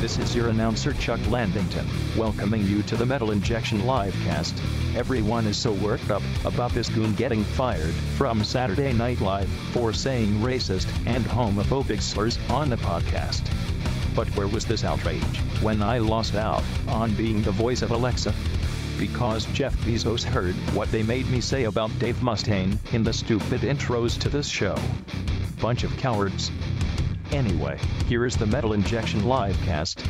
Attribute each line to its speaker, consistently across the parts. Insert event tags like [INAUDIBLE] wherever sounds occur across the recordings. Speaker 1: This is your announcer Chuck Landington, welcoming you to the Metal Injection Livecast. Everyone is so worked up about this goon getting fired from Saturday Night Live for saying racist and homophobic slurs on the podcast. But where was this outrage when I lost out on being the voice of Alexa? Because Jeff Bezos heard what they made me say about Dave Mustaine in the stupid intros to this show. Bunch of cowards. Anyway, here is the Metal Injection Livecast.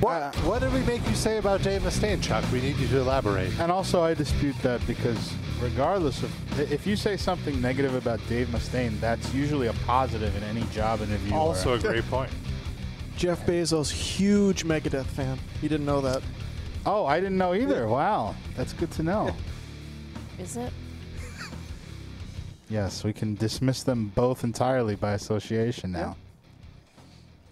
Speaker 2: What, what did we make you say about Dave Mustaine, Chuck? We need you to elaborate.
Speaker 3: And also, I dispute that because regardless of if you say something negative about Dave Mustaine, that's usually a positive in any job interview. or- [LAUGHS]
Speaker 2: Also, a great point.
Speaker 4: Jeff Bezos, huge Megadeth fan. You didn't know that.
Speaker 3: oh, I didn't know either. Wow, that's good to know.
Speaker 5: Is it?
Speaker 3: yes, we can dismiss them both entirely by association now.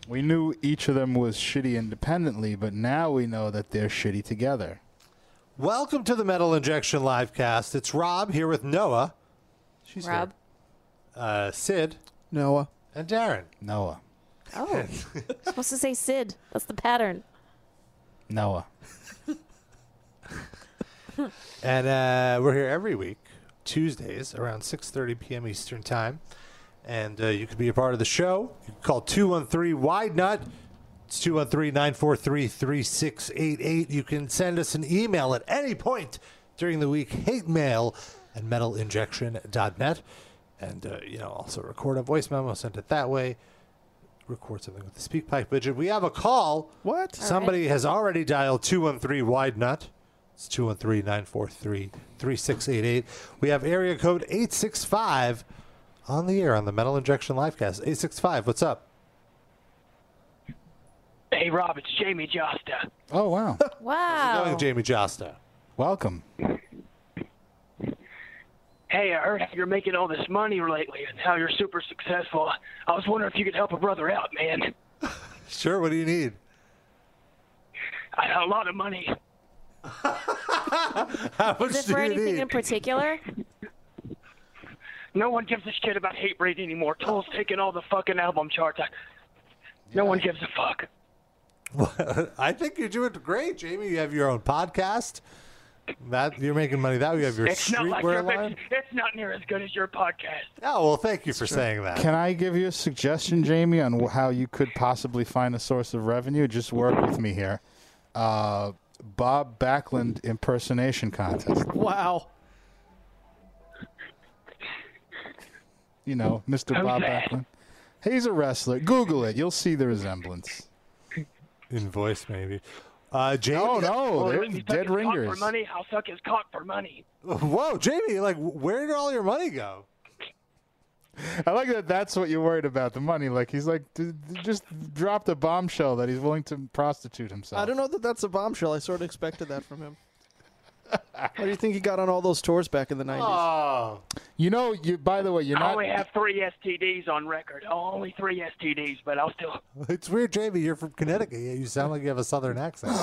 Speaker 3: We knew each of them was shitty independently, but now we know that they're shitty together.
Speaker 2: [LAUGHS] Welcome to the Metal Injection Livecast. It's Rob here with Noah, She's
Speaker 5: Rob.
Speaker 2: uh, Sid,
Speaker 4: Noah.
Speaker 2: and Darren.
Speaker 3: Noah.
Speaker 5: Oh, supposed to say Sid. That's the pattern.
Speaker 3: Noah.
Speaker 2: And uh, we're here every week, Tuesdays around 6:30 p.m. Eastern Time. And uh, you can be a part of the show. You can call 213 Wide Nut. It's 213-943-3688. You can send us an email at any point during the week, hate mail at metalinjection.net. And, uh, you know, also record a voice memo, send it that way. Record something with the SpeakPipe widget. We have a call.
Speaker 4: What?
Speaker 2: Somebody has already dialed 213 Wide Nut. It's 213 943 3688. We have area code 865 on the air on the Metal Injection Livecast. 865, what's up?
Speaker 6: Hey, Rob, it's Jamie Josta.
Speaker 3: Oh,
Speaker 2: [LAUGHS]
Speaker 3: wow.
Speaker 5: Wow.
Speaker 2: Knowing Jamie Josta.
Speaker 3: Welcome.
Speaker 6: Hey, I heard you're making all this money lately and how you're super successful. I was wondering if you could help a brother out, man.
Speaker 2: Sure, what do you need?
Speaker 6: I got a lot of money.
Speaker 2: [LAUGHS] How much
Speaker 5: Is it
Speaker 2: do
Speaker 5: for
Speaker 2: you
Speaker 5: anything
Speaker 2: need?
Speaker 5: in particular?
Speaker 6: No one gives a shit about hate rate anymore. Tool's taking all the fucking album charts. I, no one gives a fuck.
Speaker 2: [LAUGHS] I think you're doing great, Jamie. You have your own podcast. That You're making money that way. You have your
Speaker 6: It's not like
Speaker 2: streetwear
Speaker 6: your
Speaker 2: line.
Speaker 6: it's, it's not near as good as your podcast.
Speaker 2: Oh, well, thank you for saying that.
Speaker 3: Can I give you a suggestion, Jamie, on wh- how you could possibly find a source of revenue? Just work with me here. Uh, Bob Backlund impersonation contest.
Speaker 4: Wow.
Speaker 3: You know, Mr.
Speaker 6: Who's
Speaker 3: Bob
Speaker 6: that?
Speaker 3: Backlund. He's a wrestler. Google it. You'll see the resemblance.
Speaker 2: In voice, maybe. Uh, Jamie.
Speaker 3: Oh no,
Speaker 6: Or
Speaker 3: they're
Speaker 6: if you suck
Speaker 3: dead
Speaker 6: his cock
Speaker 3: ringers.
Speaker 6: For money, I'll suck his cock for money.
Speaker 2: Whoa, Jamie, like, where did all your money go? [LAUGHS]
Speaker 3: I like that. That's what you're worried about—the money. Like he's like d- d- just dropped a bombshell that he's willing to prostitute himself.
Speaker 4: I don't know that that's a bombshell. I sort of expected that from him. [LAUGHS] How do you think he got on all those tours back in the 90s?
Speaker 2: Oh.
Speaker 3: You know, you. By the way, you're
Speaker 6: I
Speaker 3: not.
Speaker 6: only have three STDs on record. Only three STDs, but I'll still.
Speaker 2: It's weird, Jamie. You're from Connecticut. Yeah, you sound like you have a southern accent.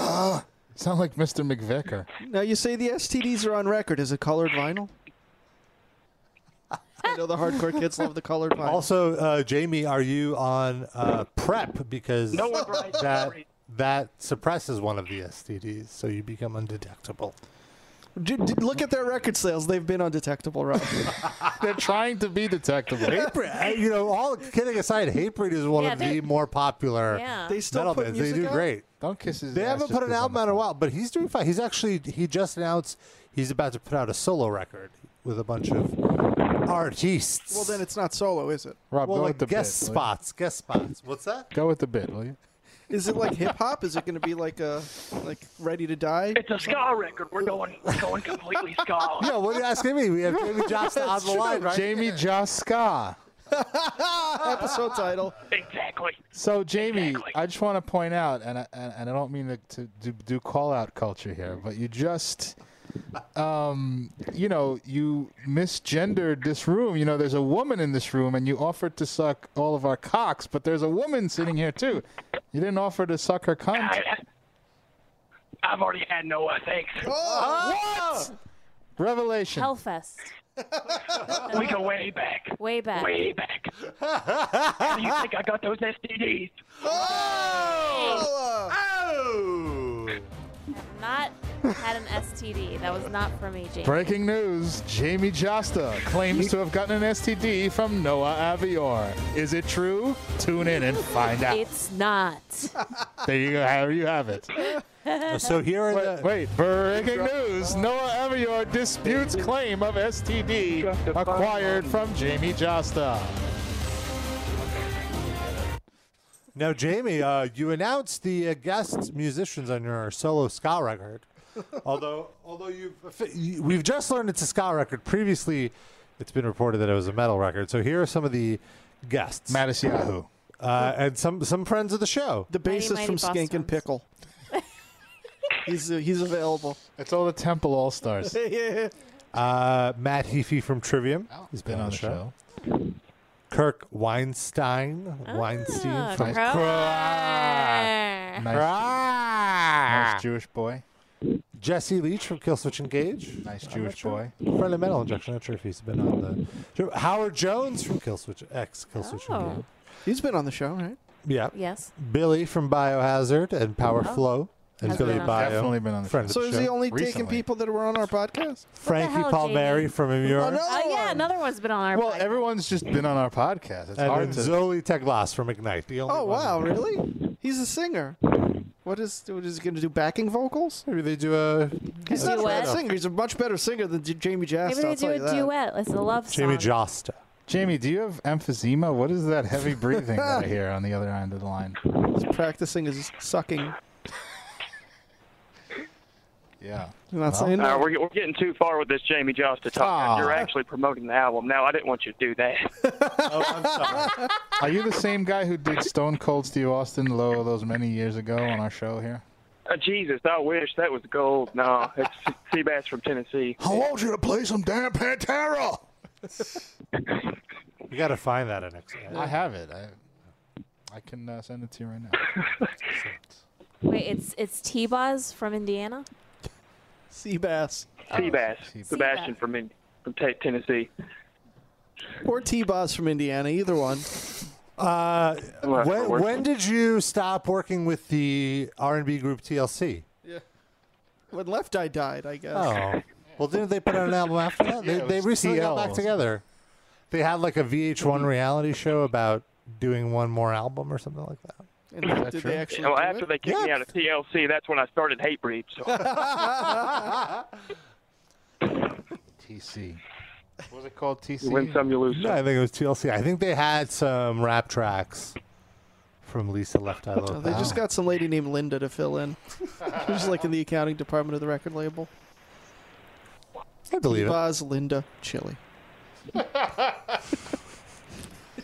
Speaker 3: Sound like Mr. McVicker.
Speaker 4: Now, you say the STDs are on record. Is it colored vinyl? I know the hardcore kids love the colored
Speaker 3: [LAUGHS]
Speaker 4: vinyl.
Speaker 2: [LAUGHS] also, uh, Jamie, are you on uh, prep because
Speaker 6: No one writes
Speaker 2: that
Speaker 6: stories.
Speaker 2: that suppresses one of the STDs, so you become undetectable.
Speaker 4: Dude, dude, look at their record sales. They've been undetectable, right?
Speaker 3: [LAUGHS] They're trying to be detectable.
Speaker 2: Hate breed, hey, you know, all kidding aside, hate breed is one
Speaker 5: Yeah,
Speaker 2: of the
Speaker 5: they're-
Speaker 2: more popular
Speaker 5: Yeah.
Speaker 4: They still
Speaker 2: metal
Speaker 4: put
Speaker 2: bands. They
Speaker 4: music
Speaker 2: do
Speaker 4: out?
Speaker 2: great.
Speaker 3: Don't kiss his.
Speaker 2: They
Speaker 3: ass
Speaker 2: haven't
Speaker 3: just
Speaker 2: put an
Speaker 3: 'cause I'm
Speaker 2: album
Speaker 3: a
Speaker 2: out in a
Speaker 3: fan.
Speaker 2: while, but he's doing fine. He's actually he just announced he's about to put out a solo record with a bunch of artists.
Speaker 4: well, then it's not solo, is it?
Speaker 3: Rob,
Speaker 2: well,
Speaker 3: go
Speaker 2: like
Speaker 3: with the
Speaker 2: guest
Speaker 3: bit. will you?
Speaker 2: spots, guest spots. What's that?
Speaker 3: Go with the bit, will you?
Speaker 4: Is it like hip hop? Is it going to be like a like Ready to Die?
Speaker 6: It's a ska record. We're going, we're going completely
Speaker 2: [LAUGHS]
Speaker 6: ska.
Speaker 2: No, what are you asking me? We have Jamie Johnson on the line, right? [LAUGHS]
Speaker 3: Jamie Jaska.
Speaker 4: Episode title.
Speaker 6: Exactly.
Speaker 3: So Jamie,
Speaker 6: Exactly.
Speaker 3: I just want to point out, and I, and, and I don't mean to, to do, do call out culture here, but you just, um, you know, you misgendered this room. You know, there's a woman in this room, and you offered to suck all of our cocks, but there's a woman sitting here too. You didn't offer to suck her
Speaker 6: I,
Speaker 3: cunt.
Speaker 6: I've already had Noah. Thanks.
Speaker 3: Oh.
Speaker 4: Oh.
Speaker 3: Revelation.
Speaker 5: Hellfest.
Speaker 6: We go way back.
Speaker 5: Way back.
Speaker 6: Way back. How do you think I got those STDs?
Speaker 4: Oh!
Speaker 5: STD. That was not from me, James.
Speaker 3: Breaking news Jamie Josta claims to have gotten an STD from Noah Avior. Is it true? Tune in and find out.
Speaker 5: It's not.
Speaker 3: There you go. How you have it.
Speaker 2: So here are
Speaker 3: Wait,
Speaker 2: the
Speaker 3: wait, breaking news. Noah Avior disputes claim of STD acquired from Jamie Josta.
Speaker 2: now, Jamie. Uh, you announced the uh, guest musicians on your solo ska
Speaker 4: [LAUGHS]
Speaker 2: record. although, although you've you- we've just learned it's a ska record. Previously, it's been reported that it was a metal record. So here are some of the guests
Speaker 3: Mattis Yahoo.
Speaker 2: uh, and some some friends of the show.
Speaker 4: The
Speaker 5: Mighty,
Speaker 4: bassist
Speaker 5: mighty
Speaker 4: from Skank
Speaker 5: Boston's.
Speaker 4: and Pickle. [LAUGHS] he's uh, he's available.
Speaker 3: It's all the Temple
Speaker 2: [LAUGHS]
Speaker 3: All Stars.
Speaker 2: Uh, Matt Heafy from Trivium.
Speaker 5: Oh.
Speaker 2: He's been, on the show. Kirk Weinstein. Weinstein.
Speaker 5: Ah,
Speaker 2: From-
Speaker 3: Nice
Speaker 5: Crow.
Speaker 3: cry. Nice, nice
Speaker 2: Ah!
Speaker 3: Jewish boy.
Speaker 2: Jesse Leach from Killswitch Engage.
Speaker 3: Nice Jewish boy.
Speaker 2: Friendly Metal Injection. Not sure if he's been on the. Sure, Howard Jones from Killswitch X Killswitch
Speaker 5: Oh.
Speaker 2: Engage.
Speaker 4: He's been on the show, right?
Speaker 2: Yeah.
Speaker 5: Yes.
Speaker 2: Billy from Biohazard and Power Flow and
Speaker 5: Oh. Has
Speaker 2: Billy
Speaker 5: been on.
Speaker 2: Bio.
Speaker 3: Definitely been on the
Speaker 2: Friend of
Speaker 4: So
Speaker 2: the
Speaker 4: is
Speaker 2: show.
Speaker 4: he only taking
Speaker 3: recently.
Speaker 4: people that were on our podcast?
Speaker 2: Frankie
Speaker 5: hell,
Speaker 2: Palmieri
Speaker 5: Jamie?
Speaker 2: from Immune.
Speaker 4: no.
Speaker 5: Oh, yeah, another one's been on our
Speaker 3: Well,
Speaker 5: podcast.
Speaker 3: everyone's just been on our podcast. It's hard
Speaker 2: And then
Speaker 3: to.
Speaker 2: Zoli Teglas from Ignite. The only
Speaker 4: Oh
Speaker 2: one-
Speaker 4: wow, really? He's a singer. What is what is he going to do? Backing vocals?
Speaker 2: Maybe they do a.
Speaker 4: He's
Speaker 5: A
Speaker 4: not a bad
Speaker 5: duet?
Speaker 4: singer. He's a much better singer than J- Jamie Jasta.
Speaker 5: Maybe they
Speaker 4: I'll
Speaker 5: do
Speaker 4: tell you
Speaker 5: a
Speaker 4: that.
Speaker 5: duet. It's a love
Speaker 2: Jamie
Speaker 5: song.
Speaker 2: Josta.
Speaker 3: Jamie, do you have emphysema? What is that heavy breathing that I hear on the other end of the line?
Speaker 4: He's practicing his sucking.
Speaker 3: Yeah.
Speaker 4: You're not saying
Speaker 6: Uh,
Speaker 4: no.
Speaker 6: we're, we're getting too far with this Jamie Josta
Speaker 3: Aw.
Speaker 6: talk. You're actually promoting the album. No, I didn't want you to do that. [LAUGHS]
Speaker 2: Oh, [LAUGHS]
Speaker 3: Are you the same guy who did Stone Cold Steve Austin low those many years ago on our show here?
Speaker 6: Uh, Jesus, I wish that was gold. No, it's [LAUGHS] Seabass from Tennessee.
Speaker 3: I want you to play some damn Pantera.
Speaker 2: You got to find that in X.
Speaker 3: I have it. I, I can uh, send it to you right now.
Speaker 5: Wait, it's it's T Boz from Indiana?
Speaker 4: Oh, Seabass
Speaker 6: Seabass,
Speaker 3: Seabass.
Speaker 6: Sebastian from in, from t- Tennessee.
Speaker 4: or T-Boz from Indiana, either one.
Speaker 2: Uh,
Speaker 6: Well,
Speaker 2: when,
Speaker 6: we're-
Speaker 2: when did you stop working with the R&B group TLC?
Speaker 4: When Left Eye died, I guess.
Speaker 2: Oh. Well, didn't they put out an album after that?
Speaker 3: Yeah,
Speaker 2: They,
Speaker 3: it
Speaker 2: they
Speaker 3: was
Speaker 2: recently
Speaker 3: TL.
Speaker 2: got back together. They had like a VH1 reality show about doing one more album or something like that.
Speaker 4: And did
Speaker 3: true?
Speaker 4: they
Speaker 6: [LAUGHS]
Speaker 4: actually?
Speaker 6: Well,
Speaker 4: do
Speaker 6: after
Speaker 4: it?
Speaker 6: they kicked me
Speaker 2: Yeah.
Speaker 6: out of TLC, that's when I started hate breed. So
Speaker 3: [LAUGHS]
Speaker 4: [LAUGHS]
Speaker 3: TC. What was it called? TC.
Speaker 6: you win some, you lose
Speaker 2: No, I
Speaker 6: some.
Speaker 2: think it was TLC. I think they had some rap tracks from Lisa Left Eye
Speaker 4: Oh,
Speaker 2: Lopez.
Speaker 4: they just got some lady named Linda to fill in. She's like in the accounting department of the record label.
Speaker 2: I believe it.
Speaker 4: Boz, Linda, [LAUGHS] Chili. it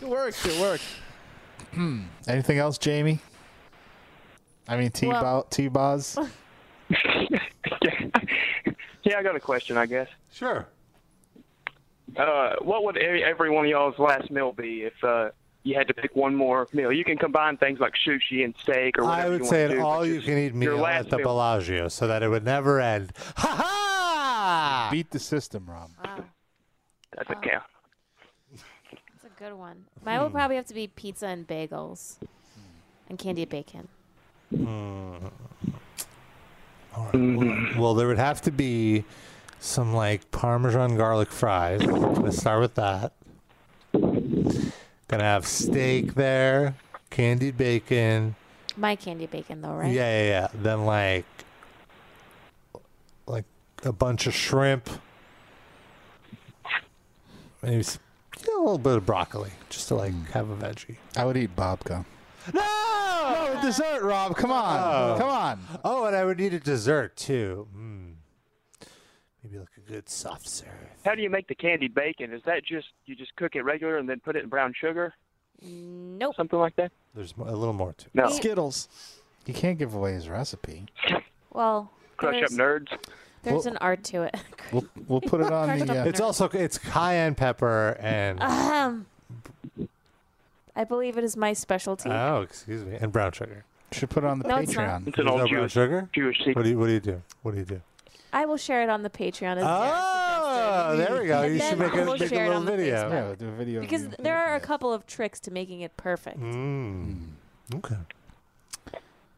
Speaker 4: worked. It worked.
Speaker 3: [CLEARS THROAT] Anything else, Jamie? I mean, T
Speaker 5: Well-
Speaker 3: T Boz.
Speaker 6: yeah, I got a question, I guess.
Speaker 2: Sure.
Speaker 6: Uh, what would e- every one of y'all's last meal be if uh, you had to pick one more meal? You can combine things like sushi and steak or whatever
Speaker 2: I
Speaker 6: you
Speaker 2: would
Speaker 6: want
Speaker 2: say
Speaker 6: to
Speaker 2: an
Speaker 6: do, but
Speaker 2: all
Speaker 6: just
Speaker 2: you can eat
Speaker 6: your
Speaker 2: meal
Speaker 6: last
Speaker 2: at the
Speaker 6: meal.
Speaker 2: Bellagio so that it would never end. Ha ha!
Speaker 3: Beat the system, Rob.
Speaker 5: [LAUGHS] Wow,
Speaker 6: That's a count.
Speaker 5: that's a good one. Mine would probably have to be pizza and bagels and candied bacon.
Speaker 2: Hmm.
Speaker 6: Mm-hmm.
Speaker 2: Well, there would have to be some like Parmesan garlic fries. Gonna start with that. Gonna have steak there, candied bacon.
Speaker 5: My candied bacon, though, right?
Speaker 2: Yeah, yeah, yeah. Then like, like a bunch of shrimp. Maybe s- yeah, a little bit of broccoli, just to like have a veggie.
Speaker 3: Hmm. I would eat babka.
Speaker 2: No!
Speaker 3: Oh, dessert, Rob. Come on. Come on.
Speaker 2: Oh, and I would need a dessert too. Mm. Maybe like a good soft serve.
Speaker 6: How do you make the candied bacon? Is that just you just cook it regular and then put it in brown sugar,
Speaker 5: Nope.
Speaker 6: something like that?
Speaker 2: There's mo- a little more to it.
Speaker 6: No,
Speaker 4: Skittles.
Speaker 3: You can't give away his recipe.
Speaker 5: Well,
Speaker 6: crush up
Speaker 5: there's,
Speaker 6: nerds.
Speaker 5: there's an art to
Speaker 2: [LAUGHS]
Speaker 5: it.
Speaker 3: We'll we'll put it on the. Uh,
Speaker 2: It's also it's cayenne pepper and
Speaker 5: Ah, Ahem. Um, I believe it is my specialty.
Speaker 2: oh, excuse me, and brown sugar.
Speaker 3: should put it on the
Speaker 5: No, it's not.
Speaker 3: Patreon.
Speaker 6: It's an old
Speaker 2: There's no brown
Speaker 6: Jewish
Speaker 2: sugar.
Speaker 6: Jewish
Speaker 2: What
Speaker 6: secret.
Speaker 2: do you What do you do? What do you do?
Speaker 5: I will share it on the Patreon. As
Speaker 2: Oh, there we go.
Speaker 5: And
Speaker 2: You
Speaker 5: then
Speaker 2: should make a,
Speaker 5: we'll
Speaker 2: make a
Speaker 5: share it
Speaker 2: little
Speaker 5: on the
Speaker 2: video.
Speaker 3: Yeah, we'll do a video.
Speaker 5: because
Speaker 3: review.
Speaker 5: there are a couple of tricks to making it perfect.
Speaker 2: Mm. Okay.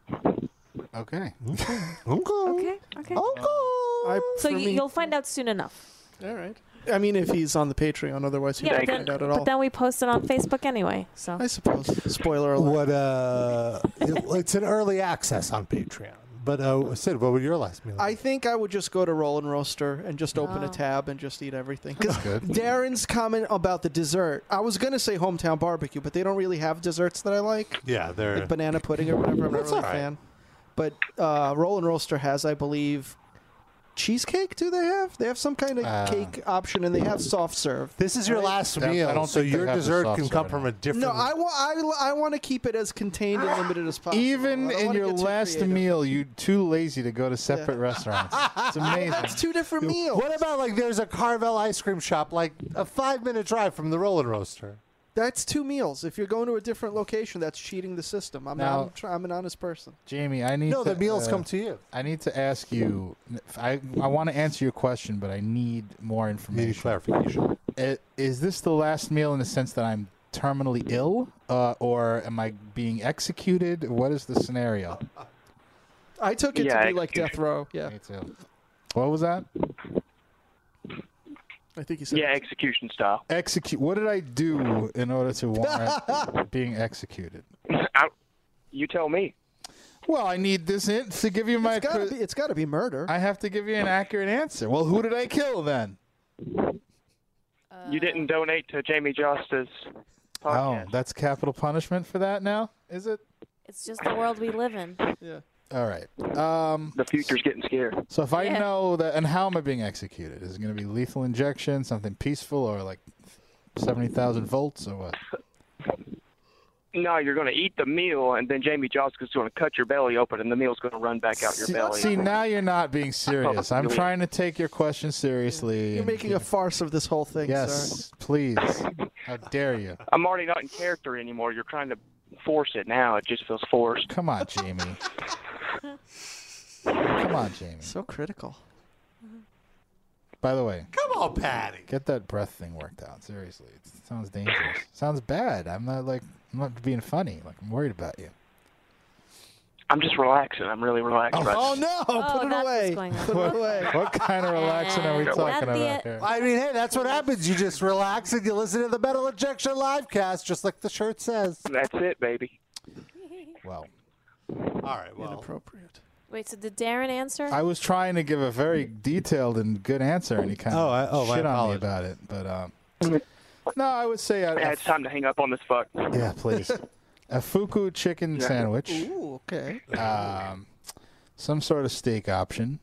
Speaker 3: Okay.
Speaker 2: Okay.
Speaker 5: Okay. Okay.
Speaker 2: Okay.
Speaker 4: I, for
Speaker 5: So you,
Speaker 4: me-
Speaker 5: you'll find out soon enough.
Speaker 4: All right. I mean, if he's on the Patreon, otherwise he
Speaker 5: Yeah,
Speaker 4: won't
Speaker 5: but then,
Speaker 4: find out at
Speaker 5: but
Speaker 4: all.
Speaker 5: then we post it on Facebook anyway. So
Speaker 4: I suppose. Spoiler alert.
Speaker 2: What uh, it- it's an early access on Patreon. But uh, Sid, what would your last meal?
Speaker 4: I
Speaker 2: be?
Speaker 4: think I would just go to Roll and Roaster and just open a
Speaker 5: Oh.
Speaker 4: tab and just eat everything. Because [LAUGHS]
Speaker 3: good.
Speaker 4: Darren's comment about the dessert, I was gonna say hometown barbecue, but they don't really have desserts that I like,
Speaker 2: yeah, they're
Speaker 4: like banana pudding or whatever. I'm not
Speaker 2: That's
Speaker 4: really
Speaker 2: all
Speaker 4: a
Speaker 2: right.
Speaker 4: fan. But uh, Roll and Roaster has, I believe, cheesecake. Do they have? They have some kind of
Speaker 3: Uh.
Speaker 4: cake option, and they have soft serve.
Speaker 2: This is your last
Speaker 3: That- I
Speaker 2: meal,
Speaker 3: don't
Speaker 2: so
Speaker 3: think they
Speaker 2: your
Speaker 3: have the
Speaker 2: dessert
Speaker 3: soft
Speaker 2: can
Speaker 3: serve
Speaker 2: come
Speaker 3: in
Speaker 2: from
Speaker 3: it.
Speaker 2: a different.
Speaker 4: No, I want I, I want to keep it as contained and limited as possible.
Speaker 2: [LAUGHS]
Speaker 4: I
Speaker 3: Even
Speaker 4: don't
Speaker 3: in
Speaker 4: wanna
Speaker 3: your
Speaker 4: get too
Speaker 3: last
Speaker 4: creative.
Speaker 3: meal, you're too lazy to go to
Speaker 4: [LAUGHS]
Speaker 3: separate restaurants. It's amazing.
Speaker 4: It's two different meals.
Speaker 2: What about like there's a Carvel ice cream shop like a five minute drive from the Rollin' Roaster?
Speaker 4: That's two meals. If you're going to a different location, that's cheating the system. I'm
Speaker 3: Now-
Speaker 4: I'm, tr- I'm an honest person.
Speaker 3: Jamie, I need
Speaker 2: No,
Speaker 3: to,
Speaker 2: the meals
Speaker 3: uh,
Speaker 2: come to you.
Speaker 3: I need to ask you. I, I want to answer your question, but I need more
Speaker 2: Need
Speaker 3: information.
Speaker 2: clarification.
Speaker 3: I- Is this the last meal in the sense that I'm terminally ill, uh, or am I being executed? What is the scenario?
Speaker 4: I took it
Speaker 6: Yeah,
Speaker 4: to be like
Speaker 6: execution.
Speaker 4: death row. Yeah,
Speaker 3: Me too. What was that?
Speaker 4: I think he said.
Speaker 6: Yeah, execution style. [LAUGHS]
Speaker 3: Execute. What did I do in order to
Speaker 4: [LAUGHS]
Speaker 3: warrant being executed?
Speaker 6: I, you tell me.
Speaker 3: Well, I need this in to give you my.
Speaker 4: it's gotta
Speaker 3: cri-
Speaker 4: be. It's gotta be murder.
Speaker 3: I have to give you an accurate answer. Well, who did I kill then?
Speaker 5: Uh,
Speaker 6: You didn't donate to Jamie Josta's
Speaker 3: Oh,
Speaker 6: podcast.
Speaker 3: that's capital punishment for that now, is it?
Speaker 5: it's just the world we live in.
Speaker 4: yeah.
Speaker 3: All right. Um,
Speaker 6: The future's getting scared.
Speaker 3: so if I
Speaker 5: Yeah.
Speaker 3: know that, and how am I being executed? Is it going to be lethal injection, something peaceful, or like seventy thousand volts, or what?
Speaker 6: No, you're going to eat the meal, and then Jamie Josta's going to cut your belly open, and the meal's going to run back out your
Speaker 3: see,
Speaker 6: belly.
Speaker 3: see, now you're
Speaker 6: [LAUGHS]
Speaker 3: not being serious. I'm trying to take your question seriously.
Speaker 4: You're
Speaker 3: and
Speaker 4: making a
Speaker 3: give-
Speaker 4: farce of this whole thing. Sir.
Speaker 3: yes, please. How dare you?
Speaker 6: I'm already not in character anymore. You're trying to force it now. It just feels forced.
Speaker 3: Come on, Jamie. Come on, Jamie.
Speaker 4: So critical.
Speaker 3: By the way,
Speaker 2: Come on, Patty.
Speaker 3: Get that breath thing worked out. Seriously, it sounds dangerous. sounds bad. I'm not like I'm not being funny. Like I'm worried about you.
Speaker 6: I'm just relaxing. I'm really relaxed. right
Speaker 4: Oh
Speaker 6: now.
Speaker 4: no!
Speaker 5: Oh,
Speaker 4: Put it
Speaker 5: that's what's
Speaker 4: away.
Speaker 5: going on.
Speaker 4: Put it away.
Speaker 3: What kind of relaxing are we
Speaker 5: At
Speaker 3: talking
Speaker 5: the e-
Speaker 3: about
Speaker 5: end-
Speaker 3: here?
Speaker 2: I mean, hey, that's what happens. You just relax and you listen to the Metal Injection livecast, just like the shirt says.
Speaker 6: [LAUGHS] That's it, baby.
Speaker 4: [LAUGHS]
Speaker 3: Well,
Speaker 2: All right, well,
Speaker 4: Inappropriate.
Speaker 5: Wait, so did Darren answer?
Speaker 3: I was trying to give a very detailed and good answer, and he kind of
Speaker 2: Oh, I- oh, my
Speaker 3: shit on me
Speaker 2: apologies.
Speaker 3: about it. But um, no, I would say I,
Speaker 6: Yeah, it's time to hang up on this fuck.
Speaker 3: yeah,
Speaker 6: [LAUGHS]
Speaker 3: please, a fuku chicken sandwich,
Speaker 4: Ooh, okay.
Speaker 3: um, some sort of steak option,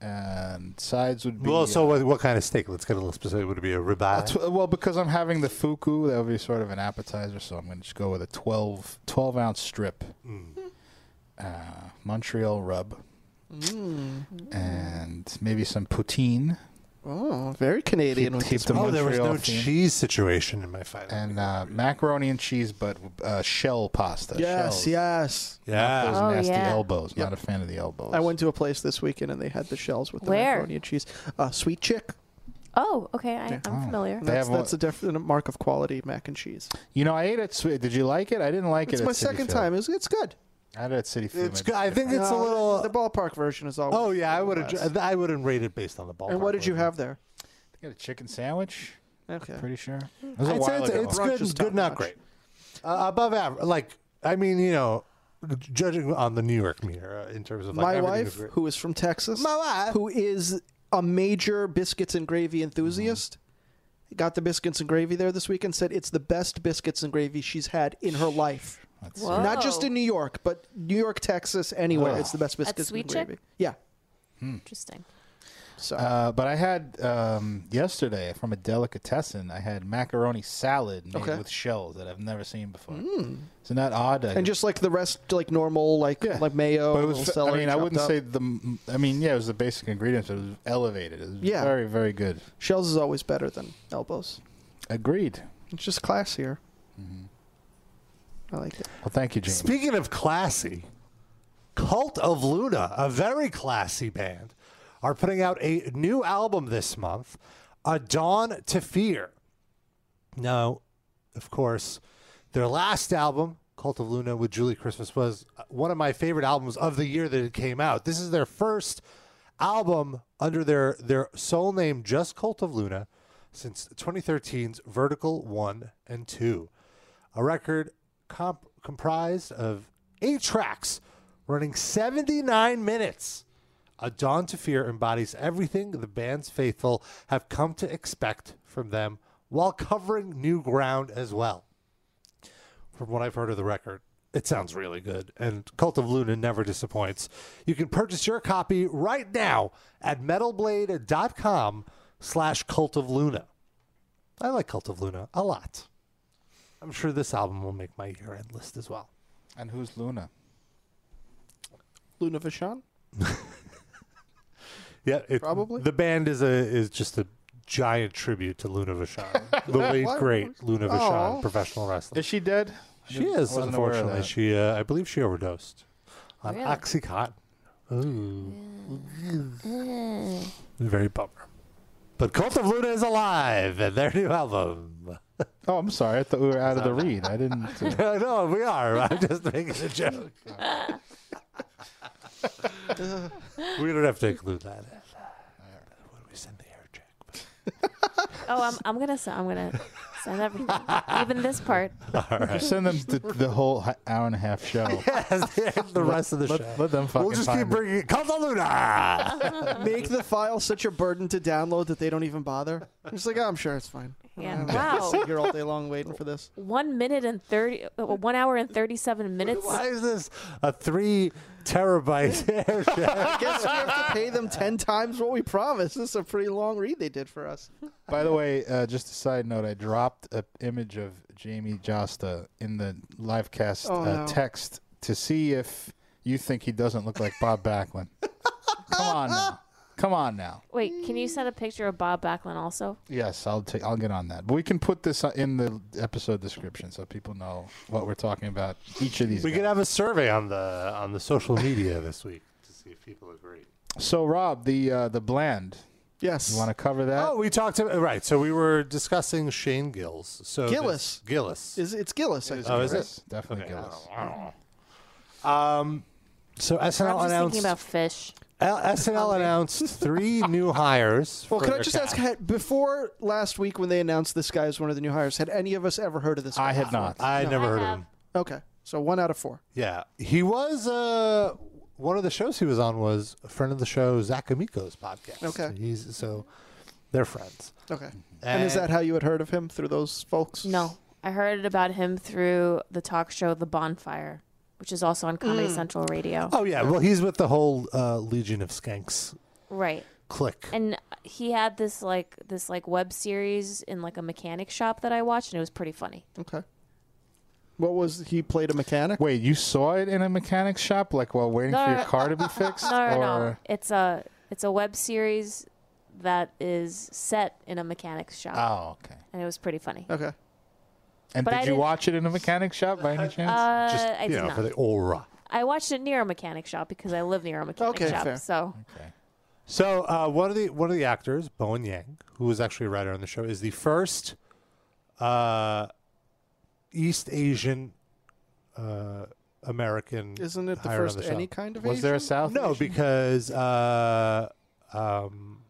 Speaker 3: and sides would be
Speaker 2: well. So,
Speaker 3: uh,
Speaker 2: what, what kind of steak? Let's get a little specific. Would it be a ribeye?
Speaker 3: Tw- well, because I'm having the fuku, that would be sort of an appetizer, so I'm going to just go with a 12, 12 ounce strip.
Speaker 2: Hmm.
Speaker 3: Uh, Montreal rub.
Speaker 7: Mm.
Speaker 3: And maybe some poutine.
Speaker 4: Oh, very Canadian. with
Speaker 3: keep
Speaker 4: this
Speaker 3: the
Speaker 4: one.
Speaker 2: oh, there was no
Speaker 3: Montreal theme.
Speaker 2: cheese situation in my fight.
Speaker 3: And uh, macaroni and cheese, but uh, shell pasta.
Speaker 4: Yes,
Speaker 3: shells.
Speaker 4: yes.
Speaker 2: yeah,
Speaker 3: Those
Speaker 5: Oh,
Speaker 3: nasty
Speaker 5: yeah.
Speaker 3: elbows. Not a fan of the elbows.
Speaker 4: I went to a place this weekend and they had the shells with the
Speaker 5: Where?
Speaker 4: macaroni and cheese. Uh, sweet chick.
Speaker 5: oh, okay. I, I'm
Speaker 3: Oh.
Speaker 5: familiar.
Speaker 3: They
Speaker 4: That's,
Speaker 3: have one-
Speaker 4: that's a definite mark of quality mac and cheese.
Speaker 3: You know, I ate it. Sweet. Did you like it? I didn't like
Speaker 4: It's
Speaker 3: it. at
Speaker 4: my
Speaker 3: City
Speaker 4: second
Speaker 3: Field.
Speaker 4: time. It's, it's good.
Speaker 3: I had it at City Food.
Speaker 2: it's. good. I think it's a
Speaker 4: No,
Speaker 2: little.
Speaker 4: Uh, The ballpark version is always.
Speaker 2: Oh yeah, I would
Speaker 4: less.
Speaker 2: have. I wouldn't rate it based on the ball.
Speaker 4: And what did you have there?
Speaker 3: Got a chicken sandwich.
Speaker 4: Okay.
Speaker 3: Pretty sure. It was a
Speaker 2: I'd say
Speaker 3: while
Speaker 2: it's,
Speaker 3: ago.
Speaker 2: it's
Speaker 4: Brunch
Speaker 2: good,
Speaker 4: is
Speaker 2: good, not
Speaker 4: top-notch.
Speaker 2: great. Uh, above average, like I mean, you know, judging on the New York meter uh, in terms of like,
Speaker 4: my
Speaker 2: everything
Speaker 4: wife,
Speaker 2: is great.
Speaker 4: who is from Texas, my wife, who is a major biscuits and gravy enthusiast, got the biscuits and gravy there this weekend. Said it's the best biscuits and gravy she's had in her life.
Speaker 5: Whoa.
Speaker 4: Not just in New York, but New York, Texas, anywhere. It's the best biscuits
Speaker 5: Sweet
Speaker 4: and
Speaker 5: Chick?
Speaker 4: gravy. Yeah. Hmm.
Speaker 5: Interesting.
Speaker 4: So
Speaker 3: Uh, but I had um, yesterday from a delicatessen. I had macaroni salad made
Speaker 4: Okay. Hmm.
Speaker 3: with shells that I've never seen before. Isn't that odd?
Speaker 4: and just like the rest, like normal, like like mayo,
Speaker 3: But it
Speaker 4: little
Speaker 3: was, I
Speaker 4: celery
Speaker 3: mean, I
Speaker 4: chopped
Speaker 3: wouldn't
Speaker 4: up.
Speaker 3: say the. m- I mean, yeah, it was the basic ingredients. But it was elevated. It was
Speaker 4: Yeah.
Speaker 3: very, very good.
Speaker 4: shells is always better than elbows.
Speaker 3: Agreed.
Speaker 4: It's just classier. I like it.
Speaker 3: Mm-hmm. Well, thank you, Jamie.
Speaker 2: Speaking of classy, Cult of Luna, a very classy band, are putting out a new album this month, A Dawn to Fear. Now, of course, their last album, Cult of Luna uh, with Julie Christmas, was one of my favorite albums of the year that it came out. This is their first album under their their sole name, just Cult of Luna, since 2013's Vertical One and Two, a record comp- comprised of eight tracks running 79 minutes. A Dawn to Fear embodies everything the band's faithful have come to expect from them while covering new ground as well. From what I've heard of the record, it sounds really good, and Cult of Luna never disappoints. You can purchase your copy right now at metalblade.com slash cult of Luna. I like Cult of Luna a lot. I'm sure this album will make my year-end list as well.
Speaker 3: And who's Luna?
Speaker 4: Luna Vachon?
Speaker 2: Yeah, it,
Speaker 4: Probably.
Speaker 2: the band is a is just a giant tribute to Luna Vachon, the late great Luna Vachon,
Speaker 3: Aw.
Speaker 2: professional wrestler.
Speaker 3: Is she dead? I
Speaker 2: She
Speaker 3: didn't-
Speaker 2: is
Speaker 3: I wasn't aware of
Speaker 2: unfortunately
Speaker 3: that.
Speaker 2: she uh, I believe she overdosed on
Speaker 5: Really?
Speaker 2: oxycontin. Ooh, very bummer. But Cult of Luna is alive, and their new
Speaker 3: [LAUGHS]
Speaker 2: album.
Speaker 3: Oh, I'm sorry. I thought we were out of the read. I didn't.
Speaker 2: [LAUGHS]
Speaker 3: uh,
Speaker 2: no, we are. I'm just making a
Speaker 3: [LAUGHS]
Speaker 2: joke. we don't have to include that. in. When we send the air check, but-
Speaker 5: Oh, I'm, I'm gonna s- I'm gonna send everything, even this
Speaker 2: [LAUGHS]
Speaker 5: part.
Speaker 3: Send them the, the whole h- hour and a half show.
Speaker 2: the rest of the
Speaker 3: let,
Speaker 2: show.
Speaker 3: let them fucking.
Speaker 2: We'll just
Speaker 3: find
Speaker 2: keep
Speaker 3: it.
Speaker 2: bringing it. Cult of Luna.
Speaker 4: [LAUGHS] Make the file such a burden to download that they don't even bother. I'm just like, oh, I'm sure it's fine.
Speaker 5: Yeah.
Speaker 4: I'll
Speaker 5: Wow.
Speaker 4: sit here all day long waiting for this.
Speaker 5: One minute and thirty, uh, one hour and thirty-seven minutes.
Speaker 2: Why is this a three terabyte [LAUGHS] air check?
Speaker 4: I guess we have to pay them ten times what we promised. This is a pretty long read they did for us.
Speaker 2: Oh,
Speaker 3: By the way, uh, just a side note, I dropped an image of Jamie Josta in the live cast
Speaker 4: Oh,
Speaker 3: uh,
Speaker 4: no.
Speaker 3: text to see if you think he doesn't look like
Speaker 4: [LAUGHS]
Speaker 3: Bob Backlund. Come on now. Come on now.
Speaker 5: [LAUGHS] Wait, can you send a picture of Bob Backlund also?
Speaker 3: Yes, I'll take. I'll get on that. But we can put this uh, in the episode description so people know what we're talking about. Each of these.
Speaker 2: We
Speaker 3: guys.
Speaker 2: could have a survey on the on the social media this week to see if people agree.
Speaker 3: so, Rob, the uh, the bland.
Speaker 4: Yes.
Speaker 3: You want to cover that?
Speaker 2: Oh, we talked to right. So we were discussing Shane Gills. So this-
Speaker 4: Gillis.
Speaker 2: Gillis.
Speaker 4: Is it's Gillis? I
Speaker 2: Oh,
Speaker 4: think.
Speaker 2: is it?
Speaker 3: Gillis. Definitely
Speaker 2: Okay.
Speaker 3: Gillis.
Speaker 2: Um, So
Speaker 5: I'm
Speaker 2: SNL
Speaker 5: just
Speaker 2: announced
Speaker 5: thinking about fish.
Speaker 2: L- SNL announced
Speaker 4: [LAUGHS]
Speaker 2: three new hires.
Speaker 4: Well,
Speaker 2: for
Speaker 4: can I
Speaker 2: their
Speaker 4: just ask?
Speaker 2: cast.
Speaker 4: Had, before last week, when they announced this guy as one of the new hires, had any of us ever heard of this? guy?
Speaker 3: I had not.
Speaker 2: I never
Speaker 5: I
Speaker 2: heard of
Speaker 5: have.
Speaker 2: him.
Speaker 4: Okay, so one out of four.
Speaker 2: Yeah, he was. Uh, one of the shows he was on was a friend of the show, Zach Amico's podcast.
Speaker 4: Okay.
Speaker 2: he's so they're friends.
Speaker 4: Okay. And, is that how you had heard of him through those folks?
Speaker 5: No, I heard about him through the talk show The Bonfire, which is also on Comedy Central Radio.
Speaker 2: Oh yeah, well he's with the whole uh, Legion of Skanks
Speaker 5: Right.
Speaker 2: clique.
Speaker 5: And he had this like this like web series in like a mechanic shop that I watched and it was pretty funny.
Speaker 4: Okay. What was he played a mechanic?
Speaker 3: Wait, you saw it in a mechanic shop, like while waiting
Speaker 5: No, no,
Speaker 3: for your
Speaker 5: no.
Speaker 3: car to be fixed?
Speaker 5: No, no,
Speaker 3: or...
Speaker 5: no. It's a it's a web series that is set in a mechanic shop
Speaker 3: Oh, okay.
Speaker 5: and it was pretty funny.
Speaker 4: Okay.
Speaker 3: And
Speaker 5: But
Speaker 3: did
Speaker 5: I
Speaker 3: you
Speaker 5: didn't-
Speaker 3: watch it in a mechanic shop by any chance?
Speaker 5: Uh,
Speaker 2: Just
Speaker 5: I
Speaker 2: you
Speaker 5: did
Speaker 2: know
Speaker 5: not.
Speaker 2: for the aura.
Speaker 5: I watched it near a mechanic shop because I live near a mechanic
Speaker 4: Okay,
Speaker 5: shop.
Speaker 4: fair.
Speaker 5: So
Speaker 3: okay.
Speaker 2: So uh, one of the one of the actors, Bowen Yang, who was actually a writer on the show, is the first uh, East Asian uh, American.
Speaker 4: Isn't it the
Speaker 2: hired on
Speaker 4: first
Speaker 2: the show.
Speaker 4: any kind of
Speaker 3: Was there a
Speaker 4: Asian?
Speaker 3: South?
Speaker 2: No, because uh, um,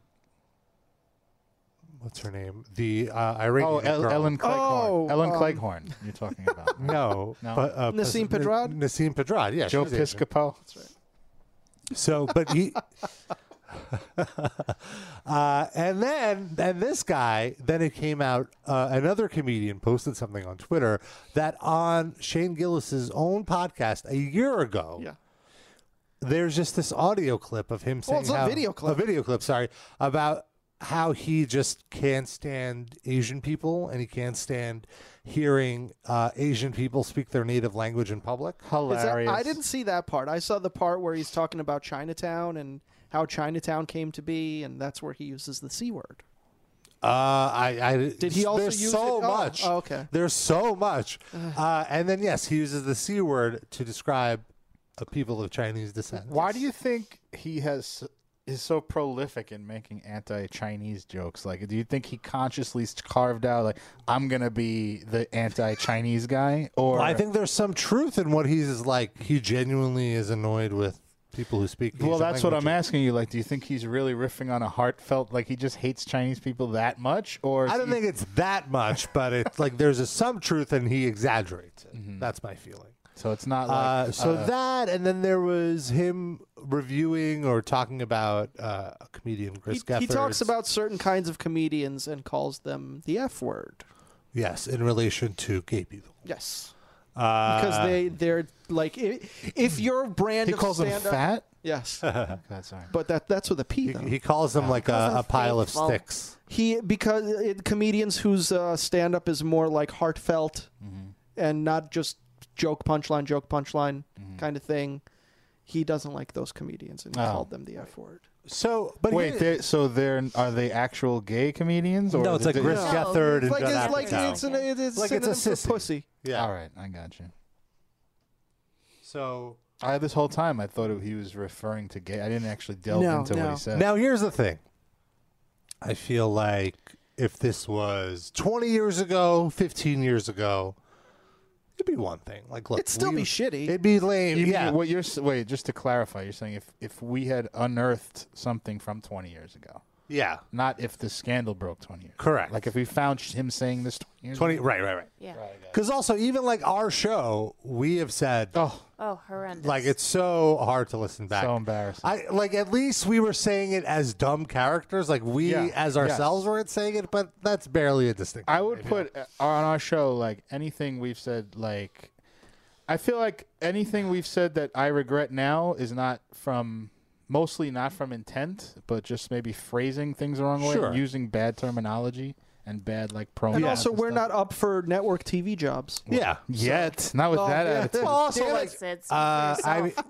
Speaker 2: what's her name? The uh, Iranian
Speaker 3: Oh, El-
Speaker 2: girl.
Speaker 3: Ellen Cleghorn.
Speaker 4: Oh,
Speaker 3: Ellen
Speaker 4: um,
Speaker 3: Cleghorn. You're talking about
Speaker 2: [LAUGHS]
Speaker 3: right?
Speaker 2: No,
Speaker 3: No.
Speaker 2: But, uh,
Speaker 4: Nassim
Speaker 2: Pas-
Speaker 4: Pedrad?
Speaker 2: Nassim Pedrad. Yeah,
Speaker 3: Joe
Speaker 2: she's Asian.
Speaker 3: Piscopo.
Speaker 2: So, but he. [LAUGHS] uh, and then, then this guy, then it came out. Uh, another comedian posted something on Twitter that on Shane Gillis's own podcast a year ago.
Speaker 4: Yeah.
Speaker 2: There's just this audio clip of him saying,
Speaker 4: it's a
Speaker 2: how-
Speaker 4: video clip.
Speaker 2: a video clip, sorry, about how he just can't stand Asian people and he can't stand hearing uh, Asian people speak their native language in public.
Speaker 4: Is that-
Speaker 3: Hilarious.
Speaker 4: I didn't see that part. I saw the part where he's talking about Chinatown and how Chinatown came to be, and that's where he uses the c word.
Speaker 2: Uh, I, I did
Speaker 4: he also
Speaker 2: There's
Speaker 4: use
Speaker 2: so
Speaker 4: it? Oh,
Speaker 2: much.
Speaker 4: oh, okay.
Speaker 2: There's so much. Uh, and then yes, he uses the c word to describe a people of Chinese descent.
Speaker 3: Why do you think he has is so prolific in making anti-Chinese jokes? Like, do you think he consciously carved out like I'm gonna be the anti-Chinese guy? Or
Speaker 2: Well, I think there's some truth in what he's like. He genuinely is annoyed with people who speak.
Speaker 3: Well,
Speaker 2: these
Speaker 3: that's what I'm
Speaker 2: languages.
Speaker 3: asking you. Like, do you think he's really riffing on a heartfelt, like he just hates Chinese people that much, or is
Speaker 2: I don't
Speaker 3: he-
Speaker 2: think it's that much, but it's like there's a, some truth, and he exaggerates it. That's my feeling.
Speaker 3: Mm-hmm. so? It's not like
Speaker 2: Uh, so that, and then there was him reviewing or talking about uh, a comedian, Chris
Speaker 4: He, he talks
Speaker 2: Geffers.
Speaker 4: about certain kinds of comedians and calls them the F word.
Speaker 2: yes, in relation to gay people.
Speaker 4: Yes.
Speaker 2: Uh,
Speaker 4: Because
Speaker 2: [LAUGHS]
Speaker 4: they, they're like, if, if your brand
Speaker 3: he
Speaker 4: of
Speaker 3: calls them
Speaker 4: stand-up-
Speaker 3: fat.
Speaker 4: Yes.
Speaker 3: God, sorry.
Speaker 4: But that that's with a P, though.
Speaker 2: he, he calls them like
Speaker 5: Calls
Speaker 2: a,
Speaker 5: them
Speaker 2: a pile of
Speaker 5: faithful.
Speaker 2: sticks.
Speaker 4: He because uh, it, comedians whose uh, stand up is more like heartfelt
Speaker 2: Mm-hmm.
Speaker 4: and not just joke punchline joke punchline
Speaker 2: Mm-hmm.
Speaker 4: kind of thing. He doesn't like those comedians and he
Speaker 3: Oh.
Speaker 4: called them the F word.
Speaker 2: So, but
Speaker 3: Wait,
Speaker 2: he-
Speaker 3: they're, so they're are they actual gay comedians? Or
Speaker 2: no, it's like
Speaker 3: did-
Speaker 2: Chris
Speaker 5: No,
Speaker 2: Gethard
Speaker 5: it's
Speaker 2: and
Speaker 4: Like
Speaker 2: Judd
Speaker 4: it's like
Speaker 2: Apatow.
Speaker 4: it's an, it's
Speaker 2: Like, it's a
Speaker 4: synonym
Speaker 2: sissy.
Speaker 4: for pussy.
Speaker 2: yeah.
Speaker 3: All right, I got you.
Speaker 2: So
Speaker 3: I this whole time I thought he was referring to gay. I didn't actually delve
Speaker 4: No,
Speaker 3: into what
Speaker 4: no.
Speaker 3: he said.
Speaker 2: Now here's the thing. I feel like if this was 20 years ago, 15 years ago, it'd be one thing. Like, look,
Speaker 4: It'd still
Speaker 2: we-
Speaker 4: be shitty.
Speaker 2: It'd be lame.
Speaker 3: You mean
Speaker 2: yeah.
Speaker 3: What you're s- wait, just to clarify, you're saying if if we had unearthed something from 20 years ago,
Speaker 2: yeah.
Speaker 3: not if the scandal broke 20 years. ago.
Speaker 2: Correct.
Speaker 3: Like if we found sh- him saying this 20 years.
Speaker 2: 20.
Speaker 3: ago.
Speaker 2: Right. Right. Right.
Speaker 5: Yeah.
Speaker 2: Because also, even like our show, we have said
Speaker 3: Oh,
Speaker 5: Oh, horrendous.
Speaker 2: like it's so hard to listen back.
Speaker 3: So embarrassing.
Speaker 2: I like at least we were saying it as dumb characters, like we
Speaker 3: Yeah,
Speaker 2: as
Speaker 3: yes.
Speaker 2: ourselves weren't saying it, but that's barely a distinction.
Speaker 3: I would put uh, on our show like anything we've said. Like I feel like anything we've said that I regret now is not from. Mostly not from intent, but just maybe phrasing things the wrong way,
Speaker 2: Sure.
Speaker 3: and using bad terminology and bad like
Speaker 2: Oh,
Speaker 3: pronouns.
Speaker 4: And also,
Speaker 3: and
Speaker 4: we're
Speaker 3: stuff.
Speaker 4: not up for network TV jobs.
Speaker 2: yeah.
Speaker 3: yet. Not with
Speaker 4: Oh,
Speaker 3: that
Speaker 4: yeah.
Speaker 3: attitude.
Speaker 2: Well, also,
Speaker 5: Damn it,
Speaker 2: like,
Speaker 5: Sid, speak
Speaker 2: uh,
Speaker 5: for
Speaker 2: I,
Speaker 5: yourself.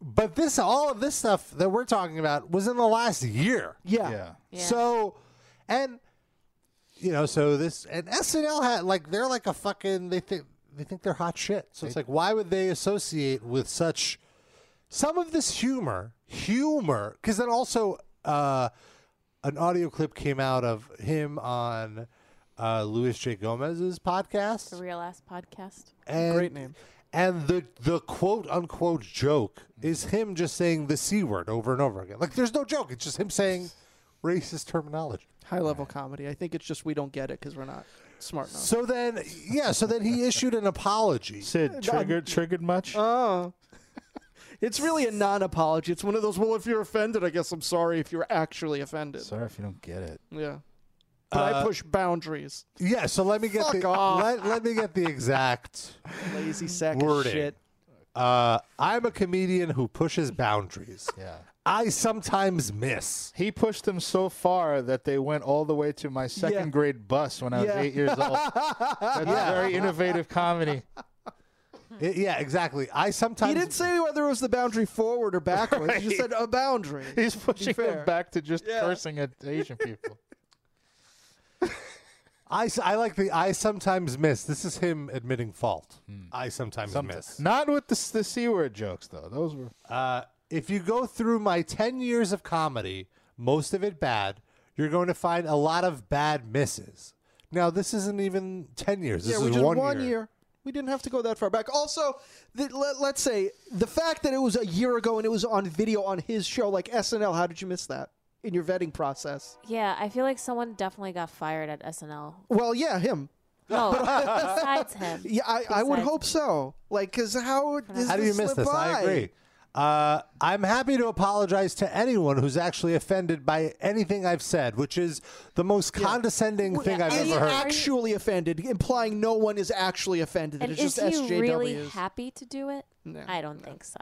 Speaker 2: but this, all of this stuff that we're talking about was in the last year.
Speaker 4: Yeah.
Speaker 3: Yeah.
Speaker 5: Yeah.
Speaker 2: So, and you know, so this and SNL had like they're like a fucking they think they think they're hot shit. So it's like why would they associate with such some of this humor, humor? Because then also uh, an audio clip came out of him on uh, Luis J Gomez's podcast.
Speaker 5: the real ass podcast.
Speaker 2: And,
Speaker 4: Great name.
Speaker 2: And the the quote unquote joke is him just saying the c word over and over again. Like there's no joke. It's just him saying racist terminology.
Speaker 4: High level comedy. I think it's just we don't get it because we're not smart enough.
Speaker 2: So then, yeah. So
Speaker 4: [LAUGHS]
Speaker 2: then he issued an apology. Um,
Speaker 3: Sid, triggered triggered much?
Speaker 4: Oh. It's really a non apology. It's one of those, well, if you're offended, I guess I'm sorry if you're actually offended.
Speaker 3: Sorry if you don't get it.
Speaker 4: Yeah. But I push boundaries. [LAUGHS]
Speaker 2: Yeah. So let me get
Speaker 4: Fuck
Speaker 2: the
Speaker 4: off.
Speaker 2: let, let me get the exact.
Speaker 4: Lazy sack of
Speaker 2: Wording.
Speaker 4: shit.
Speaker 2: Uh, I'm a comedian who pushes boundaries.
Speaker 3: Yeah.
Speaker 2: I sometimes miss.
Speaker 3: He pushed them so far that they went all the way to my
Speaker 4: Yeah.
Speaker 3: second grade bus when I was
Speaker 4: Yeah.
Speaker 3: eight years old.
Speaker 4: [LAUGHS]
Speaker 3: That's very innovative comedy.
Speaker 2: I- yeah, exactly. I sometimes.
Speaker 4: He didn't say whether it was the boundary forward or backwards. He just said
Speaker 2: "Oh,
Speaker 4: a boundary.
Speaker 3: [LAUGHS] He's pushing
Speaker 4: fair.
Speaker 3: them back to just
Speaker 4: Yeah.
Speaker 3: cursing at
Speaker 2: [LAUGHS]
Speaker 3: Asian people.
Speaker 2: I, s- I like the I sometimes miss. This is him admitting fault.
Speaker 3: Hmm.
Speaker 2: I sometimes, miss.
Speaker 3: Not with the, s- the C word jokes, though. Those were.
Speaker 2: Uh, if you go through my 10 years of comedy, most of it bad, you're going to find a lot of bad misses. Now, this isn't even 10 years. This
Speaker 4: yeah, we
Speaker 2: is
Speaker 4: just
Speaker 2: one,
Speaker 4: year. We didn't have to go that far back. Also, th- let, let's say the fact that it was a year ago and it was on video on his show, like SNL. How did you miss that in your vetting process?
Speaker 5: Yeah, I feel like someone definitely got fired at SNL.
Speaker 4: [LAUGHS] Well, yeah, him.
Speaker 5: No, Oh, besides him.
Speaker 4: Yeah, I, I would
Speaker 5: Besides-
Speaker 4: hope so. Like, cause how does
Speaker 2: How do you miss
Speaker 4: slip
Speaker 2: this? I
Speaker 4: by?
Speaker 2: agree. Uh, I'm happy to apologize to anyone who's actually offended by anything I've said, which is the most condescending thing
Speaker 5: yeah,
Speaker 2: I've
Speaker 5: and
Speaker 4: Is
Speaker 2: ever heard.
Speaker 4: actually offended, implying no one is actually offended.
Speaker 5: And
Speaker 4: it's
Speaker 5: is
Speaker 4: just
Speaker 5: he
Speaker 4: SJWs.
Speaker 5: really happy to do it?
Speaker 4: No.
Speaker 5: I don't think so.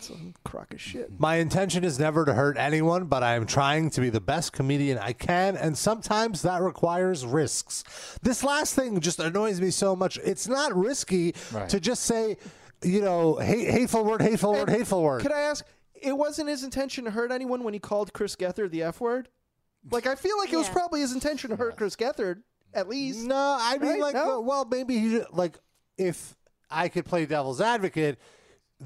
Speaker 4: Some crock of shit.
Speaker 2: My intention is never to hurt anyone, but I am trying to be the best comedian I can, and sometimes that requires risks. This last thing just annoys me so much. It's not risky
Speaker 3: Right.
Speaker 2: to just say, you know, hate, hateful word, hateful word, hateful word.
Speaker 4: Could I ask? It wasn't his intention to hurt anyone when he called Chris Gethard the F word. Like, I feel like it was
Speaker 5: Yeah.
Speaker 4: probably his intention to hurt Chris Gethard. At least,
Speaker 2: no, I mean,
Speaker 4: Right?
Speaker 2: like,
Speaker 4: No?
Speaker 2: well, well, maybe he, should- like, if I could play devil's advocate.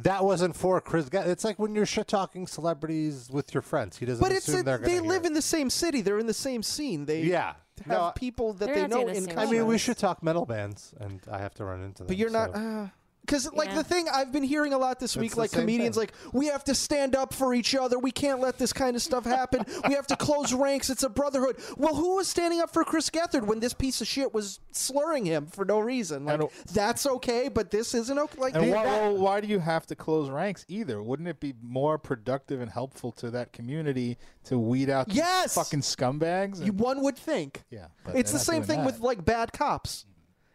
Speaker 2: That wasn't for Chris. Ga- It's like when you're shit talking celebrities with your friends. He doesn't.
Speaker 4: but it's
Speaker 2: assume
Speaker 4: a,
Speaker 2: they're gonna
Speaker 4: they
Speaker 2: hear
Speaker 4: live
Speaker 2: it.
Speaker 4: in the same city. They're in the same scene. They
Speaker 2: Yeah.
Speaker 4: have
Speaker 2: No,
Speaker 4: people that
Speaker 5: They're
Speaker 4: they
Speaker 5: not
Speaker 4: know
Speaker 5: doing the
Speaker 4: in
Speaker 5: same
Speaker 4: common.
Speaker 2: I mean, we
Speaker 5: Right.
Speaker 2: should talk metal bands, and I have to run into them.
Speaker 4: But you're not.
Speaker 2: so-
Speaker 4: Uh, Because like
Speaker 5: Yeah.
Speaker 4: the thing I've been hearing a lot this week,
Speaker 3: the
Speaker 4: like
Speaker 3: same
Speaker 4: comedians,
Speaker 3: thing.
Speaker 4: like we have to stand up for each other. We can't let this kind of stuff happen. [LAUGHS] we have to close ranks. It's a brotherhood. Well, who was standing up for Chris Gethard when this piece of shit was slurring him for no reason? Like
Speaker 3: And-
Speaker 4: that's okay, but this isn't okay. Like
Speaker 3: And why,
Speaker 4: that-
Speaker 3: well, why do you have to close ranks either? Wouldn't it be more productive and helpful to that community to weed out these
Speaker 4: Yes!
Speaker 3: fucking scumbags?
Speaker 4: you-
Speaker 3: And-
Speaker 4: one would think.
Speaker 3: Yeah, but
Speaker 4: it's
Speaker 3: they're
Speaker 4: the
Speaker 3: not
Speaker 4: same
Speaker 3: doing
Speaker 4: thing with
Speaker 3: that.
Speaker 4: like bad cops,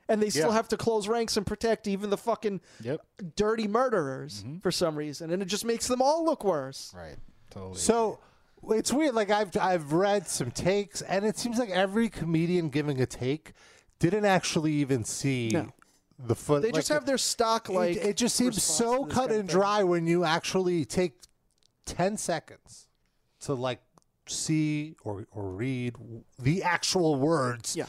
Speaker 4: and they still
Speaker 3: Yeah.
Speaker 4: have to close ranks and protect even the fucking
Speaker 3: Yep. Mm-hmm.
Speaker 4: dirty murderers for some reason, and it just makes them all look worse.
Speaker 3: Right. Totally.
Speaker 2: So it's weird. Like I've I've read some takes, and it seems like every comedian giving a take didn't actually even see
Speaker 4: No.
Speaker 2: the foot.
Speaker 4: They just
Speaker 2: like,
Speaker 4: have their stock
Speaker 2: it-
Speaker 4: like
Speaker 2: it, just seems
Speaker 4: response
Speaker 2: so
Speaker 4: to this
Speaker 2: cut
Speaker 4: kind of
Speaker 2: and
Speaker 4: thing.
Speaker 2: dry when you actually take ten seconds to like see or or read the actual words.
Speaker 4: Yeah.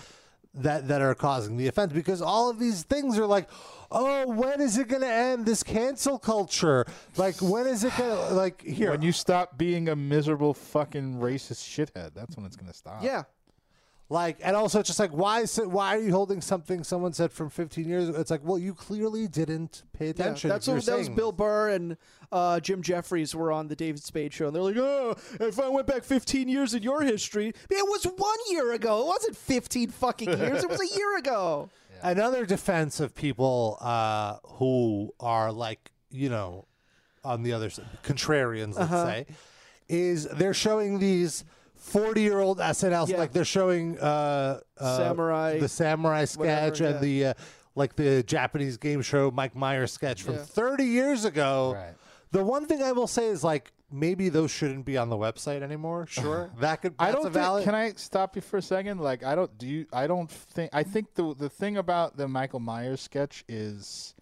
Speaker 2: That, that are causing the offense because all of these things are like, oh, when is it going to end? This cancel culture, like, when is it going to like here?
Speaker 3: when you stop being a miserable fucking racist shithead, that's when it's gonna stop.
Speaker 4: Yeah.
Speaker 2: Uh, Like, and also it's just like, why is it, why are you holding something someone said from 15 years ago? It's like, well, you clearly didn't pay
Speaker 4: Yeah,
Speaker 2: attention.
Speaker 4: that's
Speaker 2: if
Speaker 4: what
Speaker 2: you're
Speaker 4: that was.
Speaker 2: saying
Speaker 4: Bill
Speaker 2: this.
Speaker 4: Burr and uh, Jim Jeffries were on the David Spade show, and they're like, "Oh, if I went back 15 years in your history, it was one year ago. It wasn't 15 fucking years. It was
Speaker 2: [LAUGHS]
Speaker 4: a year ago."
Speaker 2: Another defense of people uh, who are like, you know, on the other side, contrarians, let's
Speaker 4: Uh-huh.
Speaker 2: say, is they're showing these 40 year old SNLs,
Speaker 4: Yeah.
Speaker 2: like they're showing uh, uh,
Speaker 4: Samurai,
Speaker 2: the samurai sketch
Speaker 4: whatever,
Speaker 2: and the uh, like the Japanese game show Mike Myers sketch from
Speaker 4: Yeah.
Speaker 2: 30 years ago.
Speaker 3: Right.
Speaker 2: The one thing I will say is like maybe those shouldn't be on the website
Speaker 4: [LAUGHS]
Speaker 2: anymore. Sure, that could. That's
Speaker 3: I don't
Speaker 2: a
Speaker 3: think,
Speaker 2: valid.
Speaker 3: Can I stop you for a second? Like, I don't do. You, I don't think. I think the the thing about the Michael Myers sketch is,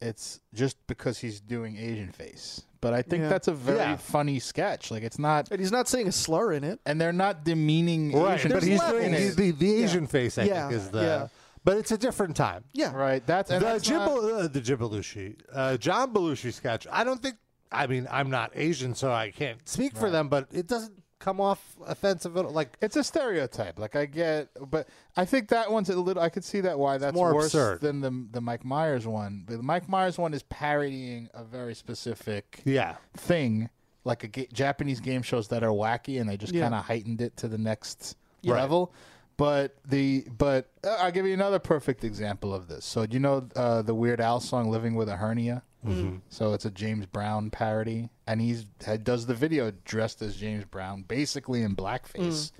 Speaker 3: it's just because he's doing Asian face. But I think
Speaker 4: Yeah.
Speaker 3: that's a very
Speaker 2: Yeah.
Speaker 3: funny sketch. Like, it's not,
Speaker 4: And he's not saying a slur in it.
Speaker 3: and they're not demeaning.
Speaker 2: right,
Speaker 3: Asian
Speaker 2: but
Speaker 4: There's
Speaker 2: he's
Speaker 3: people
Speaker 2: doing
Speaker 3: in
Speaker 4: levels.
Speaker 2: the,
Speaker 3: it.
Speaker 2: the, the Asian face. I
Speaker 4: Yeah,
Speaker 2: think is the.
Speaker 4: yeah.
Speaker 2: But it's a different time.
Speaker 4: Yeah.
Speaker 3: right. That's and
Speaker 2: the
Speaker 3: that's
Speaker 2: Jim,
Speaker 3: not-
Speaker 2: Bel- uh, the Jim Belushi, uh, John Belushi sketch. I don't think. I mean, I'm not Asian, so I can't speak for them. But it doesn't come off offensive at all. Like
Speaker 3: It's a stereotype. Like I get, but I think that one's a little. I could see that why that's
Speaker 2: more
Speaker 3: worse
Speaker 2: absurd.
Speaker 3: than the the Mike Myers one. But the Mike Myers one is parodying a very specific
Speaker 2: yeah,
Speaker 3: thing, like a ga- Japanese game shows that are wacky, and they just
Speaker 4: Yeah.
Speaker 3: kind of heightened it to the next
Speaker 2: Right.
Speaker 3: level. But the but uh, I'll give you another perfect example of this. So do you know uh, the Weird Al song "Living with a Hernia"? Mm-hmm. So it's a James Brown parody, and he's he does the video dressed as James Brown, basically in blackface.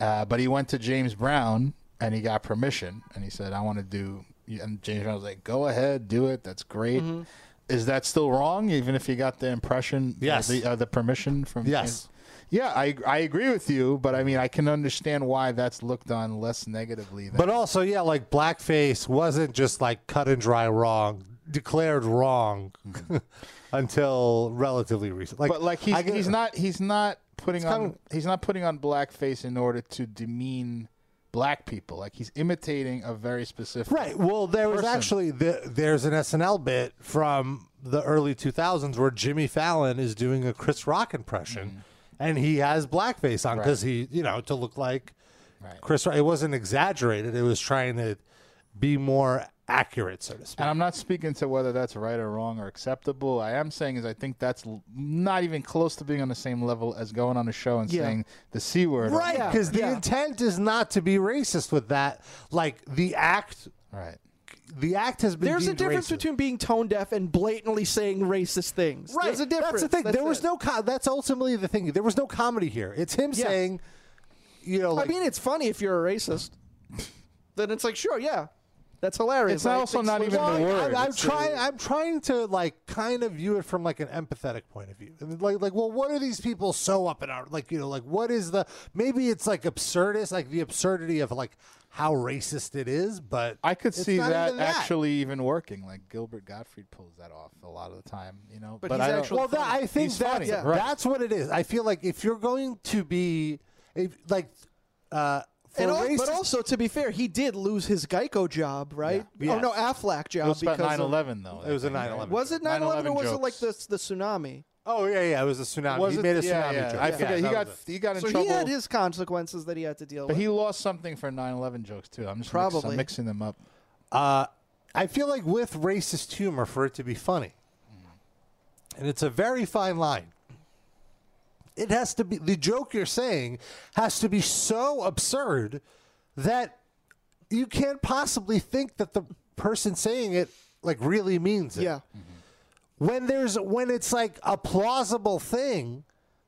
Speaker 3: Uh, but he went to James Brown and he got permission, and he said, "I want to do." And James Brown was like, "Go ahead, do it. That's great." Is that still wrong? Even if you got the impression,
Speaker 2: Yes.
Speaker 3: uh, the, uh, the permission from
Speaker 2: Yes.
Speaker 3: yeah, I I agree with you, but I mean I can understand why that's looked on less negatively. Than,
Speaker 2: but also yeah, like blackface wasn't just like cut and dry wrong, declared wrong, [LAUGHS] until relatively recent. Like,
Speaker 3: but like he's,
Speaker 2: I get-
Speaker 3: he's not he's not putting on
Speaker 2: kind
Speaker 3: he's not putting on blackface in order to demean black people. Like he's imitating a very specific
Speaker 2: Right. Well, there was
Speaker 3: person.
Speaker 2: actually the, there's an SNL bit from the early 2000s where Jimmy Fallon is doing a Chris Rock impression,
Speaker 3: Mm-hmm.
Speaker 2: and he has blackface on because he, you know, to look like
Speaker 3: Right.
Speaker 2: Chris. Rock. It wasn't exaggerated. It was trying to be more accurate, so to speak.
Speaker 3: And I'm not speaking to whether that's right or wrong or acceptable. I am saying is I think that's l- not even close to being on the same level as going on a show and
Speaker 4: Yeah.
Speaker 3: saying the c word.
Speaker 2: Right,
Speaker 4: Yeah,
Speaker 2: because the
Speaker 4: yeah.
Speaker 2: intent is not to be racist with that. Like the act,
Speaker 3: Right.
Speaker 2: the act has been.
Speaker 4: There's a
Speaker 2: deemed
Speaker 4: difference
Speaker 2: racist.
Speaker 4: between being tone deaf and blatantly saying racist things.
Speaker 2: Right.
Speaker 4: There's a difference.
Speaker 2: That's the thing.
Speaker 4: That's
Speaker 2: there was
Speaker 4: it.
Speaker 2: no. Co- that's ultimately the thing. There was no comedy here. It's him
Speaker 4: Yeah.
Speaker 2: saying, you know,
Speaker 4: I
Speaker 2: like,
Speaker 4: mean, it's funny if you're a racist. then it's like, sure, yeah, that's hilarious.
Speaker 3: It's also not even
Speaker 2: Well,
Speaker 3: the
Speaker 2: I-
Speaker 3: word.
Speaker 2: I'm, I'm
Speaker 3: It's a-
Speaker 2: trying. I'm trying to like kind of view it from like an empathetic point of view. And like, like, well, what are these people so up in our like? You know, like, what is the? Maybe it's like absurdist, like the absurdity of like how racist it is. But
Speaker 3: I could
Speaker 2: it's
Speaker 3: see
Speaker 2: not
Speaker 3: that,
Speaker 2: even
Speaker 3: actually even working. Like Gilbert Gottfried pulls that off a lot of the time, you know.
Speaker 4: he's
Speaker 3: I don't-
Speaker 4: actually
Speaker 2: Well, that, I think
Speaker 3: He's
Speaker 2: that's,
Speaker 3: funny, yeah. Right.
Speaker 2: that's what it is. I feel like if you're going to be, if, like, uh, for
Speaker 4: And al- but
Speaker 2: racist
Speaker 4: also, to be fair, he did lose his Geico job, right?
Speaker 2: Yeah.
Speaker 4: Oh no, Aflac job
Speaker 3: it was about
Speaker 4: because of-
Speaker 3: 9/11 though.
Speaker 2: It was a
Speaker 3: I think, right?
Speaker 2: 9/11.
Speaker 4: was it 9/11,
Speaker 3: 9/11
Speaker 4: or was it
Speaker 3: jokes.
Speaker 4: like the the tsunami?
Speaker 2: Oh yeah, yeah. It was a tsunami.
Speaker 3: Was
Speaker 2: he
Speaker 3: it?
Speaker 2: made a
Speaker 3: yeah,
Speaker 2: tsunami
Speaker 3: yeah.
Speaker 2: joke.
Speaker 3: I
Speaker 2: Yeah,
Speaker 3: forget.
Speaker 2: that
Speaker 3: he got
Speaker 2: was it.
Speaker 3: he got in
Speaker 4: So
Speaker 3: trouble.
Speaker 4: he had his consequences that he had to deal
Speaker 3: but
Speaker 4: with.
Speaker 3: he lost something for 9/11 jokes too. I'm just mix- I'm
Speaker 4: Probably.
Speaker 3: mixing them up.
Speaker 2: Uh, I feel like with racist humor for it to be funny, and it's a very fine line. It has to be the joke you're saying has to be so absurd that you can't possibly think that the person saying it like really means it. Mm-hmm.
Speaker 4: Yeah.
Speaker 2: When there's when it's like a plausible thing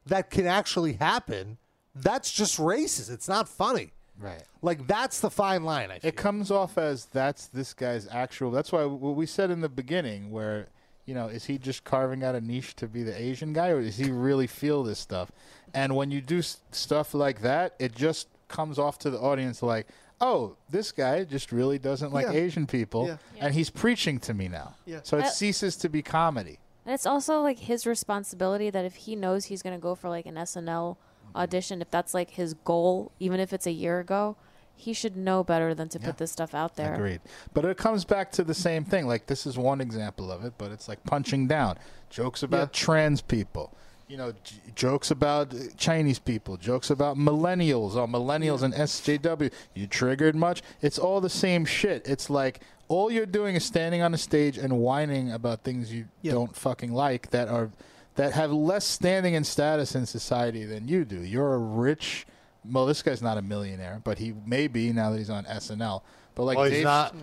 Speaker 2: that can actually happen, that's just racist. It's not funny.
Speaker 3: Right.
Speaker 2: Like that's the fine line. I
Speaker 3: It
Speaker 2: feel.
Speaker 3: comes off as that's this guy's actual. That's why what we said in the beginning, where you know, is he just carving out a niche to be the Asian guy, or does he really feel this stuff? And when you do s- stuff like that, it just comes off to the audience like, oh, this guy just really doesn't like
Speaker 4: Yeah.
Speaker 3: Asian people,
Speaker 4: Yeah.
Speaker 3: and he's preaching to me now.
Speaker 4: Yeah.
Speaker 3: So it
Speaker 5: Uh,
Speaker 3: ceases to be comedy.
Speaker 5: And it's also like his responsibility that if he knows he's going to go for like an SNL
Speaker 4: Mm-hmm.
Speaker 5: audition, if that's like his goal, even if it's a year ago, he should know better than to put this stuff out there.
Speaker 3: Agreed. But it comes back to the same thing. Like this is one example of it, but it's like punching down. Jokes about trans people. You know, j- jokes about uh, Chinese people, jokes about millennials or millennials and SJW. You triggered much? It's all the same shit. It's like all you're doing is standing on a stage and whining about things you don't fucking like that are that have less standing and status in society than you do. You're a rich. Well, this guy's not a millionaire, but he may be now that he's on SNL. But like,
Speaker 2: Well, he's
Speaker 3: Dave-
Speaker 2: not.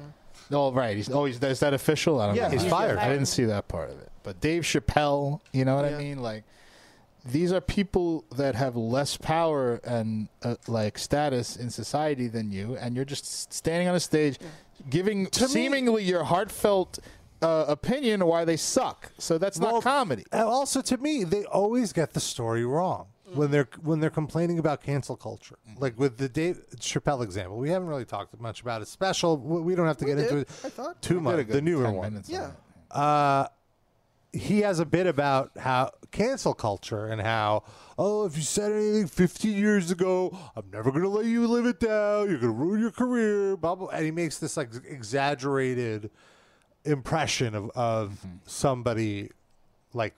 Speaker 3: Oh, right. He's oh, he's, is that official? I don't
Speaker 2: Yeah,
Speaker 3: know.
Speaker 2: he's
Speaker 3: I-
Speaker 2: fired.
Speaker 3: I didn't see that part of it. But Dave Chappelle, you know what I mean? Like, these are people that have less power and uh, like status in society than you, and you're just standing on a stage, giving seemingly your heartfelt uh, opinion why they suck. So that's
Speaker 2: Well,
Speaker 3: not comedy.
Speaker 2: And also, to me, they always get the story wrong
Speaker 3: Mm.
Speaker 2: when they're when they're complaining about cancel culture. Like with the Dave Chappelle example, we haven't really talked much about his special. We we don't have to get into it
Speaker 4: did, I thought.
Speaker 2: too
Speaker 3: Did a
Speaker 2: much.
Speaker 3: good
Speaker 2: The newer
Speaker 3: 10
Speaker 2: one.
Speaker 3: minutes on
Speaker 4: Yeah.
Speaker 3: it.
Speaker 2: Uh, He has a bit about how cancel culture and how oh, if you said anything 50 years ago, I'm never gonna let you live it down. You're gonna ruin your career. Blah blah. And he makes this like exaggerated impression of, of somebody like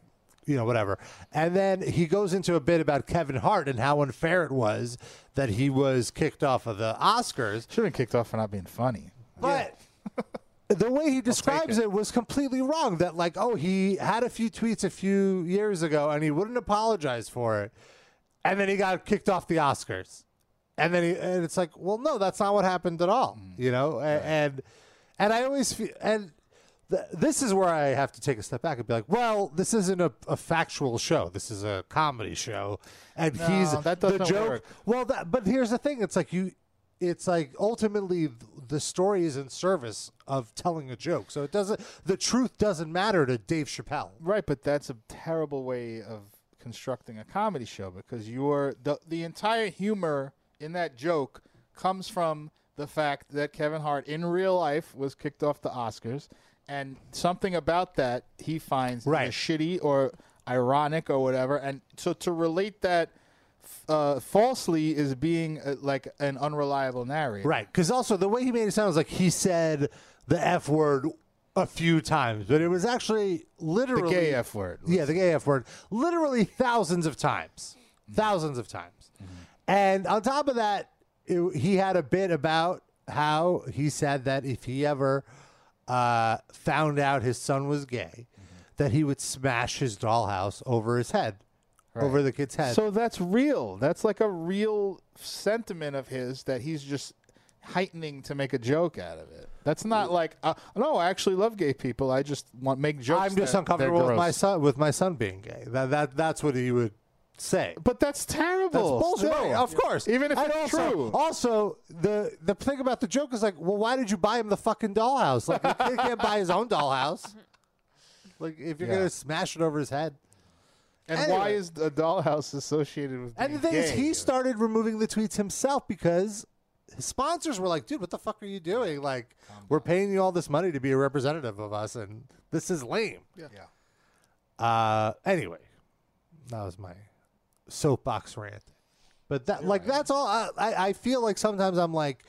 Speaker 2: you know whatever and then he goes into a bit about kevin hart and how unfair it was that he was kicked off of the oscars
Speaker 3: Should have been kicked off for not being funny.
Speaker 2: but [LAUGHS] the way he describes it. was completely wrong. That like, oh, he had a few tweets a few years ago and he wouldn't apologize for it, and then he got kicked off the Oscars, and then he and it's like, well, no, that's not what happened at all,
Speaker 3: Mm.
Speaker 2: you know. A- And and I always feel and. th- This is where I have to take a step back and be like, well, this isn't a, a factual show. This is a comedy show, and he's
Speaker 3: that
Speaker 2: the
Speaker 3: doesn't
Speaker 2: joke.
Speaker 3: work.
Speaker 2: Well, that, but here's the thing: it's like you, it's like ultimately th- the story is in service of telling a joke, so it doesn't. The truth doesn't matter to Dave Chappelle.
Speaker 3: Right, but that's a terrible way of constructing a comedy show because you're the the entire humor in that joke comes from the fact that Kevin Hart in real life was kicked off the Oscars and something about that he finds either
Speaker 2: Right.
Speaker 3: shitty or ironic or whatever and so to relate that f- uh, falsely is being uh, like an unreliable narrator.
Speaker 2: Right, because also the way he made it sound was like he said the f word a few times, but it was actually
Speaker 3: The
Speaker 2: literally
Speaker 3: gay F word.
Speaker 2: Yeah, the gay F word. Literally thousands of times.
Speaker 3: Mm-hmm.
Speaker 2: Thousands of times. And on top of that, it, he had a bit about how he said that if he ever uh, found out his son was gay,
Speaker 3: Mm-hmm.
Speaker 2: that he would smash his dollhouse over his head, over the kid's head.
Speaker 3: So that's real. That's like a real sentiment of his that he's just heightening to make a joke out of it. That's not like uh, no, I actually love gay people. I just want make jokes.
Speaker 2: I'm just
Speaker 3: that-
Speaker 2: uncomfortable
Speaker 3: they're
Speaker 2: with my
Speaker 3: gross."
Speaker 2: son with my son being gay. That, that that's what he would say.
Speaker 3: But that's terrible.
Speaker 2: That's bullshit.
Speaker 3: still.
Speaker 2: Of course.
Speaker 3: Even if
Speaker 2: And
Speaker 3: it's
Speaker 2: also,
Speaker 3: true.
Speaker 2: Also, the the thing about the joke is like, well, why did you buy him the fucking dollhouse? Like, the kid can't buy his own [LAUGHS] dollhouse. Like, if you're
Speaker 3: Yeah.
Speaker 2: gonna smash it over his head.
Speaker 3: and why
Speaker 2: anyway.
Speaker 3: is the dollhouse associated with?
Speaker 2: And the
Speaker 3: being
Speaker 2: thing is,
Speaker 3: gay?
Speaker 2: he started removing the tweets himself because his sponsors were like, dude, what the fuck are you doing? Like, we're paying you all this money to be a representative of us, and this is lame.
Speaker 3: Yeah.
Speaker 2: Uh, anyway, that was my soapbox rant. But that, like, that's all. I, I, I feel like sometimes I'm like,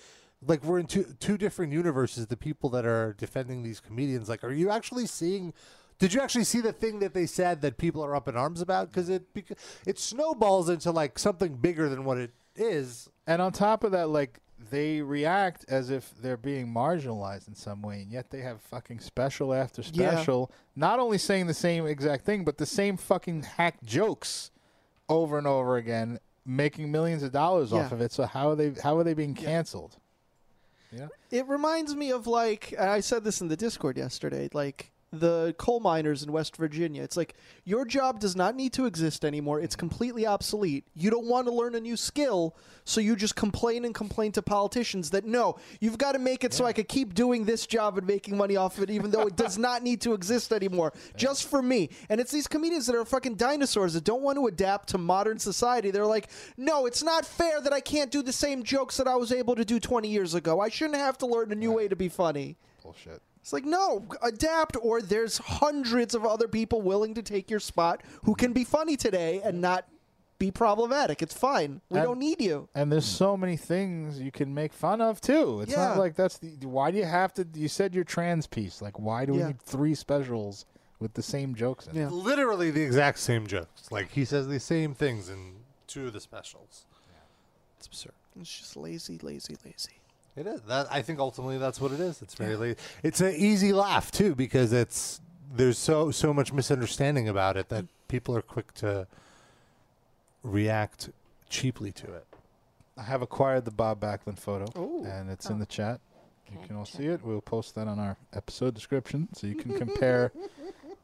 Speaker 2: like we're in two two different universes. The people that are defending these comedians, like, are you actually seeing? Did you actually see the thing that they said that people are up in arms about? Because it because it snowballs into like something bigger than what it is.
Speaker 3: And on top of that, like they react as if they're being marginalized in some way, and yet they have fucking special after
Speaker 4: Yeah.
Speaker 3: special, not only saying the same exact thing, but the same fucking hack jokes over and over again, making millions of dollars off
Speaker 4: Yeah.
Speaker 3: of it. So how are they? How are they being canceled?
Speaker 4: It reminds me of like and I said this in the Discord yesterday, like the coal miners in West Virginia. It's like your job does not need to exist anymore. It's completely obsolete. You don't want to learn a new skill, so you just complain and complain to politicians that no, you've got to make it so I could keep doing this job and making money off of it even though it does not need to exist
Speaker 3: [LAUGHS]
Speaker 4: anymore just for me. And it's these comedians that are fucking dinosaurs that don't want to adapt to modern society. They're like, "No, it's not fair that I can't do the same jokes that I was able to do 20 years ago. I shouldn't have to learn a new way to be funny."
Speaker 3: Bullshit.
Speaker 4: It's like, no, adapt, or there's hundreds of other people willing to take your spot who can be funny today and not be problematic. It's fine. We
Speaker 3: And-
Speaker 4: don't need you.
Speaker 3: And there's so many things you can make fun of too. It's
Speaker 4: Yeah.
Speaker 3: not like that's the why do you have to? You said your trans piece. Like why do we
Speaker 4: Yeah.
Speaker 3: need three specials with the same jokes in? it?
Speaker 4: Yeah.
Speaker 2: Literally the exact same jokes. Like he says the same things in two of the specials. It's absurd.
Speaker 4: It's just lazy, lazy, lazy.
Speaker 2: It is. That I think ultimately that's what it is. It's very late. It's an easy laugh too because it's there's so so much misunderstanding about it that people are quick to react cheaply to it.
Speaker 3: I have acquired the Bob Backlund photo,
Speaker 4: Ooh.
Speaker 3: and it's in the chat. You
Speaker 5: Okay,
Speaker 3: can all
Speaker 5: Oh. check
Speaker 3: see it. We'll post that on our episode description, so
Speaker 5: [LAUGHS]
Speaker 3: you can compare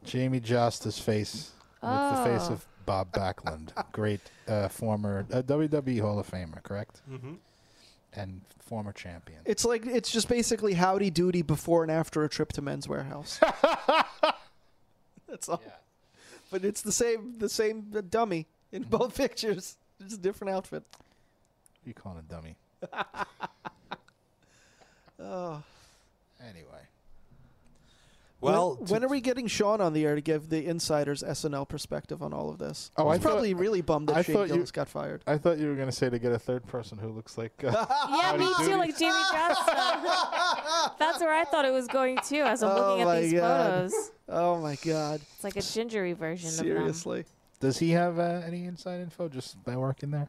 Speaker 3: Jamie Josta's face with the face
Speaker 5: Oh.
Speaker 3: of Bob Backlund, [LAUGHS] great uh, former uh, WWE Hall of Famer, correct? Mm-hmm. And former champion.
Speaker 4: It's like it's just basically howdy doody before and after a trip to Men's
Speaker 3: [LAUGHS]
Speaker 4: Warehouse. That's all.
Speaker 7: [LAUGHS]
Speaker 4: But it's the same, the same dummy in both [LAUGHS] pictures. It's a different outfit.
Speaker 3: You calling a dummy?
Speaker 4: [LAUGHS] Oh.
Speaker 3: Anyway,
Speaker 2: Well,
Speaker 4: when,
Speaker 2: to-
Speaker 4: when are we getting Sean on the air to give the insiders SNL perspective on all of this?
Speaker 3: Oh, I
Speaker 4: He's probably really bummed that
Speaker 3: I
Speaker 4: Shane
Speaker 3: thought you-
Speaker 4: Gillis got fired.
Speaker 3: I thought you were gonna say to get a third person who looks like. Uh,
Speaker 5: [LAUGHS] [LAUGHS] Yeah, me
Speaker 3: Howdy
Speaker 5: too, like Jamie
Speaker 4: [LAUGHS]
Speaker 5: Johnson. That's where I thought it was going too as I'm looking
Speaker 4: Oh
Speaker 5: at these
Speaker 4: my God.
Speaker 5: photos.
Speaker 4: Oh my god!
Speaker 5: It's like a gingery version
Speaker 4: Seriously,
Speaker 3: does he have uh, any inside info just by working there?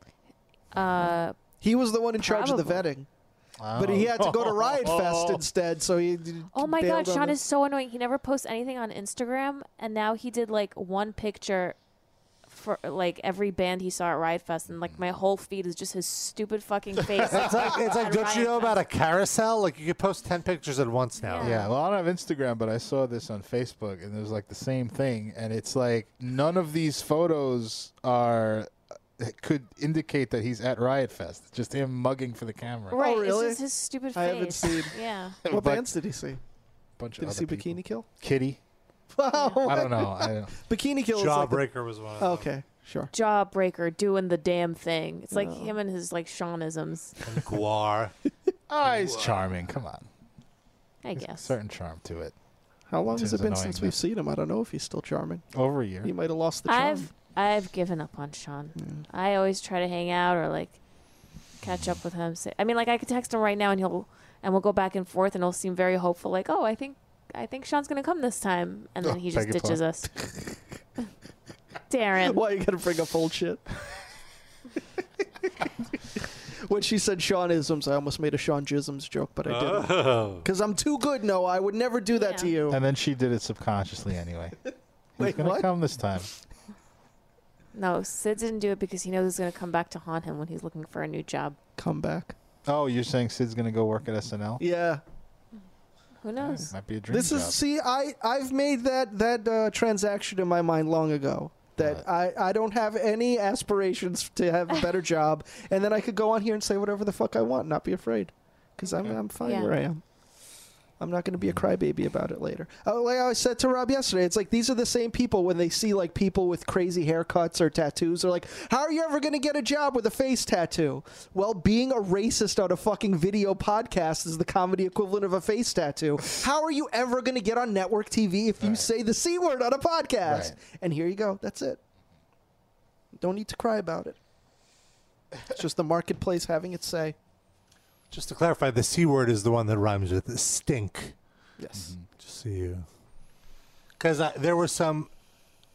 Speaker 5: of them. Uh,
Speaker 4: he was the one in charge of the
Speaker 5: Probably.
Speaker 4: vetting, but he had to go to Riot Fest instead. So he.
Speaker 5: oh my
Speaker 4: bailed
Speaker 5: God,
Speaker 4: on
Speaker 5: Sean
Speaker 4: it.
Speaker 5: is so annoying. He never posts anything on Instagram, and now he did like one picture for like every band he saw at Riot Fest, and like my whole feed is just his stupid
Speaker 4: [LAUGHS]
Speaker 5: fucking face.
Speaker 2: it's like it's like
Speaker 5: at
Speaker 2: don't you
Speaker 5: Riot
Speaker 2: know about a
Speaker 5: Fest.
Speaker 2: carousel? Like you could post ten pictures at once now.
Speaker 5: Yeah.
Speaker 3: Yeah, well, I don't have Instagram, but I saw this on Facebook, and it was like the same thing. And it's like none of these photos are could indicate that he's at Riot Fest. It's just him mugging for the camera.
Speaker 5: Right,
Speaker 4: Oh, really?
Speaker 5: it's just his stupid face.
Speaker 4: I haven't seen-
Speaker 5: [LAUGHS] Yeah.
Speaker 4: [LAUGHS] What
Speaker 3: But
Speaker 4: bands did he see?
Speaker 3: bunch
Speaker 4: Did
Speaker 3: of
Speaker 4: he see
Speaker 3: other people.
Speaker 4: Bikini Kill?
Speaker 3: Kitty?
Speaker 4: Oh,
Speaker 3: I don't know. I don't.
Speaker 4: [LAUGHS] Bikini Kill. Is like
Speaker 2: Jawbreaker was one. Of
Speaker 4: the,
Speaker 2: them.
Speaker 4: okay, sure.
Speaker 5: Jawbreaker doing the damn thing. It's like
Speaker 4: Oh.
Speaker 5: him and his like Seanisms.
Speaker 2: And
Speaker 3: [LAUGHS]
Speaker 2: Guar.
Speaker 3: Oh, he's charming. Come on,
Speaker 5: I
Speaker 3: There's a
Speaker 5: guess.
Speaker 3: certain charm to it.
Speaker 4: How long
Speaker 3: Tim's
Speaker 4: has it been
Speaker 3: annoying,
Speaker 4: since
Speaker 3: though.
Speaker 4: we've seen him? I don't know if he's still charming.
Speaker 3: Over a year.
Speaker 4: He might have lost [LAUGHS] the charm.
Speaker 5: I've I've given up on Sean. I always try to hang out or like catch up with him. Say, I mean, like I could text him right now and he'll and we'll go back and forth and he'll seem very hopeful. Like, oh, I think I think Sean's gonna come this time, and then
Speaker 3: Oh,
Speaker 5: he
Speaker 3: beg
Speaker 5: just
Speaker 3: your
Speaker 4: [LAUGHS]
Speaker 5: ditches us. Darren,
Speaker 4: Why you gotta bring up old shit? [LAUGHS] when she said Seanisms, I almost made a Sean Jisms joke, but I
Speaker 7: Uh.
Speaker 4: didn't.
Speaker 7: [LAUGHS]
Speaker 2: Oh.
Speaker 4: Because I'm too good, no, I would never do that to
Speaker 5: Yeah.
Speaker 4: you.
Speaker 3: And then she did it
Speaker 4: [LAUGHS]
Speaker 3: subconsciously anyway. he's
Speaker 4: Wait,
Speaker 3: gonna
Speaker 4: what?
Speaker 3: come this time.
Speaker 5: no, Sid didn't do it because he knows it's gonna come back to haunt him when he's looking for a new job.
Speaker 4: Come back.
Speaker 3: Oh, you're saying Sid's gonna go work at SNL?
Speaker 4: Yeah.
Speaker 5: Who knows?
Speaker 3: Might be a dream
Speaker 4: This
Speaker 3: job.
Speaker 4: is see, I I've made that that uh, transaction in my mind long ago. That
Speaker 3: Uh-huh.
Speaker 4: I, I don't have any aspirations to have a
Speaker 3: [LAUGHS]
Speaker 4: better job, and then I could go on here and say whatever the fuck I want, not be afraid, because I'm I'm fine
Speaker 5: Yeah.
Speaker 4: where I am. I'm not going to be a crybaby about it later. Oh, like I said to Rob yesterday, it's like these are the same people when they see like people with crazy haircuts or tattoos. They're like, "How are you ever going to get a job with a face tattoo?" Well, being a racist on a fucking video podcast is the comedy equivalent of a face tattoo. How are you ever going to get on network TV if you say the c word on a podcast?
Speaker 3: Right.
Speaker 4: And here you go. That's it. Don't need to cry about it. It's just the marketplace having its say.
Speaker 2: Just to clarify, the c word is the one that rhymes with stink. Mm-hmm.
Speaker 4: Yes.
Speaker 2: Just so you, because there were some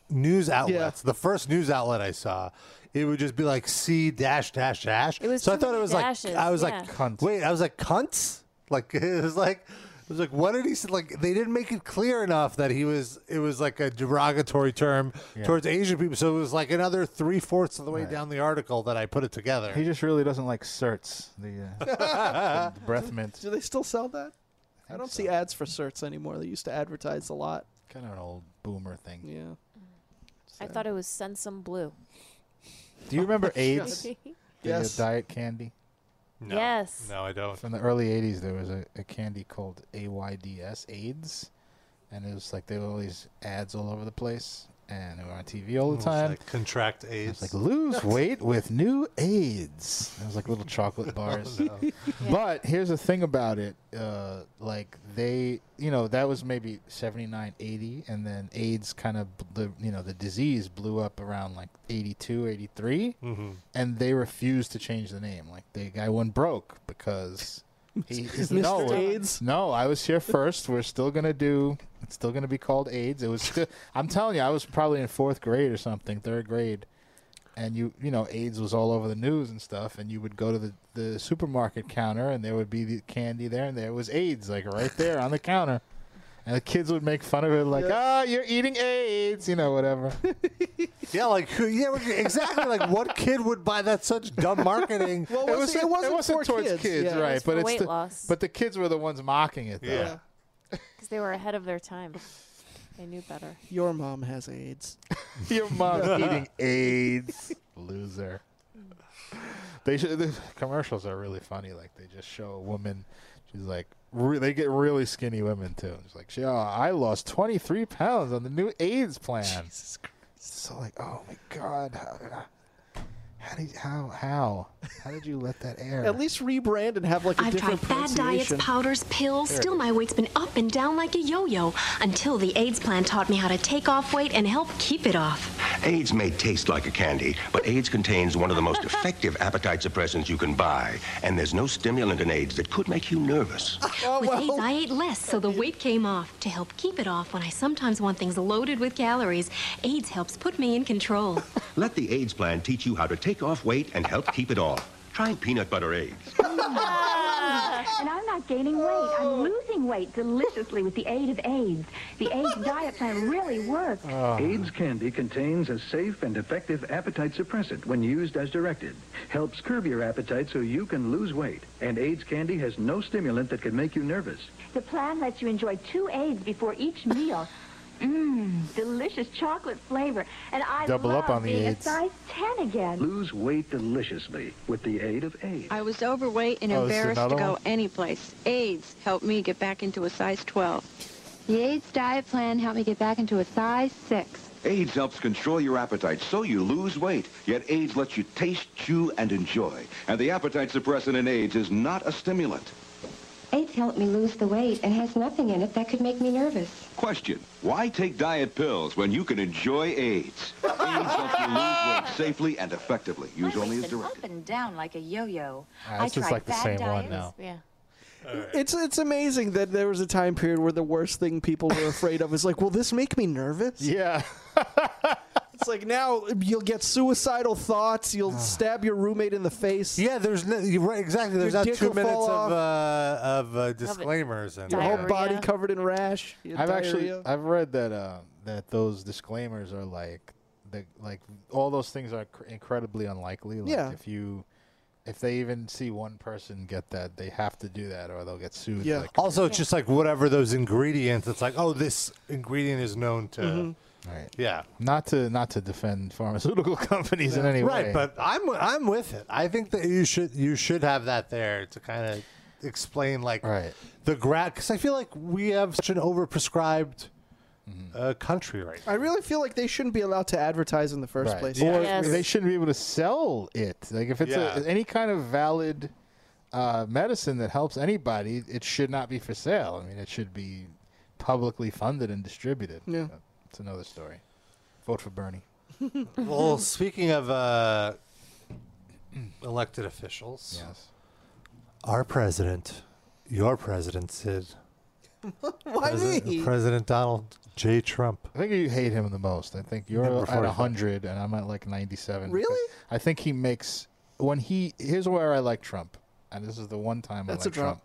Speaker 2: news outlets. The first news outlet I saw, it would just be like C dash dash dash.
Speaker 5: It was
Speaker 2: so I
Speaker 5: too
Speaker 2: thought
Speaker 5: many
Speaker 2: it was
Speaker 5: dashes,
Speaker 2: like I was
Speaker 5: yeah.
Speaker 2: like
Speaker 3: Cunt.
Speaker 2: Wait, I was like cunts. Like [LAUGHS] it was like it was like what did he say? Like they didn't make it clear enough that he was. It was like a derogatory term towards Asian people. So it was like another three fourths of the way down the article that I put it together.
Speaker 3: He just really doesn't like certs, [LAUGHS]
Speaker 4: [LAUGHS]
Speaker 3: the, uh, the breath mint.
Speaker 4: Do they still sell that? I, don't see ads for certs anymore. They used to advertise a lot.
Speaker 3: Kind of an old boomer thing.
Speaker 4: Yeah.
Speaker 5: I thought it was Sensum Blue.
Speaker 3: Do you remember AIDS? The, uh,
Speaker 4: Yes.
Speaker 3: diet candy
Speaker 2: No.
Speaker 5: Yes.
Speaker 2: No, I don't.
Speaker 3: from the early '80s. There was a, a candy called AYDS AIDS, and it was like there were all these ads all over the place, and they were on TV all the
Speaker 2: It's
Speaker 3: time.
Speaker 2: like contract
Speaker 3: It's
Speaker 2: AIDS. [LAUGHS]
Speaker 3: like lose weight with new AIDS. It was like little chocolate bars. But here's the thing about it. Uh, like they, you know, that was maybe 79, 80. And then AIDS kind of, the, you know, the disease blew up around like 82, 83. And they refused to change the name. Like the guy went broke because he, he's
Speaker 4: Mr.
Speaker 3: no, uh,
Speaker 4: AIDS?
Speaker 3: No, I was here first. We're still going to do, it's still going to be called AIDS. It was still, I'm telling you, I was probably in fourth grade or something, third grade and you you know AIDS was all over the news and stuff, and you would go to the, the supermarket counter, and there would be the candy there, and there was AIDS like right there on the counter, and the kids would make fun of it like, ah, you're eating AIDS, you know, whatever.
Speaker 2: yeah, like who- yeah, exactly. like what kid would buy that? Such dumb [LAUGHS] marketing.
Speaker 4: [LAUGHS] Well, it, was, it wasn't, for
Speaker 3: towards
Speaker 4: kids,
Speaker 3: kids,
Speaker 4: yeah.
Speaker 3: right?
Speaker 5: was for
Speaker 3: but it's
Speaker 5: weight
Speaker 3: the,
Speaker 5: loss.
Speaker 3: but the kids were the ones mocking it. Though.
Speaker 2: Yeah.
Speaker 5: Because they were ahead of their time. They knew better.
Speaker 4: Your mom has AIDS.
Speaker 3: [LAUGHS] Your mom's
Speaker 4: [LAUGHS]
Speaker 3: eating AIDS. Loser. They should. The commercials are really funny. Like they just show a woman. She's like, re- they get really skinny women too. It's like, she, oh, I lost twenty three pounds on the new AIDS plan.
Speaker 4: Jesus Christ.
Speaker 3: So like, oh my god, how, how did how how how did you let that air?
Speaker 4: At least rebrand and have like a
Speaker 8: I've
Speaker 4: different
Speaker 8: tried bad diets,
Speaker 4: pronunciation.
Speaker 8: powders, pills. Still, my weight's been up and down like a yo yo until the AIDS plan taught me how to take off weight and help keep it off.
Speaker 9: AIDS may taste like a candy, but AIDS contains one of the most effective appetite suppressants you can buy, and there's no stimulant in AIDS that could make you nervous.
Speaker 4: Oh,
Speaker 8: with AIDS, I ate less, so the weight came off. To help keep it off when I sometimes want things loaded with calories, AIDS helps put me in
Speaker 4: [LAUGHS]
Speaker 8: control.
Speaker 9: Let the AIDS plan teach you how to take off weight and help keep it off. Try peanut butter AIDS.
Speaker 10: [LAUGHS] And I'm not gaining weight.
Speaker 4: Oh.
Speaker 10: I'm losing weight deliciously with the aid of AIDS. The AIDS diet plan really worked.
Speaker 11: Ah.
Speaker 12: AIDS candy contains a safe and effective appetite suppressant when used as directed. Helps curb your appetite so you can lose weight. And AIDS candy has no stimulant that can make you nervous.
Speaker 10: The plan lets you enjoy two AIDS before each meal. Mmm, delicious chocolate flavor. And I
Speaker 3: Double
Speaker 10: love
Speaker 3: up on the
Speaker 10: being
Speaker 3: AIDS.
Speaker 10: a size 10 again.
Speaker 12: Lose weight deliciously with the aid of AIDS.
Speaker 13: I was overweight and
Speaker 3: Oh, this is
Speaker 13: embarrassed to
Speaker 3: another
Speaker 13: go
Speaker 3: one?
Speaker 13: anyplace. AIDS helped me get back into a size 12.
Speaker 10: The AIDS diet plan helped me get back into a size 6.
Speaker 14: AIDS helps control your appetite so you lose weight. Yet AIDS lets you taste, chew, and enjoy. And the appetite suppressant in AIDS is not a stimulant.
Speaker 10: AIDS helped me lose the weight and has nothing in it that could make me nervous.
Speaker 14: Question, why take diet pills when you can enjoy AIDS? AIDS helps you lose weight safely and effectively. Use only as directed.
Speaker 10: and down like a yo-yo.
Speaker 3: Ah, this is like the same one now.
Speaker 5: Yeah.
Speaker 4: It's it's amazing that there was a time period where the worst thing people
Speaker 2: [LAUGHS]
Speaker 4: were afraid of is like, will this make me nervous?
Speaker 3: Yeah.
Speaker 4: [LAUGHS] It's like now you'll get suicidal thoughts.
Speaker 2: [SIGHS]
Speaker 4: You'll stab your roommate in the face.
Speaker 2: Yeah, there's no, you're right, exactly. There's
Speaker 4: Your
Speaker 2: not
Speaker 4: dick
Speaker 2: two
Speaker 4: will fall
Speaker 2: minutes of
Speaker 4: off.
Speaker 2: uh, of uh, disclaimers and
Speaker 4: Your whole
Speaker 5: Diarrhea.
Speaker 4: body covered in rash.
Speaker 3: I've actually
Speaker 4: diarrhea.
Speaker 3: I've read that uh, that those disclaimers are like the like all those things are cr- incredibly unlikely. Like
Speaker 4: Yeah.
Speaker 3: If you if they even see one person get that, they have to do that or they'll get sued.
Speaker 4: Yeah.
Speaker 3: Like,
Speaker 2: Also, it's just like whatever those ingredients. It's like, oh, this ingredient is known to.
Speaker 4: Mm-hmm.
Speaker 3: right.
Speaker 2: Yeah.
Speaker 3: Not to not to defend pharmaceutical [LAUGHS] companies in any way.
Speaker 2: Right, but I'm I'm with it. I think that you should you should have that there to kind of explain like
Speaker 3: Right.
Speaker 2: the grad because I feel like we have such an overprescribed
Speaker 3: Mm-hmm.
Speaker 2: uh, country right now.
Speaker 4: I really feel like they shouldn't be allowed to advertise in the first
Speaker 3: Right.
Speaker 4: place.
Speaker 3: Or
Speaker 5: Yes.
Speaker 3: they shouldn't be able to sell it. Like if it's
Speaker 2: Yeah.
Speaker 3: a, any kind of valid uh, medicine that helps anybody, it should not be for sale. I mean, it should be publicly funded and distributed.
Speaker 4: Yeah.
Speaker 3: But it's another story. Vote for Bernie.
Speaker 2: well, speaking of uh, elected officials,
Speaker 3: Yes.
Speaker 2: our president, your president, Sid,
Speaker 4: Why me?
Speaker 2: President, President Donald J. Trump.
Speaker 3: I think you hate him the most. I think you're
Speaker 2: Number
Speaker 3: at
Speaker 2: 45.
Speaker 3: 100 and I'm at like 97.
Speaker 4: Really?
Speaker 3: I think he makes when he here's where I like Trump, and this is the one time
Speaker 4: That's a
Speaker 3: I like Trump.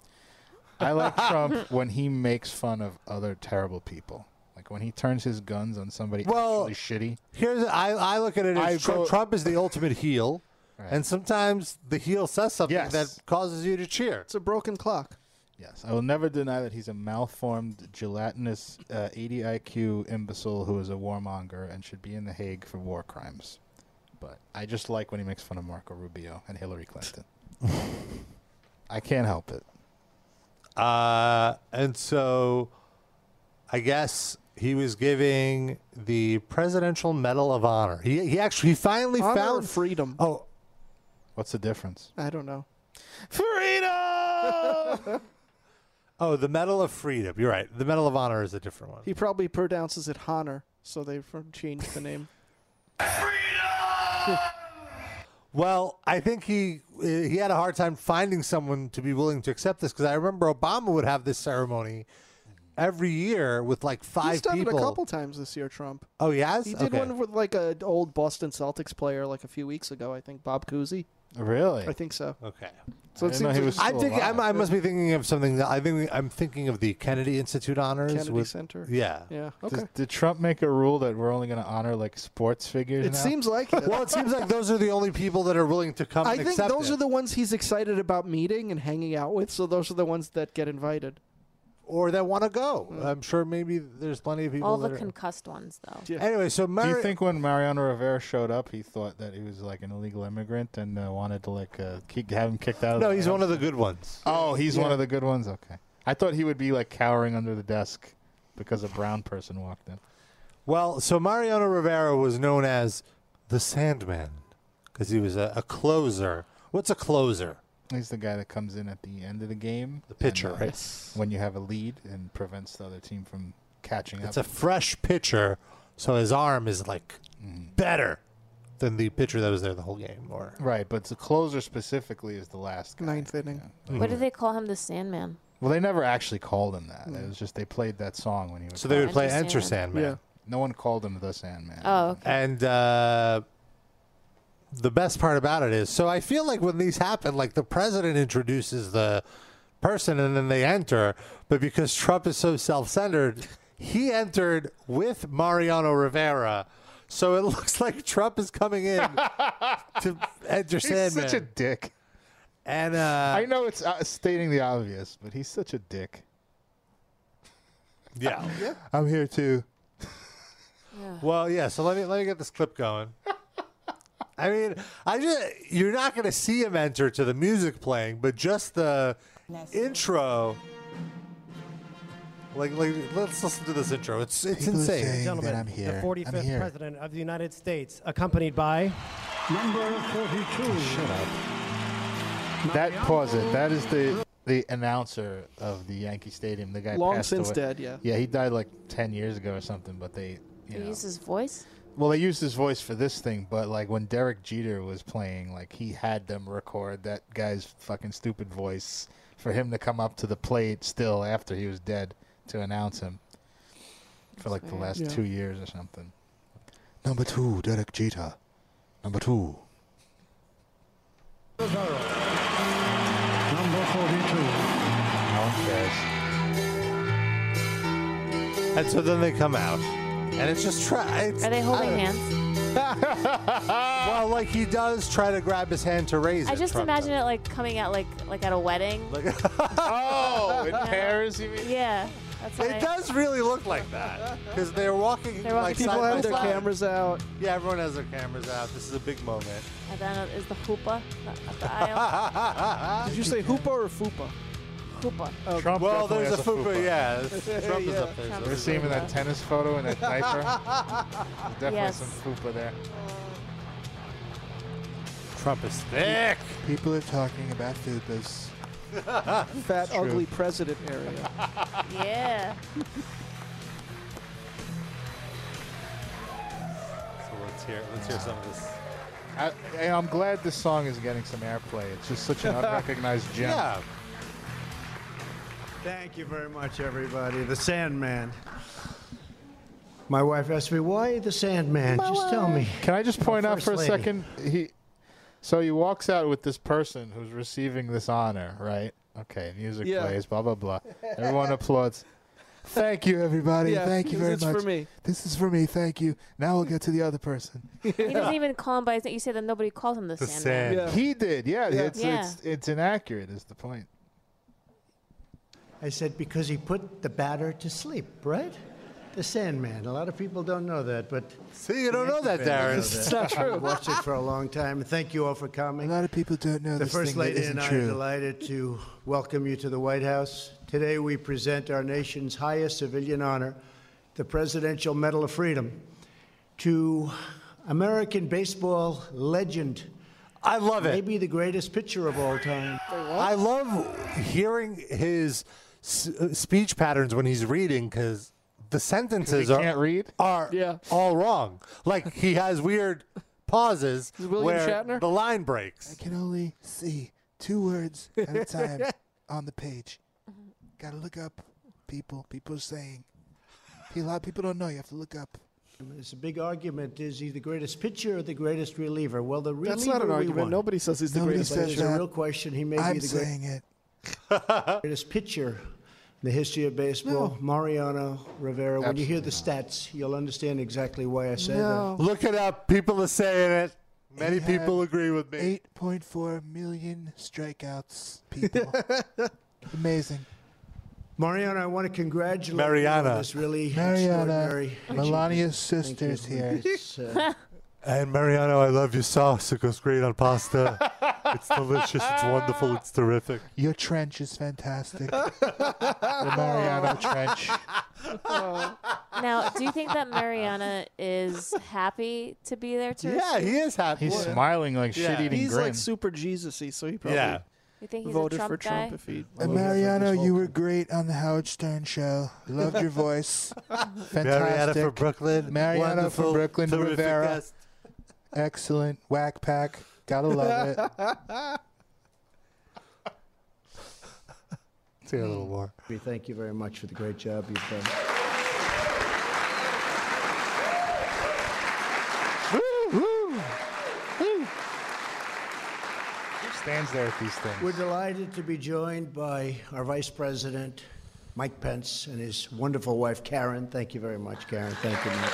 Speaker 3: I like Trump [LAUGHS] when he makes fun of other terrible people. Like when he turns his guns on somebody
Speaker 2: Well,
Speaker 3: actually shitty.
Speaker 2: Here's I, I look at it
Speaker 3: I
Speaker 2: as Tru-
Speaker 3: go-
Speaker 2: Trump is the ultimate heel, and sometimes the heel says something
Speaker 3: Yes.
Speaker 2: that causes you to cheer. It's
Speaker 4: a broken clock.
Speaker 3: Yes, I will never deny that he's a malformed, gelatinous, uh, 80 IQ imbecile who is a warmonger and should be in The Hague for war crimes. But I just like when he makes fun of Marco Rubio and Hillary Clinton. I can't help it.
Speaker 2: Uh, and so I guess he was giving the Presidential Medal of Honor. He, he actually he finally
Speaker 4: Honor or
Speaker 2: found
Speaker 4: freedom.
Speaker 2: Oh,
Speaker 3: what's the difference?
Speaker 4: [LAUGHS] I don't know.
Speaker 3: Freedom.
Speaker 2: Oh, the Medal of Freedom. You're right. The Medal of Honor is a different one.
Speaker 4: he probably pronounces it Honor, so they changed the name.
Speaker 2: Well, I think he he had a hard time finding someone to be willing to accept this because I remember Obama would have this ceremony every year with like five
Speaker 4: He's done
Speaker 2: people.
Speaker 4: it a couple times this year, Trump.
Speaker 2: Oh, he has.
Speaker 4: He did
Speaker 2: Okay.
Speaker 4: one with like an old Boston Celtics player like a few weeks ago, I think, Bob Cousy.
Speaker 3: Really?
Speaker 4: I think so.
Speaker 2: Okay.
Speaker 4: So it seems
Speaker 2: I think I'm, I must be thinking of something. That I think I'm thinking of the Kennedy Institute honors.
Speaker 4: Kennedy
Speaker 2: with-
Speaker 4: Center.
Speaker 2: Yeah.
Speaker 4: Yeah.
Speaker 3: Does-
Speaker 4: Okay.
Speaker 3: did Trump make a rule that we're only going to honor like sports figures?
Speaker 4: It
Speaker 3: now?
Speaker 4: seems like it.
Speaker 2: Well, it seems like those are the only people that are willing to come.
Speaker 4: I
Speaker 2: and
Speaker 4: think
Speaker 2: accept
Speaker 4: those
Speaker 2: it.
Speaker 4: are the ones he's excited about meeting and hanging out with. So those are the ones that get invited. Mm.
Speaker 2: or that want to go. I'm sure maybe there's plenty of people.
Speaker 5: All the
Speaker 2: that are-
Speaker 5: concussed ones, though.
Speaker 2: Anyway, so
Speaker 3: do
Speaker 2: Mari-
Speaker 3: you think when Mariano Rivera showed up, he thought that he was like an illegal immigrant and uh, wanted to like uh, kick, have him kicked out? of
Speaker 2: No,
Speaker 3: the
Speaker 2: he's
Speaker 3: house?
Speaker 2: one of the good ones.
Speaker 3: Oh, he's one
Speaker 2: Yeah.
Speaker 3: of the good ones. Okay, I thought he would be like cowering under the desk because a brown person walked in.
Speaker 2: Well, so Mariano Rivera was known as the Sandman because he was a, a closer. What's a closer?
Speaker 3: He's the guy that comes in at the end of the game, the
Speaker 2: pitcher, right?
Speaker 3: When you have a lead and prevents the other team from catching
Speaker 2: It's a
Speaker 3: up.
Speaker 2: fresh pitcher, so his arm is like better than the pitcher that was there the whole game. Or
Speaker 3: right, but the closer specifically is the last guy.
Speaker 4: Ninth inning.
Speaker 5: What
Speaker 2: Mm-hmm.
Speaker 5: do they call him? The Sandman.
Speaker 3: Well, they never actually called him that.
Speaker 4: Mm.
Speaker 3: It was just they played that song when he was.
Speaker 2: So they would play
Speaker 5: Enter
Speaker 2: Enter
Speaker 5: Sandman.
Speaker 2: Sandman.
Speaker 3: No one called him the Sandman.
Speaker 5: Oh, okay.
Speaker 2: And uh, the best part about it is, so I feel like when these happen, like the president introduces the person and then they enter, but because Trump is so self-centered, he entered with Mariano Rivera. So it [LAUGHS] looks like Trump is coming
Speaker 5: [LAUGHS]
Speaker 2: in to enter
Speaker 3: He's
Speaker 2: Sandman.
Speaker 3: such a dick.
Speaker 2: And uh,
Speaker 3: I know it's uh, stating the obvious, but he's such a dick.
Speaker 4: [LAUGHS]
Speaker 2: yeah.
Speaker 3: I'm here too.
Speaker 2: Well, yeah. So let me let me get this clip going. I mean, I just you're not going to see him enter to the music playing, but just the intro. Like, like, let's listen to this intro. It's it's
Speaker 3: People are
Speaker 2: insane,
Speaker 3: saying that
Speaker 15: Gentlemen,
Speaker 3: I'm here.
Speaker 15: the 45th
Speaker 3: I'm here.
Speaker 15: President of the United States, accompanied by number 42. Shut up.
Speaker 3: That pause it. That is the the announcer of the Yankee Stadium. The guy
Speaker 4: Long
Speaker 3: passed
Speaker 4: since
Speaker 3: away.
Speaker 4: dead, yeah.
Speaker 3: Yeah, he died like ten years ago or something. But they, you
Speaker 5: He
Speaker 3: know,
Speaker 5: used his voice.
Speaker 3: well, they used his voice for this thing. But like when Derek Jeter was playing, like he had them record that guy's fucking stupid voice for him to come up to the plate still after he was dead to announce him for like the
Speaker 5: weird.
Speaker 3: last
Speaker 5: Yeah.
Speaker 3: two years or something. Number two, Derek Jeter. Number two.
Speaker 15: Number 42.
Speaker 2: and so then they come out, and it's just try. It's,
Speaker 5: Are they holding
Speaker 2: I-
Speaker 5: hands?
Speaker 2: [LAUGHS] well, like he does try to grab his hand to raise it.
Speaker 5: I just
Speaker 2: Trump
Speaker 5: imagine
Speaker 2: does.
Speaker 5: it like coming out like like at a wedding.
Speaker 3: oh, in
Speaker 5: Yeah.
Speaker 3: Paris, you mean?
Speaker 5: Yeah, that's what I-
Speaker 2: It does really look like that because they're walking.
Speaker 5: They're walking
Speaker 2: like,
Speaker 5: People
Speaker 2: side by
Speaker 5: have their
Speaker 2: side.
Speaker 4: Cameras out.
Speaker 2: Yeah, everyone has their cameras out. This is a big moment.
Speaker 5: And then is the hoopah Uh, at the aisle.
Speaker 4: Did you say Hoopa or Fupa?
Speaker 5: Hoopah.
Speaker 3: Trump
Speaker 2: Oh, well,
Speaker 3: definitely
Speaker 2: there's a
Speaker 3: has
Speaker 2: fupa, yeah. Trump is
Speaker 4: Yeah.
Speaker 2: up there.
Speaker 5: Trump
Speaker 2: so-
Speaker 3: You see him in that tennis
Speaker 2: Oh,
Speaker 3: photo in
Speaker 4: [LAUGHS]
Speaker 3: that diaper? There's definitely
Speaker 5: Yes.
Speaker 3: some fupa there.
Speaker 2: Trump is thick.
Speaker 3: People are talking about fupas.
Speaker 4: Fat, ugly president area.
Speaker 2: [LAUGHS]
Speaker 5: Yeah.
Speaker 2: [LAUGHS] So let's hear, let's hear some of this.
Speaker 3: I, I- I'm glad
Speaker 2: [LAUGHS]
Speaker 3: this song is getting some airplay. It's just such an unrecognized gem.
Speaker 2: Yeah.
Speaker 16: Thank you very much, everybody. The Sandman. My wife asked me, why the Sandman? Just tell me.
Speaker 3: Can I just point out
Speaker 16: first
Speaker 3: for a
Speaker 16: lady.
Speaker 3: second? He, so he walks out with this person who's receiving this honor, right? Okay, music
Speaker 4: Yeah.
Speaker 3: plays, blah blah blah. Everyone applauds. Thank you, everybody.
Speaker 4: Yeah,
Speaker 3: Thank you very
Speaker 4: it's for
Speaker 3: much.
Speaker 4: me.
Speaker 3: This is for me. Thank you. Now we'll get to the other person.
Speaker 5: He doesn't even call him by his name. You said that nobody calls him the,
Speaker 3: The
Speaker 5: Sandman.
Speaker 3: sand. [LAUGHS] He did. Yeah.
Speaker 5: Yeah.
Speaker 3: It's,
Speaker 5: Yeah.
Speaker 3: It's, it's inaccurate. Is the point?
Speaker 16: I said, because he put the batter to sleep, right? The Sandman. A lot of people don't know that, but. See,
Speaker 2: you don't know that, Darren. It's not
Speaker 3: [LAUGHS]
Speaker 2: true.
Speaker 16: I've watched it for a long time, and thank you all for coming. A lot
Speaker 3: of people don't know
Speaker 16: The
Speaker 3: this
Speaker 16: First
Speaker 3: thing that
Speaker 16: Lady
Speaker 3: isn't
Speaker 16: and I
Speaker 3: true.
Speaker 16: are delighted to welcome you to the White House. Today, we present our nation's highest civilian honor, the Presidential Medal of Freedom, to American baseball legend.
Speaker 2: I love it.
Speaker 16: Maybe the greatest pitcher of all time.
Speaker 2: I love hearing his s- uh, speech patterns when he's reading because the sentences are
Speaker 3: can't read?
Speaker 2: are all wrong. Like he has weird pauses
Speaker 3: William
Speaker 2: where
Speaker 3: Shatner?
Speaker 2: the line breaks.
Speaker 3: I can only see two words at [LAUGHS] a time on the page.
Speaker 5: Mm-hmm.
Speaker 3: Gotta look up people. People are saying. A lot of people don't know. You have to look up.
Speaker 16: It's a big argument. Is he the greatest pitcher or the greatest reliever? Well, the reliever
Speaker 4: That's not an
Speaker 16: we
Speaker 4: argument.
Speaker 16: won.
Speaker 4: Nobody says he's the Nobody greatest says
Speaker 16: But It's a
Speaker 4: that.
Speaker 16: real question. He may
Speaker 4: I'm
Speaker 16: be the great-
Speaker 4: saying
Speaker 3: it.
Speaker 16: [LAUGHS] greatest pitcher in the history of baseball, Mariano Rivera. When you hear the stats, you'll understand exactly why I say
Speaker 3: No.
Speaker 16: that.
Speaker 2: Look it up. People are saying it. Many
Speaker 3: He had
Speaker 2: people agree with me.
Speaker 3: 8.4 million strikeouts,
Speaker 16: [LAUGHS]
Speaker 3: people. Amazing.
Speaker 16: Mariano, I want to congratulate you
Speaker 2: Mariana.
Speaker 16: on this really
Speaker 3: Mariana,
Speaker 16: extraordinary.
Speaker 3: Melania's sister's here.
Speaker 16: It's, uh,
Speaker 2: And Mariano, I love your sauce. It goes great on pasta. it's delicious. It's wonderful. It's terrific.
Speaker 3: Your trench
Speaker 2: [LAUGHS]
Speaker 3: is fantastic. [LAUGHS] the
Speaker 5: [LAUGHS]
Speaker 3: Mariano trench. Oh.
Speaker 5: Now, do you think that Mariana is happy to be there to receive-
Speaker 2: happy.
Speaker 3: He's smiling like
Speaker 4: Yeah.
Speaker 3: shit-eating
Speaker 4: He's
Speaker 3: grin.
Speaker 4: like super Jesus-y, so he probably
Speaker 3: Yeah.
Speaker 5: You think he's a
Speaker 4: voted
Speaker 5: Trump
Speaker 4: for Trump
Speaker 5: guy?
Speaker 4: if he.
Speaker 3: And Mariano, you were great on the Howard Stern show. Loved
Speaker 4: [LAUGHS]
Speaker 3: your voice. [LAUGHS] Fantastic.
Speaker 2: Mariana from Brooklyn.
Speaker 3: Mariana
Speaker 2: Wonderful,
Speaker 3: from Brooklyn to
Speaker 2: terrific
Speaker 3: Rivera.
Speaker 2: guest.
Speaker 3: Excellent. Whack pack. Gotta love it. [LAUGHS]
Speaker 2: See a little more.
Speaker 16: we thank you very much for the great job you've done.
Speaker 3: Stands there at these things.
Speaker 16: We're delighted to be joined by our Vice President, Mike Pence, and his wonderful wife, Karen. Thank you very much, Karen. Thank you, Mike.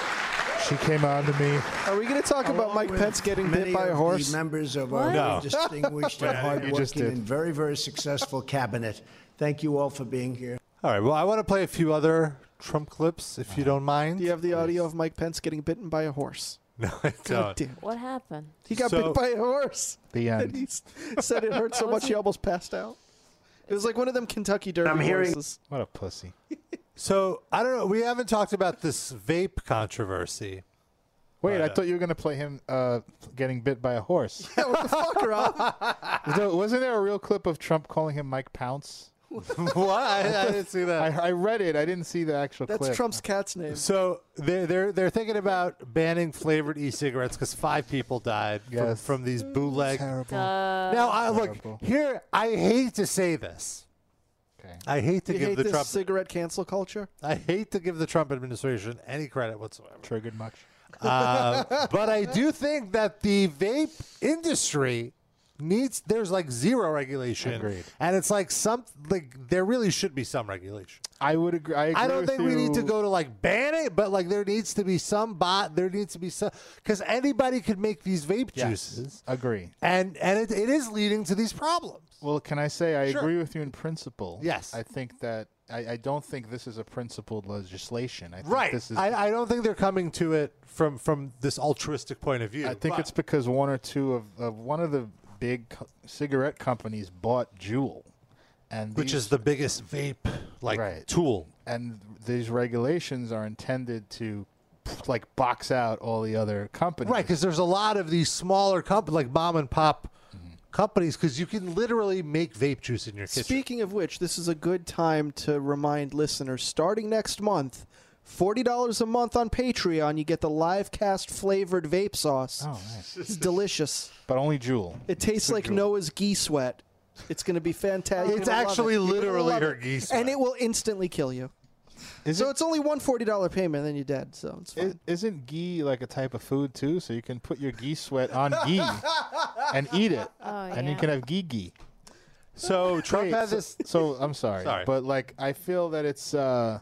Speaker 3: She came on to me.
Speaker 4: Are we going to talk about
Speaker 16: Along
Speaker 4: Mike
Speaker 16: with
Speaker 4: Pence getting
Speaker 16: many
Speaker 4: bit by
Speaker 16: of
Speaker 4: a horse?
Speaker 16: The members of
Speaker 4: What?
Speaker 16: our
Speaker 4: No.
Speaker 16: [LAUGHS] distinguished and
Speaker 4: [LAUGHS] Yeah, you just
Speaker 16: hardworking
Speaker 4: did.
Speaker 16: and very, very successful cabinet. Thank you all for being here.
Speaker 2: All right. Well, I want to play a few other Trump clips, if you don't mind.
Speaker 4: Do you have the audio of Mike Pence getting bitten by a horse? Oh,
Speaker 2: No, [LAUGHS] I
Speaker 4: God
Speaker 2: don't.
Speaker 4: damn.
Speaker 5: What happened?
Speaker 4: He got
Speaker 2: So-
Speaker 4: bit by a horse.
Speaker 3: The
Speaker 4: And he s- said it hurt so much he almost passed out. It was like one of them Kentucky Derby horses.
Speaker 3: What a pussy.
Speaker 2: So I don't know. We haven't talked about this
Speaker 4: [LAUGHS]
Speaker 2: vape controversy.
Speaker 3: Wait, I
Speaker 2: Right, uh,
Speaker 3: thought you were gonna play him uh, getting bit by a horse.
Speaker 4: [LAUGHS] Yeah, what the fuck, Rob?
Speaker 3: [LAUGHS] Though, Wasn't there a real clip of Trump calling him Mike Pounce?
Speaker 2: what? [LAUGHS] I, I didn't see that.
Speaker 3: I, I read it. I didn't see the actual
Speaker 4: That's
Speaker 3: clip.
Speaker 4: Trump's cat's name.
Speaker 2: So they're they're they're thinking about banning flavored e-cigarettes because five people died
Speaker 3: Yes.
Speaker 2: from, from these
Speaker 4: Mm,
Speaker 2: bootleg.
Speaker 3: Terrible.
Speaker 2: now I look here. I hate to say this. I hate to
Speaker 4: you
Speaker 2: give
Speaker 4: hate
Speaker 2: the
Speaker 4: this
Speaker 2: Trump.
Speaker 4: cigarette cancel culture?
Speaker 2: I hate to give the Trump administration any credit whatsoever.
Speaker 3: Triggered much? [LAUGHS]
Speaker 2: Uh, but I do think that the vape industry needs there's like zero regulation,
Speaker 3: Agreed.
Speaker 2: and it's like some like there really should be some regulation.
Speaker 3: I would agree. I, agree
Speaker 2: I don't
Speaker 3: with
Speaker 2: think we need to
Speaker 3: you.
Speaker 2: go to like ban it, but like there needs to be some bot. There needs to be some because anybody could make these vape
Speaker 3: Yes.
Speaker 2: juices,
Speaker 3: Agree.
Speaker 2: and and it, it is leading to these problems.
Speaker 3: Well, can I say I
Speaker 2: Sure.
Speaker 3: agree with you in principle?
Speaker 2: Yes.
Speaker 3: I think that I, I don't think this is a principled legislation. I think
Speaker 2: Right.
Speaker 3: This is.
Speaker 2: I, I don't think they're coming to it from from this altruistic point of view.
Speaker 3: I think
Speaker 2: but-
Speaker 3: it's because one or two of, of one of the big co- cigarette companies bought Juul, and
Speaker 2: which
Speaker 3: these-
Speaker 2: is the biggest vape like
Speaker 3: Right.
Speaker 2: tool.
Speaker 3: and these regulations are intended to like box out all the other companies.
Speaker 2: Right, because there's a lot of these smaller companies, like mom and pop companies, because you can literally make vape juice in your kitchen.
Speaker 4: Speaking of which, this is a good time to remind listeners starting next month, $40 a month on Patreon, you get the live cast flavored vape sauce.
Speaker 3: Oh, nice.
Speaker 4: It's delicious.
Speaker 3: But only Juul.
Speaker 4: It tastes like Noah's ghee sweat. It's going to be fantastic.
Speaker 2: It's actually literally her geese
Speaker 4: and it will instantly kill you. so it's only one forty dollar payment, then you're dead. So it's fine.
Speaker 3: is isn't ghee like a type of food too? So you can put your ghee sweat
Speaker 2: [LAUGHS]
Speaker 3: on ghee and eat it,
Speaker 5: Oh,
Speaker 3: and you
Speaker 5: yeah.
Speaker 3: can have ghee ghee.
Speaker 2: So Trump
Speaker 3: Wait,
Speaker 2: had
Speaker 3: so-
Speaker 2: this-
Speaker 3: So, I'm sorry,
Speaker 2: Sorry.
Speaker 3: but like I feel that it's uh,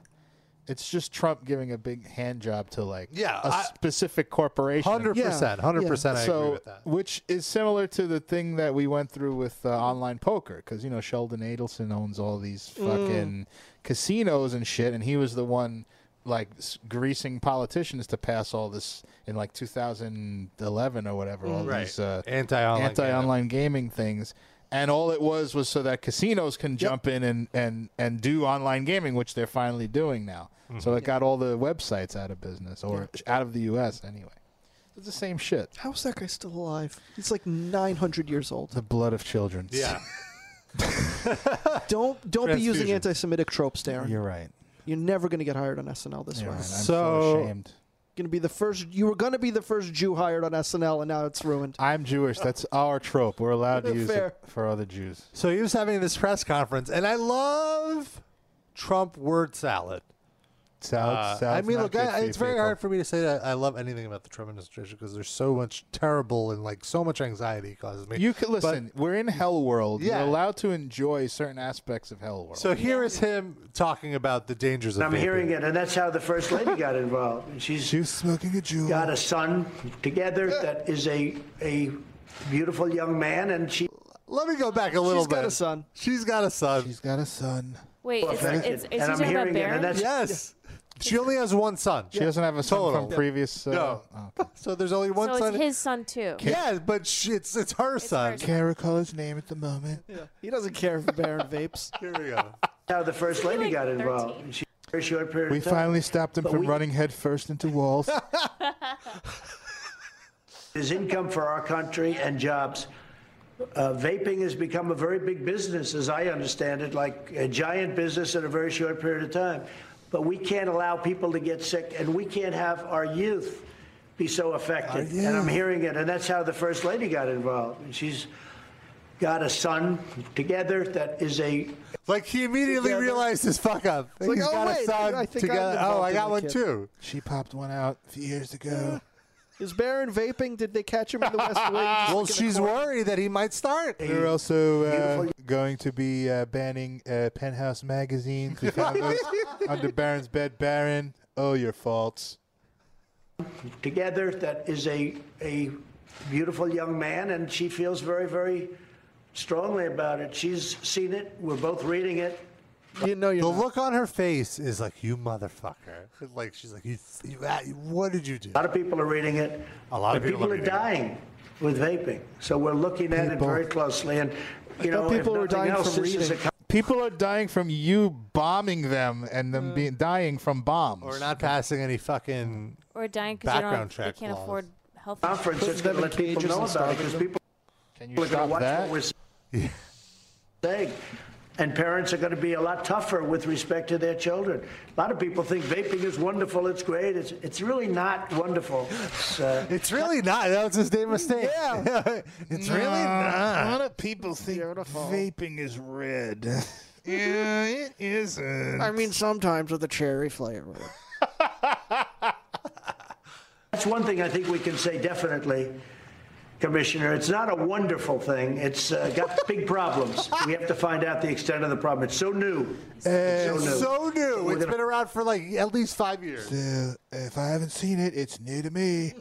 Speaker 3: it's just Trump giving a big hand job to like
Speaker 2: Yeah,
Speaker 3: a
Speaker 2: I-
Speaker 17: [LAUGHS]
Speaker 3: specific corporation.
Speaker 2: 100%, Yeah. 100% I agree
Speaker 3: So
Speaker 2: with that.
Speaker 3: which is similar to the thing that we went through with uh, online poker because you know Sheldon Adelson owns all these fucking casinos and shit, and he was the one like s- greasing politicians to pass all this in like 2011 or whatever. All
Speaker 2: Mm. Mm-hmm. Right.
Speaker 3: these uh,
Speaker 2: Anti-online
Speaker 3: anti-online gaming things. And all it was was so that casinos can jump in and, and, and do online gaming, which they're finally doing now.
Speaker 2: Mm-hmm.
Speaker 3: So it got all the websites out of business or out of the U.S. anyway. [LAUGHS] It's the same shit.
Speaker 4: How's that guy still alive? He's like nine hundred years old.
Speaker 3: The blood of children. [LAUGHS]
Speaker 2: Yeah.
Speaker 4: don't don't be using
Speaker 2: Transfusion.
Speaker 4: anti-Semitic tropes, Darren.
Speaker 3: You're right.
Speaker 4: You're never going to get hired on SNL this way.
Speaker 3: right. I'm
Speaker 2: So-
Speaker 3: ashamed.
Speaker 4: going to be the first. You were going to be the first Jew hired on SNL, and now it's ruined.
Speaker 3: I'm Jewish. That's our trope. We're allowed to use
Speaker 4: Fair.
Speaker 3: it for other Jews.
Speaker 2: So he was having this press conference, and I love Trump word salad.
Speaker 3: Salad,
Speaker 2: Uh, I
Speaker 3: salad's
Speaker 2: mean,
Speaker 3: not
Speaker 2: look,
Speaker 3: good
Speaker 2: I,
Speaker 3: for you
Speaker 2: it's very
Speaker 3: people.
Speaker 2: hard for me to say that I love anything about the Trump administration because there's so much terrible and like so much anxiety it causes me.
Speaker 3: You can
Speaker 2: But-
Speaker 3: listen. we're in Hell World.
Speaker 2: Yeah.
Speaker 3: You're allowed to enjoy certain aspects of Hell World.
Speaker 2: so here is him talking about the dangers of.
Speaker 16: I'm
Speaker 2: vaping.
Speaker 16: hearing it, and that's how the first lady got involved. And She's she
Speaker 3: was smoking a jewel.
Speaker 16: Got a son together that is a a beautiful young man, and she.
Speaker 2: Let me go back a little bit.
Speaker 4: son.
Speaker 2: She's got a son. She's
Speaker 3: got a son.
Speaker 5: Wait, is,
Speaker 16: Perfect.
Speaker 5: is, is he
Speaker 16: And I'm
Speaker 5: talking about
Speaker 16: hearing it, and
Speaker 5: Barry?
Speaker 16: that's-
Speaker 2: Yes. She only has one son.
Speaker 3: She doesn't have a son
Speaker 2: Total.
Speaker 3: from previous. Uh,
Speaker 2: No. [LAUGHS] So there's only one
Speaker 5: so
Speaker 2: son.
Speaker 5: it's his son too.
Speaker 2: yeah, but she, it's it's her son.
Speaker 3: Can't recall his name at the moment.
Speaker 4: He doesn't care if Baron vapes.
Speaker 2: Here we go.
Speaker 16: How the first lady got involved. And she very short period.
Speaker 3: We
Speaker 16: of time.
Speaker 3: finally stopped him
Speaker 16: But
Speaker 3: from
Speaker 16: we-
Speaker 3: running headfirst into walls.
Speaker 2: [LAUGHS]
Speaker 16: There's income for our country and jobs. Uh, vaping has become a very big business, as I understand it, like a giant business in a very short period of time. But we can't allow people to get sick, and we can't have our youth be so affected.
Speaker 2: Uh,
Speaker 16: And I'm hearing it, and that's how the first lady got involved. And she's got a son together that is a
Speaker 2: Like he immediately
Speaker 16: Together.
Speaker 2: realized his fuck up.
Speaker 16: It's like,
Speaker 2: He's
Speaker 16: oh,
Speaker 2: got a
Speaker 16: wait,
Speaker 2: son
Speaker 16: I think I'm
Speaker 2: together. Oh,
Speaker 16: involved
Speaker 2: I
Speaker 16: in
Speaker 2: got
Speaker 16: the
Speaker 2: one
Speaker 16: kid.
Speaker 2: too.
Speaker 3: She popped one out a few years ago.
Speaker 4: Is Baron vaping? Did they catch him in the
Speaker 2: [LAUGHS]
Speaker 4: West Wing?
Speaker 2: Well, she's worried that he might start.
Speaker 3: We're also uh, going to be uh, banning uh, Penthouse magazine
Speaker 2: [LAUGHS]
Speaker 3: to families under Baron's bed. Baron, oh your faults.
Speaker 16: together that is a, a beautiful young man, and she feels very, very strongly about it. She's seen it. We're both reading it.
Speaker 4: You know,
Speaker 2: the look on her face is like, "You motherfucker!" [LAUGHS] Like she's like, "You, you ah, what did you do?" A
Speaker 16: lot of people are reading it.
Speaker 2: A lot of
Speaker 16: But
Speaker 2: people are
Speaker 16: are,
Speaker 2: reading it.
Speaker 16: dying with vaping. So we're looking at it very closely. And, you know, if
Speaker 4: people were
Speaker 16: nothing
Speaker 4: dying
Speaker 16: else,
Speaker 4: from
Speaker 16: this is a
Speaker 4: reading.
Speaker 3: People are dying from you bombing them and them being dying from bombs.
Speaker 2: Or not passing any fucking.
Speaker 5: Or dying because you don't.
Speaker 2: Background
Speaker 5: they
Speaker 2: check
Speaker 5: can't
Speaker 2: laws.
Speaker 5: afford health
Speaker 16: conference that's going to let people know about it because people
Speaker 3: Can
Speaker 16: are going to watch what we're saying. And parents are going to be a lot tougher with respect to their children. A lot of people think vaping is wonderful, it's great. It's, it's really not wonderful. It's, uh,
Speaker 2: It's really not. That was his damn mistake. Yeah, [LAUGHS] it's really not.
Speaker 3: of people think vaping
Speaker 2: [LAUGHS]
Speaker 3: is red. [LAUGHS] yeah, it isn't.
Speaker 4: I mean, sometimes with a cherry flavor.
Speaker 16: That's one thing I think we can say definitely, Commissioner. It's not a wonderful thing. It's uh, got big problems. We have to find out the extent of the problem. It's so new.
Speaker 2: It's so new. It's been around for like at least five years.
Speaker 3: So, if I haven't seen it, it's new to me.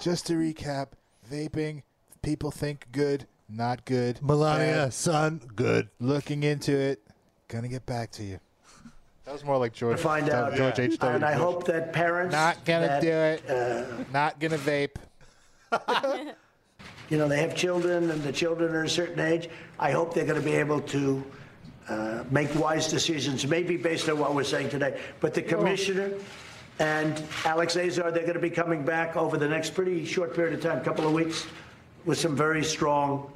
Speaker 3: Just to recap, vaping, people think good, not good.
Speaker 2: Melania,
Speaker 3: Bad.
Speaker 2: son, good.
Speaker 3: Looking into it, gonna get back to you. That was more like George.
Speaker 16: to find
Speaker 3: uh,
Speaker 16: out.
Speaker 3: George H. W.
Speaker 16: And I
Speaker 3: Bush.
Speaker 16: hope that parents
Speaker 3: Not gonna
Speaker 16: that, uh,
Speaker 3: do it. not
Speaker 16: [LAUGHS]
Speaker 3: gonna vape.
Speaker 16: You know, they have children, and the children are a certain age. I hope they're going to be able to. Uh, make wise decisions, maybe based on what we're saying today. But the commissioner and Alex Azar, they're going to be coming back over the next pretty short period of time, couple of weeks, with some very strong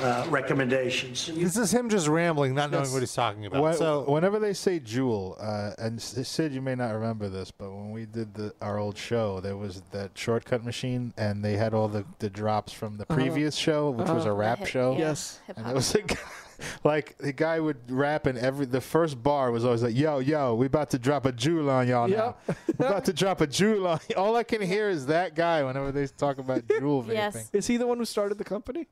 Speaker 16: uh, recommendations.
Speaker 2: This is him just rambling, not knowing
Speaker 3: Yes.
Speaker 2: what he's talking about.
Speaker 3: When-
Speaker 2: so
Speaker 3: whenever they say Jewel, uh, and S- Sid, you may not remember this, but when we did the, our old show, there was that shortcut machine, and they had all the, the drops from the
Speaker 15: Uh-huh.
Speaker 3: previous show, which was
Speaker 15: Uh-huh.
Speaker 3: a rap
Speaker 15: Hip-
Speaker 3: show.
Speaker 15: yeah, Yes.
Speaker 3: and it was a guy, [LAUGHS] like the guy would rap, and every the first bar was always like, "Yo, yo, we about to drop a Jewel on y'all now. we about to drop a Jewel on." y-" All I can hear is that guy whenever they
Speaker 15: [LAUGHS]
Speaker 3: talk about Jewel [LAUGHS] vaping.
Speaker 4: Is he the one who started the company?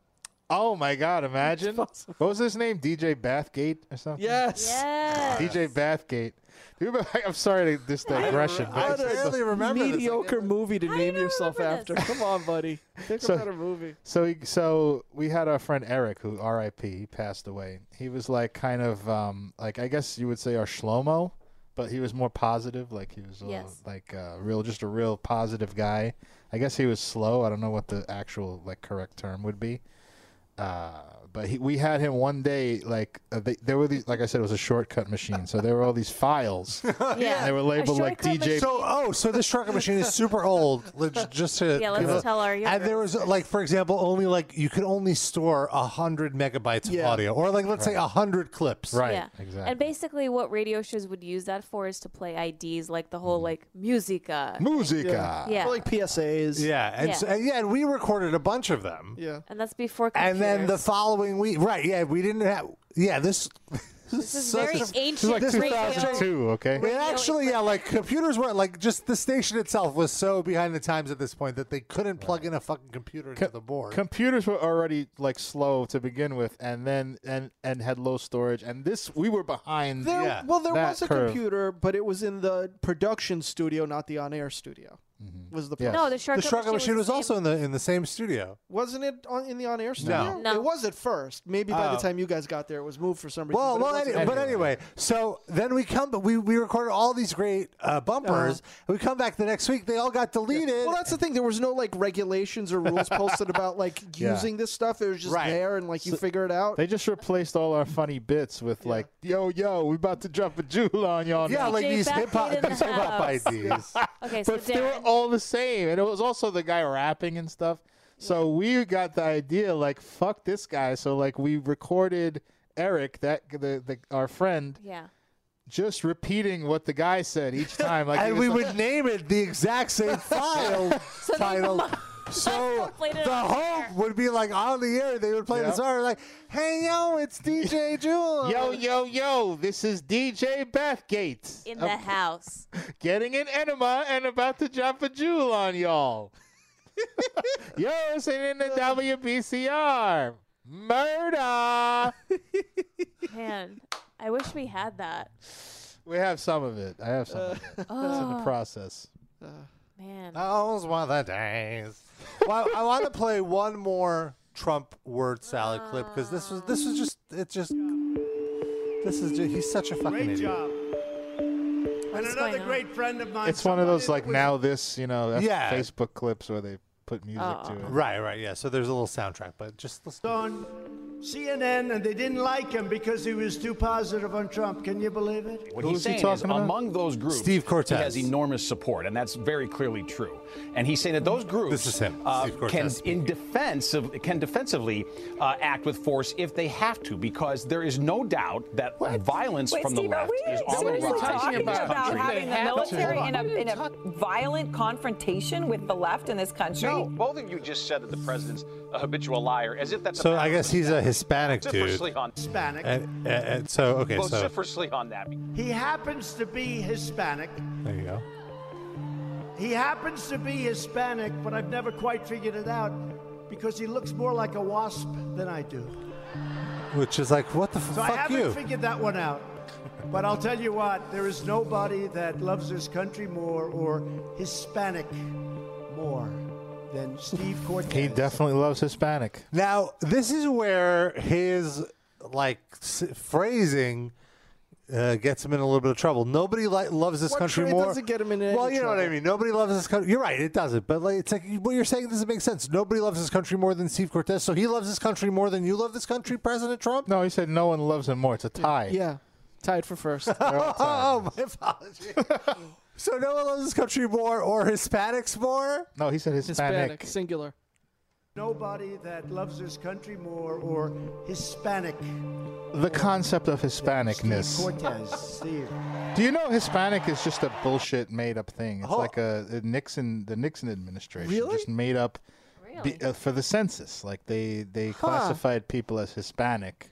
Speaker 3: Oh my God! Imagine what was his name? DJ Bathgate or something?
Speaker 4: Yes.
Speaker 5: Yes.
Speaker 3: DJ Bathgate. Do you remember- [LAUGHS] I'm sorry to this digression, but
Speaker 4: What a mediocre movie to name yourself after. Come on,
Speaker 3: [LAUGHS]
Speaker 4: buddy. Pick
Speaker 3: So-
Speaker 4: a better movie.
Speaker 3: so he, so we had our friend Eric, who R.I.P. he passed away. He was like kind of um like I guess you would say our Shlomo, but he was more positive. Like he was a,
Speaker 5: Yes.
Speaker 2: Oh,
Speaker 3: like
Speaker 2: uh,
Speaker 3: a real, just a real positive guy. I guess he was slow. I don't know what the actual like correct term would be. Uh, but he, we had him one day, like uh, they, there were these, like I said, it was a shortcut machine. So there were all
Speaker 2: [LAUGHS]
Speaker 3: these files.
Speaker 5: Yeah.
Speaker 3: They were labeled like DJ.
Speaker 2: So oh, so this shortcut machine [LAUGHS] is super old. Let's just to
Speaker 5: Yeah, let's
Speaker 2: give a-
Speaker 5: tell our
Speaker 2: And there was like, for example, only like you could only store hundred megabytes of
Speaker 5: Yeah.
Speaker 2: audio, or like let's say say hundred clips.
Speaker 5: Yeah. And basically, what radio shows would use that for is to play IDs, like the
Speaker 2: Mm-hmm.
Speaker 5: whole like musica.
Speaker 2: Musica.
Speaker 5: uh, Yeah.
Speaker 4: Or like PSAs.
Speaker 2: Yeah, and
Speaker 5: Yeah.
Speaker 2: So, and yeah, and we recorded a bunch of them.
Speaker 4: Yeah.
Speaker 5: And that's before. Computers.
Speaker 2: And then the following week, right? Yeah, we didn't have. Yeah, this.
Speaker 5: This is
Speaker 2: such
Speaker 5: very
Speaker 2: a-
Speaker 5: ancient This is like radio. 2002,
Speaker 3: okay?
Speaker 2: It actually, yeah, like computers were like just the station itself was so behind the times at this point that they couldn't plug in a fucking computer into the board.
Speaker 3: computers were already like slow to begin with and then and and had low storage and this we were behind
Speaker 4: There,
Speaker 3: yeah,
Speaker 4: well, there
Speaker 3: that
Speaker 4: was a
Speaker 3: curve.
Speaker 4: computer, but it was in the production studio, not the on-air studio. Was the
Speaker 2: Yes.
Speaker 4: problem.
Speaker 2: the shortcut machine was, also in the in the same studio.
Speaker 4: Wasn't it on, in the on-air studio?
Speaker 2: No.
Speaker 4: it was at first. Maybe
Speaker 3: Uh,
Speaker 4: by the
Speaker 2: Oh.
Speaker 4: time you guys got there, it was moved for some reason.
Speaker 2: Well,
Speaker 4: but it
Speaker 2: well,
Speaker 4: wasn't.
Speaker 2: any- but anyway, so then we come, but we we recorded all these great uh, bumpers. We come back the next week, they all got deleted.
Speaker 4: Well, that's the thing. There was no like regulations or rules posted about like
Speaker 3: [LAUGHS] Yeah.
Speaker 4: using this stuff. It was just
Speaker 3: Right.
Speaker 4: there, and like you
Speaker 3: So-
Speaker 4: figure it
Speaker 2: Oh,
Speaker 4: out.
Speaker 3: they just replaced all our funny bits with like yo yo we about to drop a jewel on y'all
Speaker 2: Yeah,
Speaker 3: now.
Speaker 2: like DJ these Bathgate hip-hop- in the these [LAUGHS] hip-hop
Speaker 17: [LAUGHS]
Speaker 2: house.
Speaker 3: [LAUGHS]
Speaker 2: IDs.
Speaker 5: Okay, so
Speaker 3: but they were all the same and it was also the guy rapping and stuff so we got the idea like fuck this guy so like we recorded eric that the, the our friend
Speaker 5: Yeah.
Speaker 3: just repeating what the guy said
Speaker 2: [LAUGHS]
Speaker 3: each time like he
Speaker 2: and we
Speaker 3: was like-
Speaker 2: would name it the exact
Speaker 3: [LAUGHS]
Speaker 17: [LAUGHS]
Speaker 2: same [LAUGHS] file title. So
Speaker 3: played it
Speaker 2: the
Speaker 3: on the
Speaker 2: hope would be like on the air. They would play the
Speaker 3: Yeah.
Speaker 2: song like, "Hey yo, it's DJ Jewel."
Speaker 3: Yo, yo, yo, this is DJ Bathgate.
Speaker 5: In the
Speaker 3: I'm
Speaker 5: house.
Speaker 3: [LAUGHS] Getting an enema and about to drop a jewel on y'all. [LAUGHS] yo, it's in the
Speaker 4: [LAUGHS]
Speaker 3: WBCR. Murder.
Speaker 5: Man, I wish we had that.
Speaker 3: we have some of it. I have some of
Speaker 4: Uh,
Speaker 3: it. It's in
Speaker 5: Oh.
Speaker 3: the process.
Speaker 5: Man.
Speaker 2: I always want the days. well, I want to play one more Trump word salad clip because this was this was just it just this is just, he's such a fucking
Speaker 16: Great
Speaker 2: idiot.
Speaker 16: job. And another great friend of mine.
Speaker 3: It's one of those, like, now this, you know, that's
Speaker 2: Yeah.
Speaker 3: Facebook clips where they put music
Speaker 4: Uh,
Speaker 3: to it.
Speaker 2: Right, right, yeah. So there's a little soundtrack, but just listen.
Speaker 16: on CNN, and they didn't like him because he was too positive on Trump. Can you believe it?
Speaker 18: What he's saying is among those groups,
Speaker 2: Steve Cortez.
Speaker 18: he has enormous support, and that's very clearly true. And he's saying that those groups
Speaker 2: This is him,
Speaker 18: uh,
Speaker 2: Steve Cortez
Speaker 18: can, in defense of, can defensively uh, act with force if they have to, because there is no doubt that violence
Speaker 17: Wait,
Speaker 18: from
Speaker 17: Steve,
Speaker 18: the
Speaker 17: are
Speaker 18: left
Speaker 17: we
Speaker 18: is on the
Speaker 17: seriously
Speaker 18: rise
Speaker 17: talking
Speaker 18: in this
Speaker 17: about
Speaker 18: country.
Speaker 17: having the military in a, in a violent confrontation with the left in this country?
Speaker 19: No, both of you just said that the president's a habitual liar, as if that's a
Speaker 2: So
Speaker 19: matter
Speaker 2: I guess
Speaker 19: of
Speaker 2: he's a
Speaker 19: fact.
Speaker 2: Hispanic dude.
Speaker 19: Vociferously on
Speaker 16: Hispanic.
Speaker 2: And, and- and so okay, so
Speaker 19: vociferously on that.
Speaker 16: He happens to be Hispanic.
Speaker 2: there you go.
Speaker 16: He happens to be Hispanic, but I've never quite figured it out because he looks more like a wasp than I do.
Speaker 2: Which is like, what the f-
Speaker 16: So I
Speaker 2: fuck
Speaker 16: haven't
Speaker 2: you?
Speaker 16: figured that one out. But I'll tell you what, there is nobody that loves this country more or Hispanic more than Steve Cortez.
Speaker 3: He definitely loves Hispanic.
Speaker 2: Now, this is where his like s- phrasing uh, gets him in a little bit of trouble. Nobody li- loves this
Speaker 4: What
Speaker 2: country
Speaker 4: trade
Speaker 2: more.
Speaker 4: doesn't get him in any
Speaker 2: well, you know what I
Speaker 4: trouble?
Speaker 2: mean. Nobody loves this country. You're right. It doesn't. But like, it's like what you're saying doesn't make sense. Nobody loves this country more than Steve Cortez. So he loves this country more than you love this country, President Trump.
Speaker 3: No, he said no one loves him more. It's a tie.
Speaker 4: Yeah, tied for first.
Speaker 2: [LAUGHS] oh, my apologies. [LAUGHS] so no one loves this country more or Hispanics more.
Speaker 3: No, he said
Speaker 4: Hispanic, singular.
Speaker 16: nobody that loves this country more or Hispanic.
Speaker 3: The concept of Hispanicness.
Speaker 16: Cortez, Steve.
Speaker 3: Do you know Hispanic is just a bullshit made up thing? It's
Speaker 16: Oh.
Speaker 3: like a, a Nixon, the Nixon administration
Speaker 16: Really?
Speaker 3: just made up be, uh, for the census. Like they they
Speaker 16: Huh.
Speaker 3: classified people as Hispanic.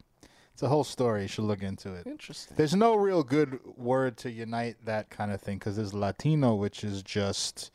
Speaker 3: It's a whole story. You should look into it.
Speaker 4: Interesting.
Speaker 3: There's no real good word to unite that kind of thing because there's Latino, which is just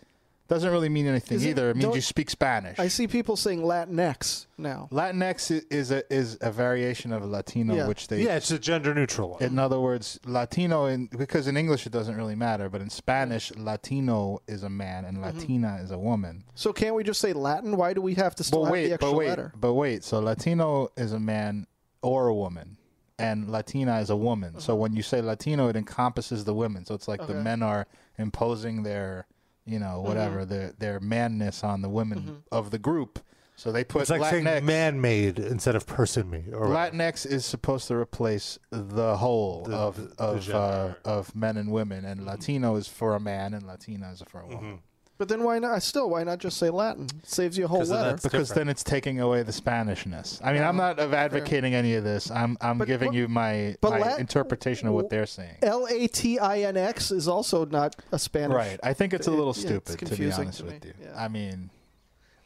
Speaker 3: doesn't really mean anything
Speaker 4: Is it-
Speaker 3: either. It means
Speaker 4: don't-
Speaker 3: you speak Spanish.
Speaker 4: I see people saying Latinx now.
Speaker 3: Latinx i- is a is a variation of Latino,
Speaker 4: Yeah.
Speaker 3: which they
Speaker 4: Yeah, it's
Speaker 2: a gender neutral one.
Speaker 3: In other words, Latino, in, because in English it doesn't really matter, but in Spanish, Latino is a man and Latina is a woman.
Speaker 4: So can't we just say Latin? Why do we have to still
Speaker 3: But
Speaker 4: have the
Speaker 3: wait,
Speaker 4: extra
Speaker 3: but wait,
Speaker 4: letter?
Speaker 3: but wait. So Latino is a man or a woman, and Latina is a woman. So
Speaker 4: Mm-hmm.
Speaker 3: when you say Latino, it encompasses the women. So it's like the
Speaker 16: Okay.
Speaker 3: men are imposing their, you
Speaker 4: Mm-hmm.
Speaker 3: know, whatever their their manness on the women of the group. So they put
Speaker 2: it's like
Speaker 3: Latinx.
Speaker 2: saying man-made instead of person-made. Or
Speaker 3: Latinx is supposed to replace the Mm-hmm. whole of of uh, of men and women, and Latino is for a man, and Latina is for a woman.
Speaker 4: But then why not? Still, why not just say Latin? Saves you a whole letter.
Speaker 3: because then it's taking away the Spanishness. I mean, I'm not of advocating any of this. I'm I'm giving you my,
Speaker 4: but
Speaker 3: my
Speaker 4: Lat-
Speaker 3: interpretation of what they're saying.
Speaker 4: L A T I N X is also not a Spanish.
Speaker 3: Right. I think it's a
Speaker 4: It-
Speaker 3: little
Speaker 4: yeah, it's
Speaker 3: stupid to be
Speaker 4: confusing
Speaker 3: honest
Speaker 4: to me.
Speaker 3: with you. I mean,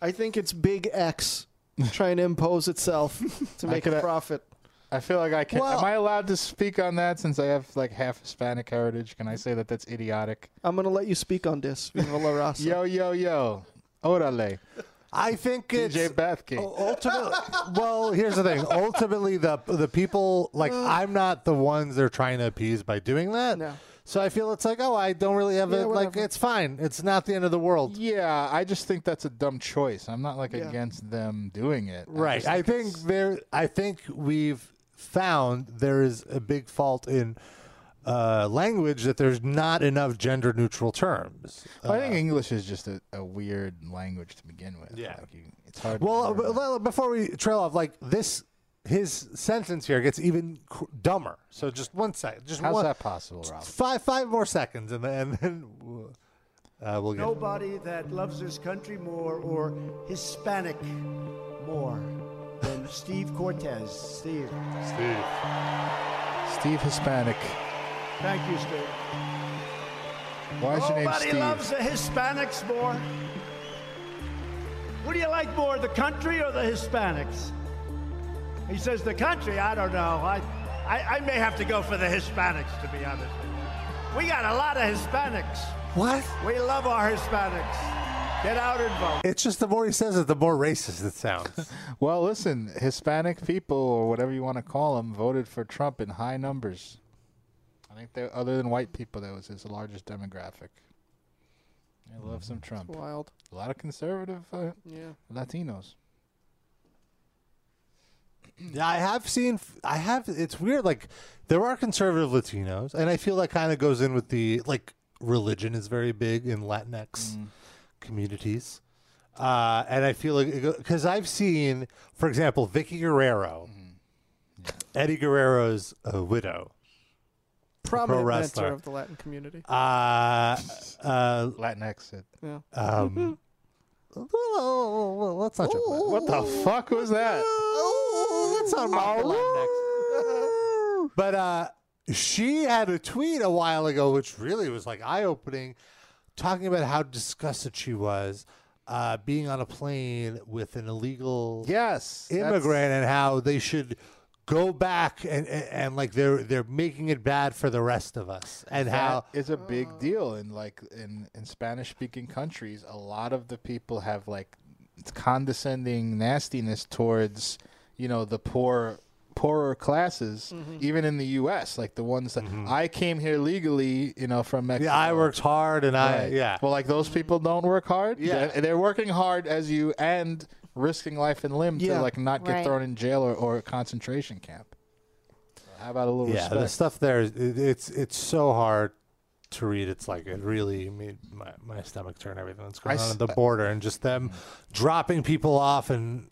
Speaker 4: I think it's Big
Speaker 3: [LAUGHS]
Speaker 4: X trying to impose itself to
Speaker 3: I
Speaker 4: make
Speaker 3: could-
Speaker 4: a profit.
Speaker 3: I feel like I can.
Speaker 4: Well-
Speaker 3: am I allowed to speak on that since I have like half Hispanic heritage? Can I say that that's idiotic?
Speaker 4: I'm gonna let you speak on this. Viva la raza.
Speaker 3: yo yo yo, orale.
Speaker 2: I think
Speaker 3: DJ Bathgate. [LAUGHS]
Speaker 2: ultimately, well, here's the thing. Ultimately, the the people like I'm not the ones they're trying to appease by doing that.
Speaker 3: No.
Speaker 2: So I feel it's like, oh, I don't really have
Speaker 3: Yeah,
Speaker 2: it. Like
Speaker 3: whatever.
Speaker 2: it's fine. It's not the end of the world.
Speaker 3: Yeah, I just think that's a dumb choice. I'm not like
Speaker 2: Yeah.
Speaker 3: against them doing it. I
Speaker 2: Right.
Speaker 3: just
Speaker 2: I think there. I think we've found there is a big fault in uh, language that there's not enough gender neutral terms. Uh,
Speaker 3: Well, I think English is just a, a weird language to begin with. Yeah, like you, it's hard. to
Speaker 2: Well,
Speaker 3: learn.
Speaker 2: uh, well, before we trail off, like this, his sentence here gets even cr- dumber. So just one second. Just
Speaker 3: how's
Speaker 2: one,
Speaker 3: that possible, Rob?
Speaker 2: Five five more seconds, and then, and then we'll- uh, we'll get.
Speaker 16: Nobody that loves this country more or Hispanic more than [LAUGHS] Steve Cortez. Steve.
Speaker 2: Steve.
Speaker 3: Steve Hispanic.
Speaker 16: Thank you, Steve.
Speaker 3: Why is your name
Speaker 16: Nobody
Speaker 3: Steve?
Speaker 16: loves the Hispanics more. What do you like more, the country or the Hispanics? He says the country. I don't know. I, I, I may have to go for the Hispanics, to be honest. with you. We got a lot of Hispanics.
Speaker 2: What?
Speaker 16: We love our Hispanics. Get out and vote.
Speaker 2: It's just the more he says it, the more racist it sounds.
Speaker 3: [LAUGHS] well, listen, Hispanic people or whatever you want to call them voted for Trump in high numbers. I think they, other than white people, that was his largest demographic. I
Speaker 2: Mm-hmm.
Speaker 3: love some Trump.
Speaker 4: wild.
Speaker 3: A lot of conservative uh,
Speaker 4: Yeah.
Speaker 3: Latinos.
Speaker 2: Yeah, I have seen. I have. It's weird. Like there are conservative Latinos, and I feel that kind of goes in with the like religion is very big in Latinx communities, uh, and I feel like because I've seen, for example, Vicky Guerrero, Eddie Guerrero's uh, widow, a
Speaker 4: Prominent mentor
Speaker 2: pro wrestler,
Speaker 4: of the Latin community.
Speaker 2: uh, uh,
Speaker 3: Latinx. It.
Speaker 4: Yeah.
Speaker 2: Um, let's not jump.
Speaker 3: What the fuck was that?
Speaker 2: Let's not mock the Latinx. But uh, she had a tweet a while ago, which really was like eye opening, talking about how disgusted she was uh, being on a plane with an illegal
Speaker 3: yes
Speaker 2: immigrant and how they should go back and, and, and like they're they're making it bad for the rest of us and how
Speaker 3: it's a big deal in like in in Spanish speaking countries. A lot of the people have like condescending nastiness towards you know the poor poorer classes even in the US like the ones that I came here legally you know from Mexico
Speaker 2: Mm-hmm. I worked hard and I-
Speaker 3: Right.
Speaker 2: yeah.
Speaker 3: well like those people don't work hard
Speaker 2: Yeah.
Speaker 3: they're, they're working hard as you and risking life and limb
Speaker 2: Yeah.
Speaker 3: to like not get
Speaker 2: Right.
Speaker 3: thrown in jail or, or a concentration camp so how about a little
Speaker 2: yeah
Speaker 3: respect
Speaker 2: the stuff there is, it, it's it's so hard to read it's like it really made my, my stomach turn everything that's
Speaker 3: I Mm.
Speaker 2: going on
Speaker 3: s-
Speaker 2: at the border and just them dropping people off and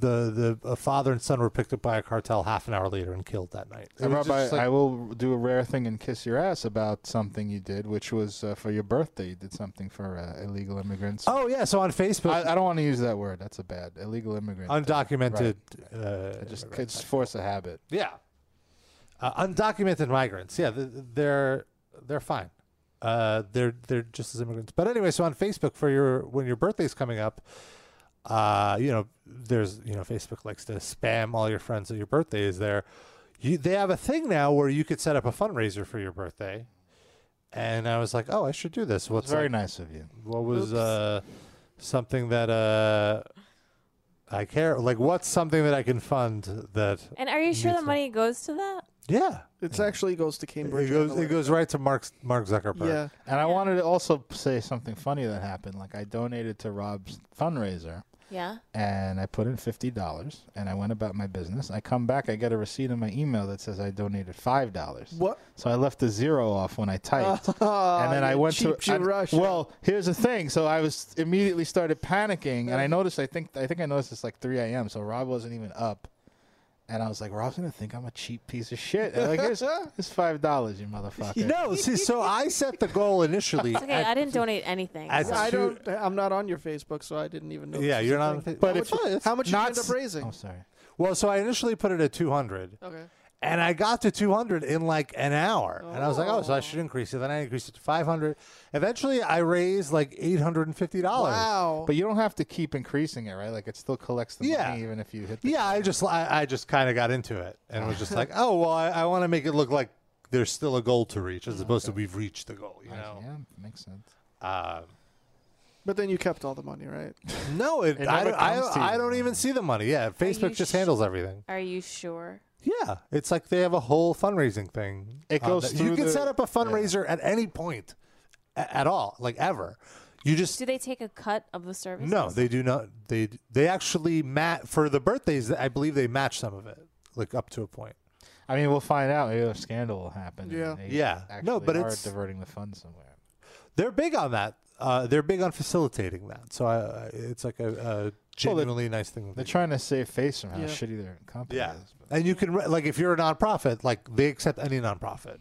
Speaker 2: the the a father and son were picked up by a cartel half an hour later and killed that night. It
Speaker 3: And
Speaker 2: was
Speaker 3: Rabbi,
Speaker 2: just like-
Speaker 3: I will do a rare thing and kiss your ass about something you did, which was uh, for your birthday. You did something for uh, illegal immigrants.
Speaker 2: Oh yeah, so on Facebook,
Speaker 3: I, I don't want to use that word. That's a bad illegal immigrant.
Speaker 2: undocumented,
Speaker 3: Right.
Speaker 2: uh,
Speaker 3: just it's force a habit.
Speaker 2: yeah, uh, undocumented migrants. Yeah, th- they're they're fine. Uh, they're they're just as immigrants. But anyway, so on Facebook for your when your birthday's coming up, uh, you know, there's you know Facebook likes to spam all your friends that your birthday is there. You, they have a thing now where you could set up a fundraiser for your birthday. And I was like, oh, I should do this. What's
Speaker 3: very
Speaker 2: like-
Speaker 3: nice of you.
Speaker 2: What was uh, something that uh, I care? Like, what's something that I can fund that?
Speaker 5: And are you sure the money goes to that?
Speaker 2: Yeah,
Speaker 4: it actually goes to Cambridge.
Speaker 2: it goes it goes right to Mark Mark Zuckerberg.
Speaker 4: Yeah.
Speaker 3: And I wanted to also say something funny that happened. Like I donated to Rob's fundraiser.
Speaker 5: Yeah.
Speaker 3: And I put in fifty dollars, and I went about my business. I come back, I get a receipt in my email that says I donated five dollars.
Speaker 4: What?
Speaker 3: So I left the zero off when
Speaker 2: [LAUGHS]
Speaker 3: I typed,
Speaker 2: Ah,
Speaker 3: and then I
Speaker 4: you
Speaker 3: went
Speaker 4: cheap
Speaker 3: to.
Speaker 4: Jew
Speaker 3: I-
Speaker 4: Russia.
Speaker 3: well, here's the thing. So I was immediately started panicking, and I noticed. I think I think I noticed it's like 3 a.m. So Rob wasn't even up, and I was like, Rob's gonna think I'm a cheap piece of shit. And
Speaker 2: [LAUGHS]
Speaker 3: like here's, here's five dollars, you motherfucker.
Speaker 2: No, see, so I set the
Speaker 5: [LAUGHS]
Speaker 2: goal initially.
Speaker 5: It's okay. I didn't donate anything.
Speaker 3: at
Speaker 5: so-
Speaker 4: I don't. I'm not on your Facebook, so I didn't even know. this
Speaker 2: Yeah,
Speaker 4: was
Speaker 2: you're
Speaker 4: a
Speaker 2: not on
Speaker 4: thing.
Speaker 2: Fa- but
Speaker 4: how
Speaker 2: if-
Speaker 4: much,
Speaker 2: it's
Speaker 4: how much
Speaker 2: not
Speaker 4: you
Speaker 2: s-
Speaker 4: end up raising?
Speaker 2: I'm
Speaker 3: Oh, sorry.
Speaker 2: Well, so I initially put it at two hundred.
Speaker 4: Okay.
Speaker 2: And I got to 200 in like an hour. And I was like, oh, so I should increase it. Then I increased it to 500. Eventually, I raised like $850.
Speaker 3: But you don't have to keep increasing it, right? Like it still collects the
Speaker 2: Yeah.
Speaker 3: money even if you hit. The
Speaker 2: Yeah, I just I, I just kind of got into it and was just like, oh well, I, I want to make it look like there's still a goal to reach
Speaker 4: Mm.
Speaker 2: as opposed to we've reached the goal. You know?
Speaker 3: Yeah, makes sense.
Speaker 2: Um,
Speaker 4: But then you kept all the money,
Speaker 2: [LAUGHS]
Speaker 4: right?
Speaker 2: no, it,
Speaker 4: It
Speaker 2: I,
Speaker 4: never
Speaker 2: don't, I,
Speaker 4: comes to
Speaker 2: I
Speaker 4: you.
Speaker 2: don't even see the money. Yeah, Facebook
Speaker 5: you
Speaker 2: just
Speaker 5: sh-
Speaker 2: handles everything.
Speaker 5: Are you sure?
Speaker 2: Yeah, it's like they have a whole fundraising thing.
Speaker 3: It
Speaker 2: on
Speaker 3: goes
Speaker 2: Uh, that. You
Speaker 3: through
Speaker 2: can
Speaker 3: the-
Speaker 2: set up a fundraiser at any point, a- at all, like ever. You just
Speaker 5: Do they take a cut of the service?
Speaker 2: No, they do not. They they actually mat for the birthdays. I believe they match some of it, like up to a point.
Speaker 3: I mean, we'll find out. Maybe a scandal will happen. and
Speaker 2: Yeah.
Speaker 3: they
Speaker 2: Yeah. No,
Speaker 3: actually
Speaker 2: but
Speaker 3: are
Speaker 2: it's-
Speaker 3: diverting the funds somewhere.
Speaker 2: They're big on that. Uh, they're big on facilitating that. So I, I- it's like a, a genuinely nice thing.
Speaker 3: They're trying to save face from how
Speaker 2: Yeah.
Speaker 3: shitty their company
Speaker 2: Yeah.
Speaker 3: is.
Speaker 2: And you can re- like if you're a nonprofit, like they accept any nonprofit.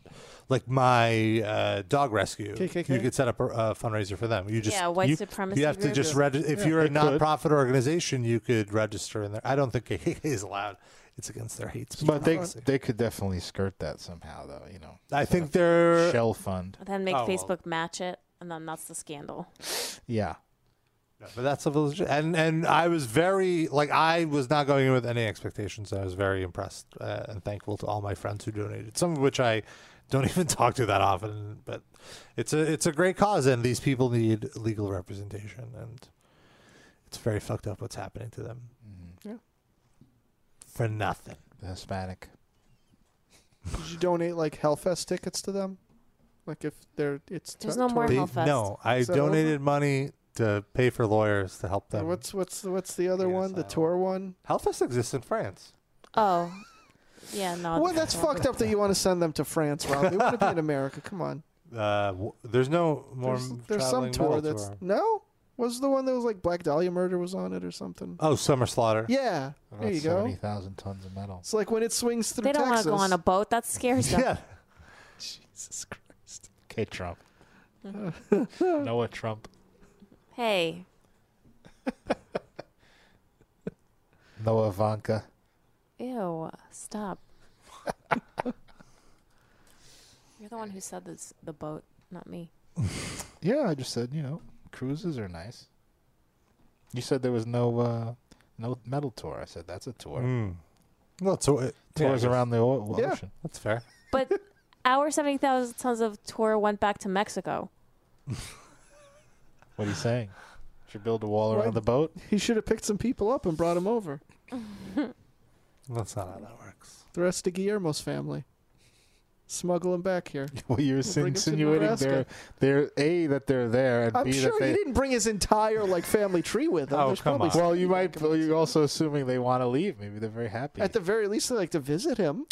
Speaker 2: Like my uh, dog rescue,
Speaker 3: KKK?
Speaker 2: you could set up a, a fundraiser for them. You just
Speaker 5: Yeah, white
Speaker 2: you,
Speaker 5: supremacy
Speaker 2: You have to
Speaker 5: group.
Speaker 2: just register. If
Speaker 5: Yeah,
Speaker 2: you're a
Speaker 5: they could.
Speaker 2: nonprofit organization, you could register in there. I don't think KKK is allowed. It's against their hate speech.
Speaker 3: But they
Speaker 2: policy.
Speaker 3: they could definitely skirt that somehow, though. You know,
Speaker 2: I
Speaker 3: set
Speaker 2: think
Speaker 3: up a
Speaker 2: they're
Speaker 3: shell fund.
Speaker 5: Then make
Speaker 2: Oh, well.
Speaker 5: Facebook match it, and then that's the scandal.
Speaker 3: Yeah.
Speaker 2: But that's a legit, and and I was very like I was not going in with any expectations. I was very impressed uh, and thankful to all my friends who donated, some of which I don't [LAUGHS] even talk to that often. But it's a it's a great cause, and these people need legal representation, and it's very fucked up what's happening to them
Speaker 4: Yeah.
Speaker 2: for nothing.
Speaker 3: The Hispanic.
Speaker 4: Did you donate like Hellfest tickets to them? Like if they're it's
Speaker 5: There's
Speaker 4: t-
Speaker 5: no more
Speaker 4: tour-
Speaker 5: Hellfest.
Speaker 2: No, I
Speaker 4: Is that
Speaker 2: donated money to pay for lawyers to help
Speaker 4: over?
Speaker 2: them. uh,
Speaker 4: What's what's the- what's the other one? The tour one?
Speaker 2: Hellfest exists in France.
Speaker 5: Oh, yeah, no.
Speaker 4: Well, that's fucked up that you want to send them to France, Rob. They want to be in America. Come
Speaker 2: [LAUGHS]
Speaker 4: on.
Speaker 2: Uh, w- there's no more.
Speaker 4: There's, there's some
Speaker 2: traveling
Speaker 4: tour
Speaker 2: metal
Speaker 4: that's no. Was the one that was like Black Dahlia murder was on it or something?
Speaker 2: Oh, Summer Slaughter.
Speaker 4: Yeah,
Speaker 3: About
Speaker 4: there you
Speaker 3: Oh, Seventy
Speaker 4: go.
Speaker 3: thousand tons of metal.
Speaker 4: It's like when it swings through.
Speaker 5: They don't want to
Speaker 4: Texas.
Speaker 5: go on a boat. That
Speaker 2: [LAUGHS]
Speaker 5: scares them.
Speaker 2: Yeah.
Speaker 4: Jesus Christ.
Speaker 3: K. Trump.
Speaker 5: Mhm.
Speaker 3: [LAUGHS] Noah Trump.
Speaker 5: hey,
Speaker 3: Noah Ivanka.
Speaker 5: ew, stop. [LAUGHS] You're the one who said this, the boat, not me.
Speaker 3: Yeah, I just said you know cruises are nice. You said there was no uh, no metal tour. I said that's a tour.
Speaker 2: Mm. No, so it,
Speaker 3: Tours
Speaker 2: yeah,
Speaker 3: around the o-
Speaker 2: Yeah,
Speaker 3: ocean.
Speaker 2: That's fair.
Speaker 5: But our 70,000 tons of tour went back to Mexico.
Speaker 3: What are you saying? Should build a wall
Speaker 4: Why-
Speaker 3: around the boat.
Speaker 4: He should have picked some people up and brought them over.
Speaker 2: [LAUGHS] That's not how that works.
Speaker 4: The rest of Guillermo's family. Smuggle them back
Speaker 2: [LAUGHS]
Speaker 4: here.
Speaker 3: Well, you're
Speaker 4: We'll bring 'em to
Speaker 3: insinuating
Speaker 4: Nebraska.
Speaker 3: they're they're a that they're there and
Speaker 4: I'm
Speaker 3: b
Speaker 4: sure
Speaker 3: that they Oh,
Speaker 4: he didn't bring his entire like family tree with
Speaker 2: Oh,
Speaker 4: him. There's probably
Speaker 3: Well, you might. You're also assuming they want to leave. Maybe they're very happy.
Speaker 4: At the very least, they like to visit him.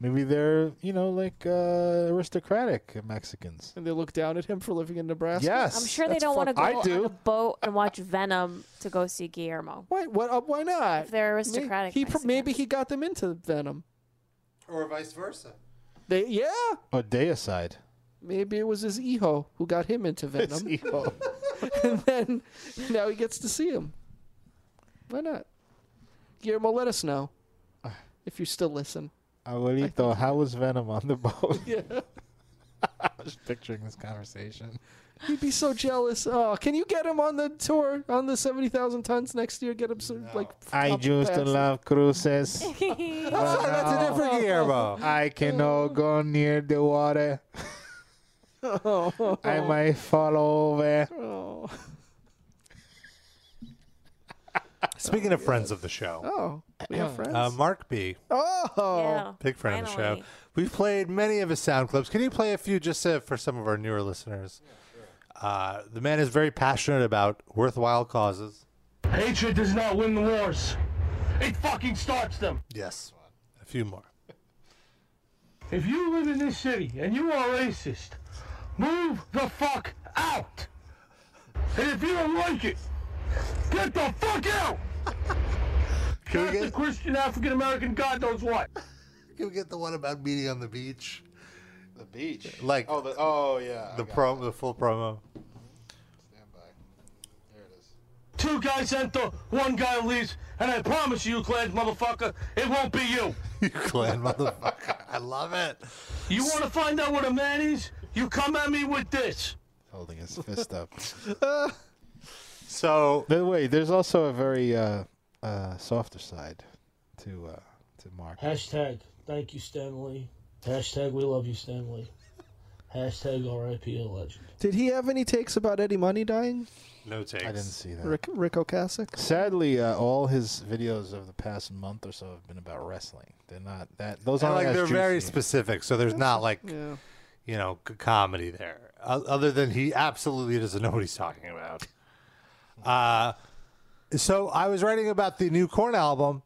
Speaker 3: Maybe they're you know like uh, aristocratic Mexicans.
Speaker 4: And they look down at him for living in Nebraska.
Speaker 3: Yes,
Speaker 5: I'm sure they don't want to go on a boat and watch Venom to go see Guillermo.
Speaker 4: Why? What? Uh, why not?
Speaker 5: If they're aristocratic,
Speaker 4: He pr- maybe he got them into Venom.
Speaker 2: Or vice versa.
Speaker 4: They yeah.
Speaker 3: Or deicide.
Speaker 4: Maybe it was his Eho who got him into Venom.
Speaker 3: Eho.
Speaker 4: [LAUGHS] and then now he gets to see him. Why not? Guillermo, let us
Speaker 3: [SIGHS]
Speaker 4: know if you still listen.
Speaker 3: Abuelito, how was
Speaker 4: [LAUGHS]
Speaker 3: Venom on the boat?
Speaker 4: Yeah.
Speaker 3: [LAUGHS] I was picturing this conversation.
Speaker 4: He'd be so jealous. Oh, can you get him on the tour on the seventy thousand tons next year? Get him some like.
Speaker 3: I
Speaker 4: up
Speaker 3: used to
Speaker 4: past-
Speaker 3: love cruises. [LAUGHS]
Speaker 4: That's- that's a different Guillermo.
Speaker 3: I cannot go near the water.
Speaker 4: Oh.
Speaker 3: I might fall over.
Speaker 4: Oh.
Speaker 2: Speaking of friends of the show.
Speaker 4: Oh, we have friends.
Speaker 2: Uh, Mark B.
Speaker 4: oh,
Speaker 2: Big friend of the show. We've played many of his sound clips. Can you play a few just uh, for some of our newer listeners? Uh, the man is very passionate about worthwhile causes.
Speaker 11: Hatred does not win the wars. It fucking starts them.
Speaker 2: Yes. A few more.
Speaker 11: If you live in this city and you are racist, move the fuck out. And if you don't like it, get the fuck out. Cast a Christian African American, God knows what.
Speaker 2: Can we get the one about meeting on the beach?
Speaker 3: The beach.
Speaker 2: Like-
Speaker 3: oh, the, oh yeah.
Speaker 2: The prom, the full promo.
Speaker 11: Two guys enter, one guy leaves, and I promise you, Glenn, motherfucker, it won't be you.
Speaker 2: [LAUGHS] you Glenn, motherfucker. I love it.
Speaker 11: You want to find out what a man is? You come at me with
Speaker 2: [LAUGHS]
Speaker 11: this.
Speaker 3: Holding his fist up.
Speaker 2: So.
Speaker 3: By the way, there's also a very uh, uh, softer side to uh, to Mark.
Speaker 11: Hashtag thank you, Stanley. Hashtag we love you, Stanley. Hashtag RIP legend.
Speaker 4: Did he have any takes about Eddie Money dying?
Speaker 2: No takes. I
Speaker 3: didn't see that.
Speaker 4: Rick Rick Ocasek.
Speaker 3: Sadly, uh, all his videos of the past month or so have been about wrestling. They're not that those
Speaker 2: And,
Speaker 3: aren't
Speaker 2: like
Speaker 3: as
Speaker 2: they're
Speaker 3: juicy.
Speaker 2: very specific, so there's not like you know c- comedy there. O- other than he absolutely doesn't know what he's talking about. Uh, so I was writing about the new Corn album,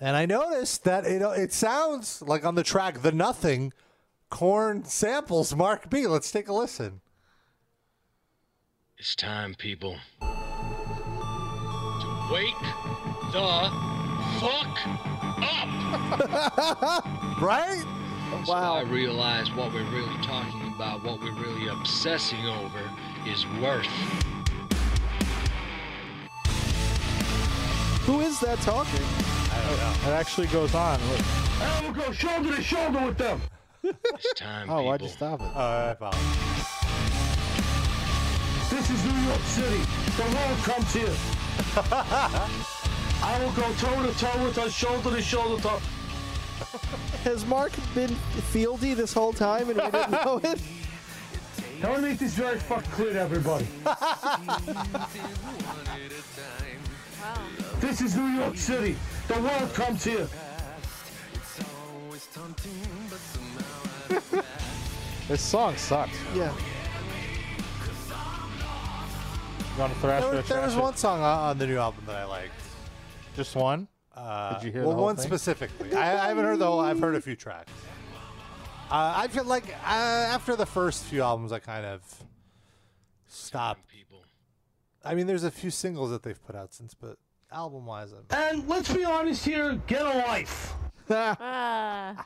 Speaker 2: and I noticed that it uh, it sounds like on the track "The Nothing," Corn samples Mark B. Let's take a listen.
Speaker 20: It's time, people, to wake the fuck up.
Speaker 2: [LAUGHS] right?
Speaker 20: That's wow. I realized what we're really talking about, what we're really obsessing over, is worth.
Speaker 4: Who is that talking?
Speaker 3: I don't know. It actually goes on. Look.
Speaker 11: I will go shoulder to shoulder with them.
Speaker 20: It's time,
Speaker 3: Oh, why'd you stop it?
Speaker 2: Uh, I
Speaker 11: This is New York City. The world comes
Speaker 2: [LAUGHS]
Speaker 11: here. I will go toe to toe with her, shoulder to shoulder. To...
Speaker 4: Has Mark been fieldy this whole time and we
Speaker 3: [LAUGHS]
Speaker 4: didn't know it?
Speaker 11: I want to make this very fucking clear to
Speaker 2: [LAUGHS]
Speaker 11: everybody. This is New York City. The world comes here.
Speaker 3: [LAUGHS] This song sucks.
Speaker 4: Yeah.
Speaker 3: You want to thrash
Speaker 2: There,
Speaker 3: it or
Speaker 2: was- there
Speaker 3: trash
Speaker 2: was
Speaker 3: it?
Speaker 2: one song on on the new album that I liked.
Speaker 3: Just one?
Speaker 2: Uh,
Speaker 3: Did you hear
Speaker 2: well,
Speaker 3: the whole
Speaker 2: one
Speaker 3: thing?
Speaker 2: specifically. I, I haven't heard the whole. I've heard a few tracks. Uh, I feel like uh, after the first few albums, I kind of stopped. I mean, there's a few singles that they've put out since, but album-wise, I'm
Speaker 11: And let's be honest here, get a life.
Speaker 5: Ah.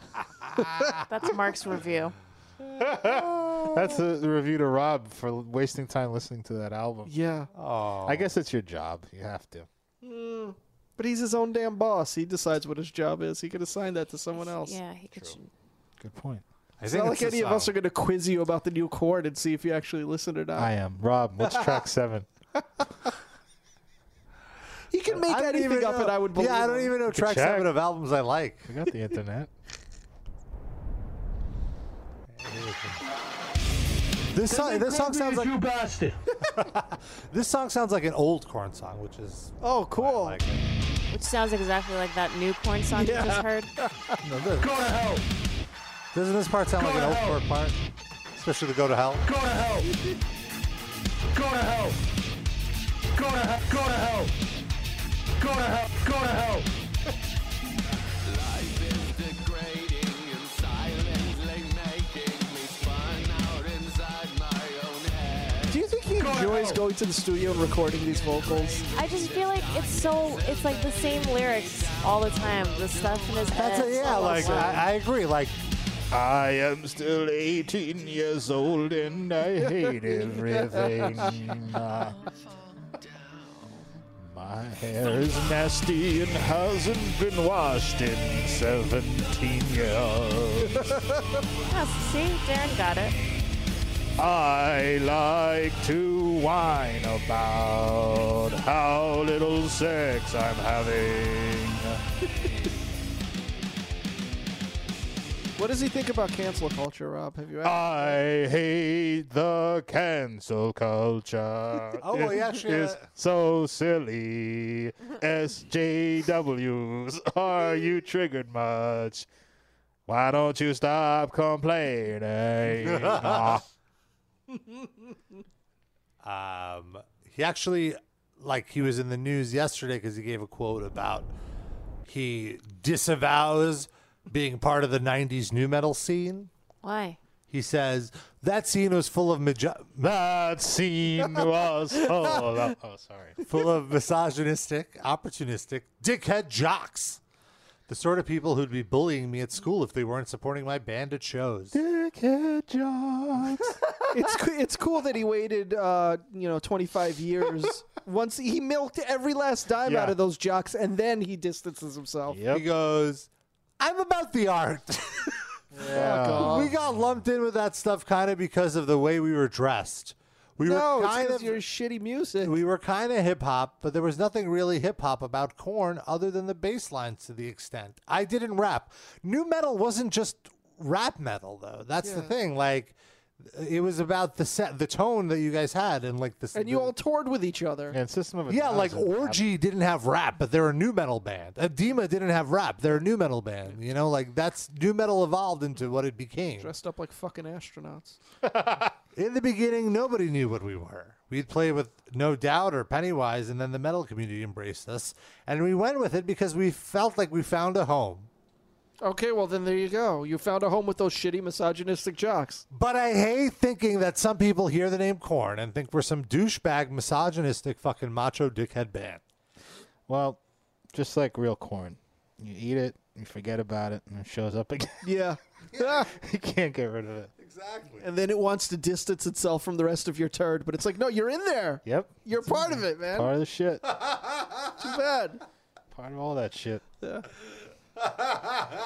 Speaker 5: [LAUGHS] That's Mark's review.
Speaker 3: That's the the review to Rob for l- wasting time listening to that album.
Speaker 4: Yeah.
Speaker 2: Oh.
Speaker 3: I guess it's your job. You have to.
Speaker 4: Mm, But he's his own damn boss. He decides what his job is. He could assign that to someone else.
Speaker 5: Yeah, he could.
Speaker 3: Good point.
Speaker 4: It's not like any of
Speaker 3: uh,
Speaker 4: us are going to quiz you about the new chord and see if you actually listen or not.
Speaker 3: I am Rob. What's track seven?
Speaker 4: He can make
Speaker 2: I don't
Speaker 4: anything
Speaker 2: even
Speaker 4: up, and
Speaker 2: know-
Speaker 4: I would believe.
Speaker 2: Yeah, I don't
Speaker 4: him.
Speaker 2: even know
Speaker 3: Good
Speaker 2: track
Speaker 3: check.
Speaker 2: seven of albums I like.
Speaker 3: We got the internet.
Speaker 2: [LAUGHS] This song,
Speaker 11: Doesn't
Speaker 2: this
Speaker 11: call
Speaker 2: song
Speaker 11: me
Speaker 2: sounds
Speaker 11: a
Speaker 2: like
Speaker 11: Jew bastard.
Speaker 2: [LAUGHS] this song sounds like an old corn song, which is
Speaker 4: Oh, cool.
Speaker 5: Which sounds exactly like that new porn song you
Speaker 4: [LAUGHS]
Speaker 5: just heard.
Speaker 2: no, this, go to hell. Doesn't this part sound like an old corn part? Especially the go to hell.
Speaker 11: Go to hell. Go to hell. Go to hell. Go to hell. Go to hell. Go to hell.
Speaker 3: uh,
Speaker 4: going to the studio and recording these vocals?
Speaker 5: I just feel like it's so it's like the same lyrics all the time. The stuff in his head.
Speaker 2: That's a, yeah, like I, I agree. Like
Speaker 3: I am still 18 years old and I
Speaker 2: [LAUGHS]
Speaker 3: hate everything. Uh, my hair is nasty and hasn't been washed in 17 years.
Speaker 5: Yes, see, Darren got it.
Speaker 3: I like to whine about how little sex I'm having.
Speaker 4: What does he think about cancel culture, Rob? Have you asked?
Speaker 3: I hate the cancel culture.
Speaker 4: Oh, well, he actually,
Speaker 3: is
Speaker 4: uh,
Speaker 3: so silly. SJWs, are you triggered much? Why don't you stop complaining? Ah.
Speaker 2: Um, he actually, like, he was in the news yesterday because he gave a quote about he disavows being part of the '90s new metal scene.
Speaker 5: Why?
Speaker 2: He says that scene was full of majo-
Speaker 3: that scene [LAUGHS] was full of- oh, sorry.
Speaker 2: full of misogynistic, opportunistic, dickhead jocks. The sort of people who'd be bullying me at school if they weren't supporting my band at shows.
Speaker 3: Dickhead jocks.
Speaker 4: [LAUGHS] it's coo- it's cool that he waited, uh, you know, 25
Speaker 3: [LAUGHS]
Speaker 4: years. Once he milked every last dime
Speaker 2: Yeah.
Speaker 4: out of those jocks, and then he distances himself.
Speaker 2: He goes, I'm about the art. We got lumped in with that stuff kind of because of the way we were dressed. We
Speaker 4: no,
Speaker 2: were
Speaker 4: it's
Speaker 2: kind
Speaker 4: 'cause
Speaker 2: of [LAUGHS]
Speaker 4: your shitty music.
Speaker 2: we were kind of hip hop, but there was nothing really hip hop about Corn other than the bass lines to the extent. I didn't rap. New metal wasn't just rap metal though. That's the
Speaker 4: Yeah.
Speaker 2: thing. Like it was about the set, the tone that you guys had, and like this.
Speaker 4: And you all toured with each other.
Speaker 3: And System of
Speaker 2: Yeah, like Orgy didn't have rap, but they're a new metal band. Edema didn't have rap, they're a new metal band. You know, like that's new metal evolved into what it became.
Speaker 4: Dressed up like fucking astronauts.
Speaker 2: In the beginning, nobody knew what we were. We'd play with No Doubt or Pennywise, and then the metal community embraced us, and we went with it because we felt like we found a home.
Speaker 4: Okay, well then there you go. You found a home with those shitty misogynistic jocks.
Speaker 2: But I hate thinking that some people hear the name Corn and think we're some douchebag, misogynistic, fucking macho dickhead band.
Speaker 3: Well, just like real corn, you eat it, you forget about it, and it shows up again. [LAUGHS]
Speaker 4: Yeah. [LAUGHS]
Speaker 3: you can't get rid of it.
Speaker 4: And then it wants to distance itself from the rest of your turd, but it's like, no, you're in there.
Speaker 3: Yep.
Speaker 4: You're part of it, man.
Speaker 3: Part of the shit.
Speaker 4: [LAUGHS] Too bad.
Speaker 3: Part of all that shit.
Speaker 4: Yeah.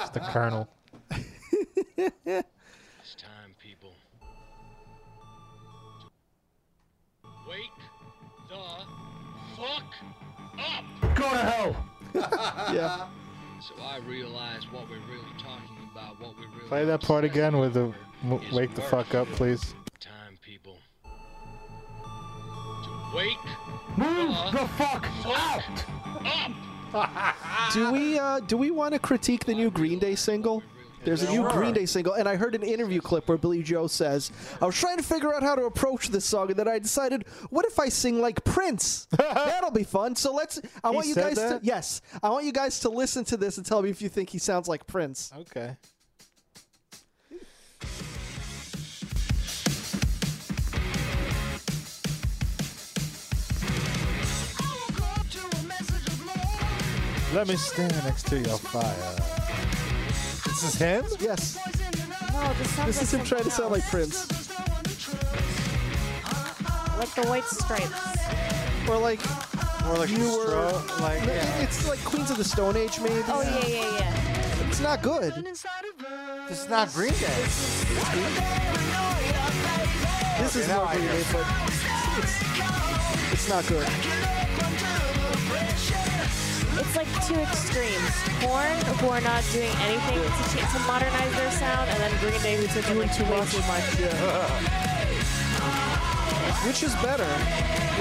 Speaker 3: It's the
Speaker 4: [LAUGHS]
Speaker 3: kernel.
Speaker 20: It's time, people. Wake the fuck up!
Speaker 11: Go to hell.
Speaker 20: [LAUGHS]
Speaker 4: [LAUGHS] yeah.
Speaker 20: So I realize what we're really talking about, what we're really
Speaker 3: Play that part again with the m- wake the fuck up, please.
Speaker 20: time, people. To wake
Speaker 11: Move the fuck
Speaker 20: out!
Speaker 4: do we uh, do we want to critique the new Green Day single? There's a new
Speaker 20: Sure.
Speaker 4: Green Day single, and I heard an interview clip where Billy Joe says, "I was trying to figure out how to approach this song, and then I decided, what if I sing like
Speaker 2: [LAUGHS]
Speaker 4: Prince? That'll be fun." So let's. I
Speaker 3: He
Speaker 4: want you
Speaker 3: said
Speaker 4: guys to
Speaker 3: that?
Speaker 4: yes, I want you guys to listen to this and tell me if you think he sounds like Prince.
Speaker 3: Okay. Let me stand next to your fire.
Speaker 2: This is him?
Speaker 4: Yes.
Speaker 5: No, this sounds
Speaker 4: This
Speaker 5: like
Speaker 4: is him trying to sound
Speaker 5: something
Speaker 4: like Prince,
Speaker 5: else. like the White Stripes.
Speaker 4: or like
Speaker 2: or like
Speaker 4: newer.
Speaker 2: like yeah.
Speaker 4: It's like Queens of the Stone Age, maybe.
Speaker 5: Oh yeah, yeah, yeah.
Speaker 4: It's not good.
Speaker 2: This is not Green Day.
Speaker 4: This is not Green Day, but it's, it's, it's not good.
Speaker 5: It's like two extremes: Corn, who are not doing anything to, cha- to modernize their sound, and then Green Day, who took it like too way too much.
Speaker 4: Which is better?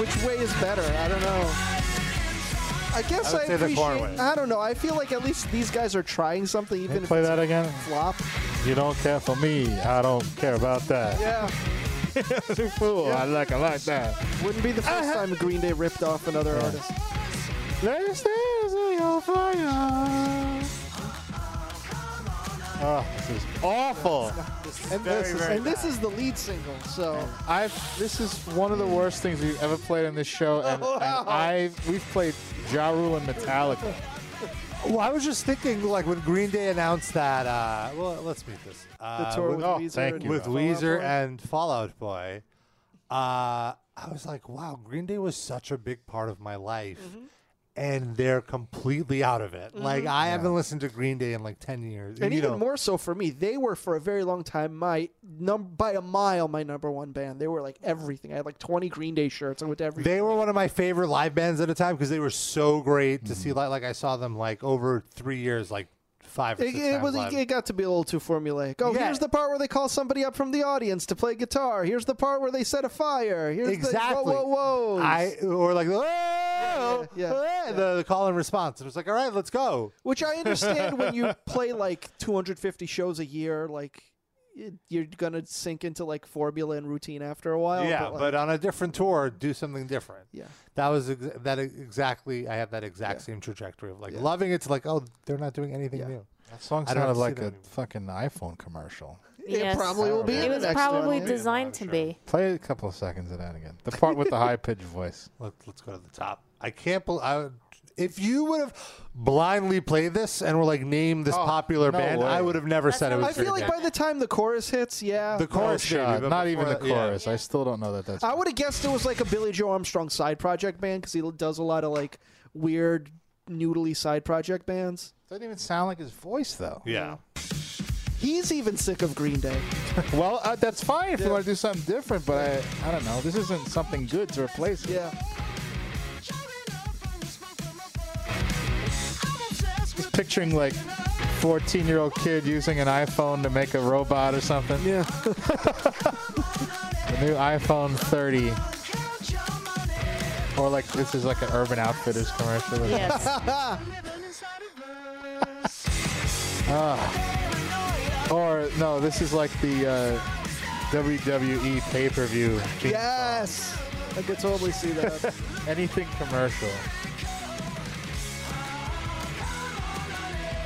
Speaker 4: Which way is better? I don't know. I guess
Speaker 2: I
Speaker 4: I,
Speaker 2: would say the
Speaker 4: appreciate.
Speaker 2: corn way.
Speaker 4: I don't know. I feel like at least these guys are trying something, even if
Speaker 3: Play
Speaker 4: it's
Speaker 3: that again.
Speaker 4: a flop.
Speaker 3: You don't care for me. I don't care about that.
Speaker 4: [LAUGHS] Yeah,
Speaker 3: Fool, I like I like that. Uh-huh.
Speaker 4: wouldn't be the first time Green Day ripped off another artist.
Speaker 3: Let me stand next to your fire. Oh, this is awful.
Speaker 4: Oh. and,
Speaker 3: very,
Speaker 4: this is,
Speaker 3: very
Speaker 4: and this is the lead single, so
Speaker 3: I've this is one of the worst things we've ever played on this show, and,
Speaker 2: Oh,
Speaker 3: and I we've played Ja Rule and Metallica.
Speaker 2: Well, I was just thinking, like when Green Day announced that. Uh, well, let's meet this. Uh,
Speaker 3: tour with Weezer
Speaker 2: thank
Speaker 3: and
Speaker 2: you. with
Speaker 3: Fall Out
Speaker 2: Weezer
Speaker 3: Boy?
Speaker 2: and Fallout Boy. Uh, I was like, wow, Green Day was such a big part of my life,
Speaker 3: Mm-hmm.
Speaker 2: and they're completely out of it. Like
Speaker 4: Mhm.
Speaker 2: I
Speaker 4: Yeah.
Speaker 2: haven't listened to Green Day in like ten years,
Speaker 4: and
Speaker 2: you
Speaker 4: even
Speaker 2: know.
Speaker 4: more so for me, they were for a very long time my num by a mile my number one band. They were like everything. I had like twenty Green Day shirts. I went to every
Speaker 2: They were one of my favorite live bands at a time because they were so great to see. Like, like I saw them like over three years, like five or
Speaker 4: It,
Speaker 2: six
Speaker 4: it
Speaker 2: times
Speaker 4: was
Speaker 2: live.
Speaker 4: it got to be a little too formulaic. Oh, here's the part where they call somebody up from the audience to play guitar. Here's the part where they set a fire. Here's The,
Speaker 2: exactly.
Speaker 4: whoa, whoa, whoa.
Speaker 2: I or like oh, oh, The, the call and response. It was like, all right, let's go.
Speaker 4: Which I understand when
Speaker 2: [LAUGHS]
Speaker 4: you play like 250 shows a year, like y- you're gonna sink into like formula and routine after a while.
Speaker 2: yeah,
Speaker 4: but, like,
Speaker 2: but on a different tour, do something different.
Speaker 4: Yeah.
Speaker 2: that was ex- that ex- exactly. I have that exact same trajectory of like loving it to like, oh, they're not doing anything new.
Speaker 3: That song
Speaker 2: I don't have
Speaker 3: sounded
Speaker 2: to see
Speaker 3: like
Speaker 2: that
Speaker 3: a fucking iPhone commercial.
Speaker 4: [LAUGHS] It probably will be
Speaker 5: It
Speaker 4: in the
Speaker 5: was
Speaker 4: next
Speaker 5: probably
Speaker 4: one.
Speaker 5: designed to be.
Speaker 3: Play a couple of seconds of that again. The part with the high pitched voice.
Speaker 2: [LAUGHS] Let, let's go to the top. I can't believe. I, would- if you would have blindly played this and were like, name this
Speaker 4: Oh,
Speaker 2: popular
Speaker 4: no
Speaker 2: band,
Speaker 4: way.
Speaker 2: I would have never said it was.
Speaker 4: I feel
Speaker 2: Green
Speaker 4: like
Speaker 2: Day.
Speaker 4: by the time the chorus hits, yeah,
Speaker 2: The chorus,
Speaker 3: No
Speaker 2: maybe,
Speaker 3: shot.
Speaker 2: but
Speaker 3: Not
Speaker 2: before
Speaker 3: even the
Speaker 2: that- yeah.
Speaker 3: chorus. I still don't know that that's.
Speaker 4: I would have guessed it was like a Billy Joe Armstrong side project band because he l- does a lot of like weird, noodly side project bands.
Speaker 3: Doesn't even sound like his voice though.
Speaker 2: Yeah.
Speaker 4: He's even sick of Green Day.
Speaker 3: [LAUGHS] well, uh, that's fine if you want to do something different, but I, I don't know. This isn't something good to replace it.
Speaker 4: Yeah.
Speaker 3: Just picturing like 14 year old kid using an iPhone to make a robot or something. [LAUGHS]
Speaker 4: Yeah. [LAUGHS]
Speaker 3: the new iPhone 30. Or like this is like an Urban Outfitters commercial. or something. Ah. or no, this is like the uh, E WWE pay per view.
Speaker 4: [LAUGHS] yes, I could totally see that.
Speaker 3: [LAUGHS] Anything commercial.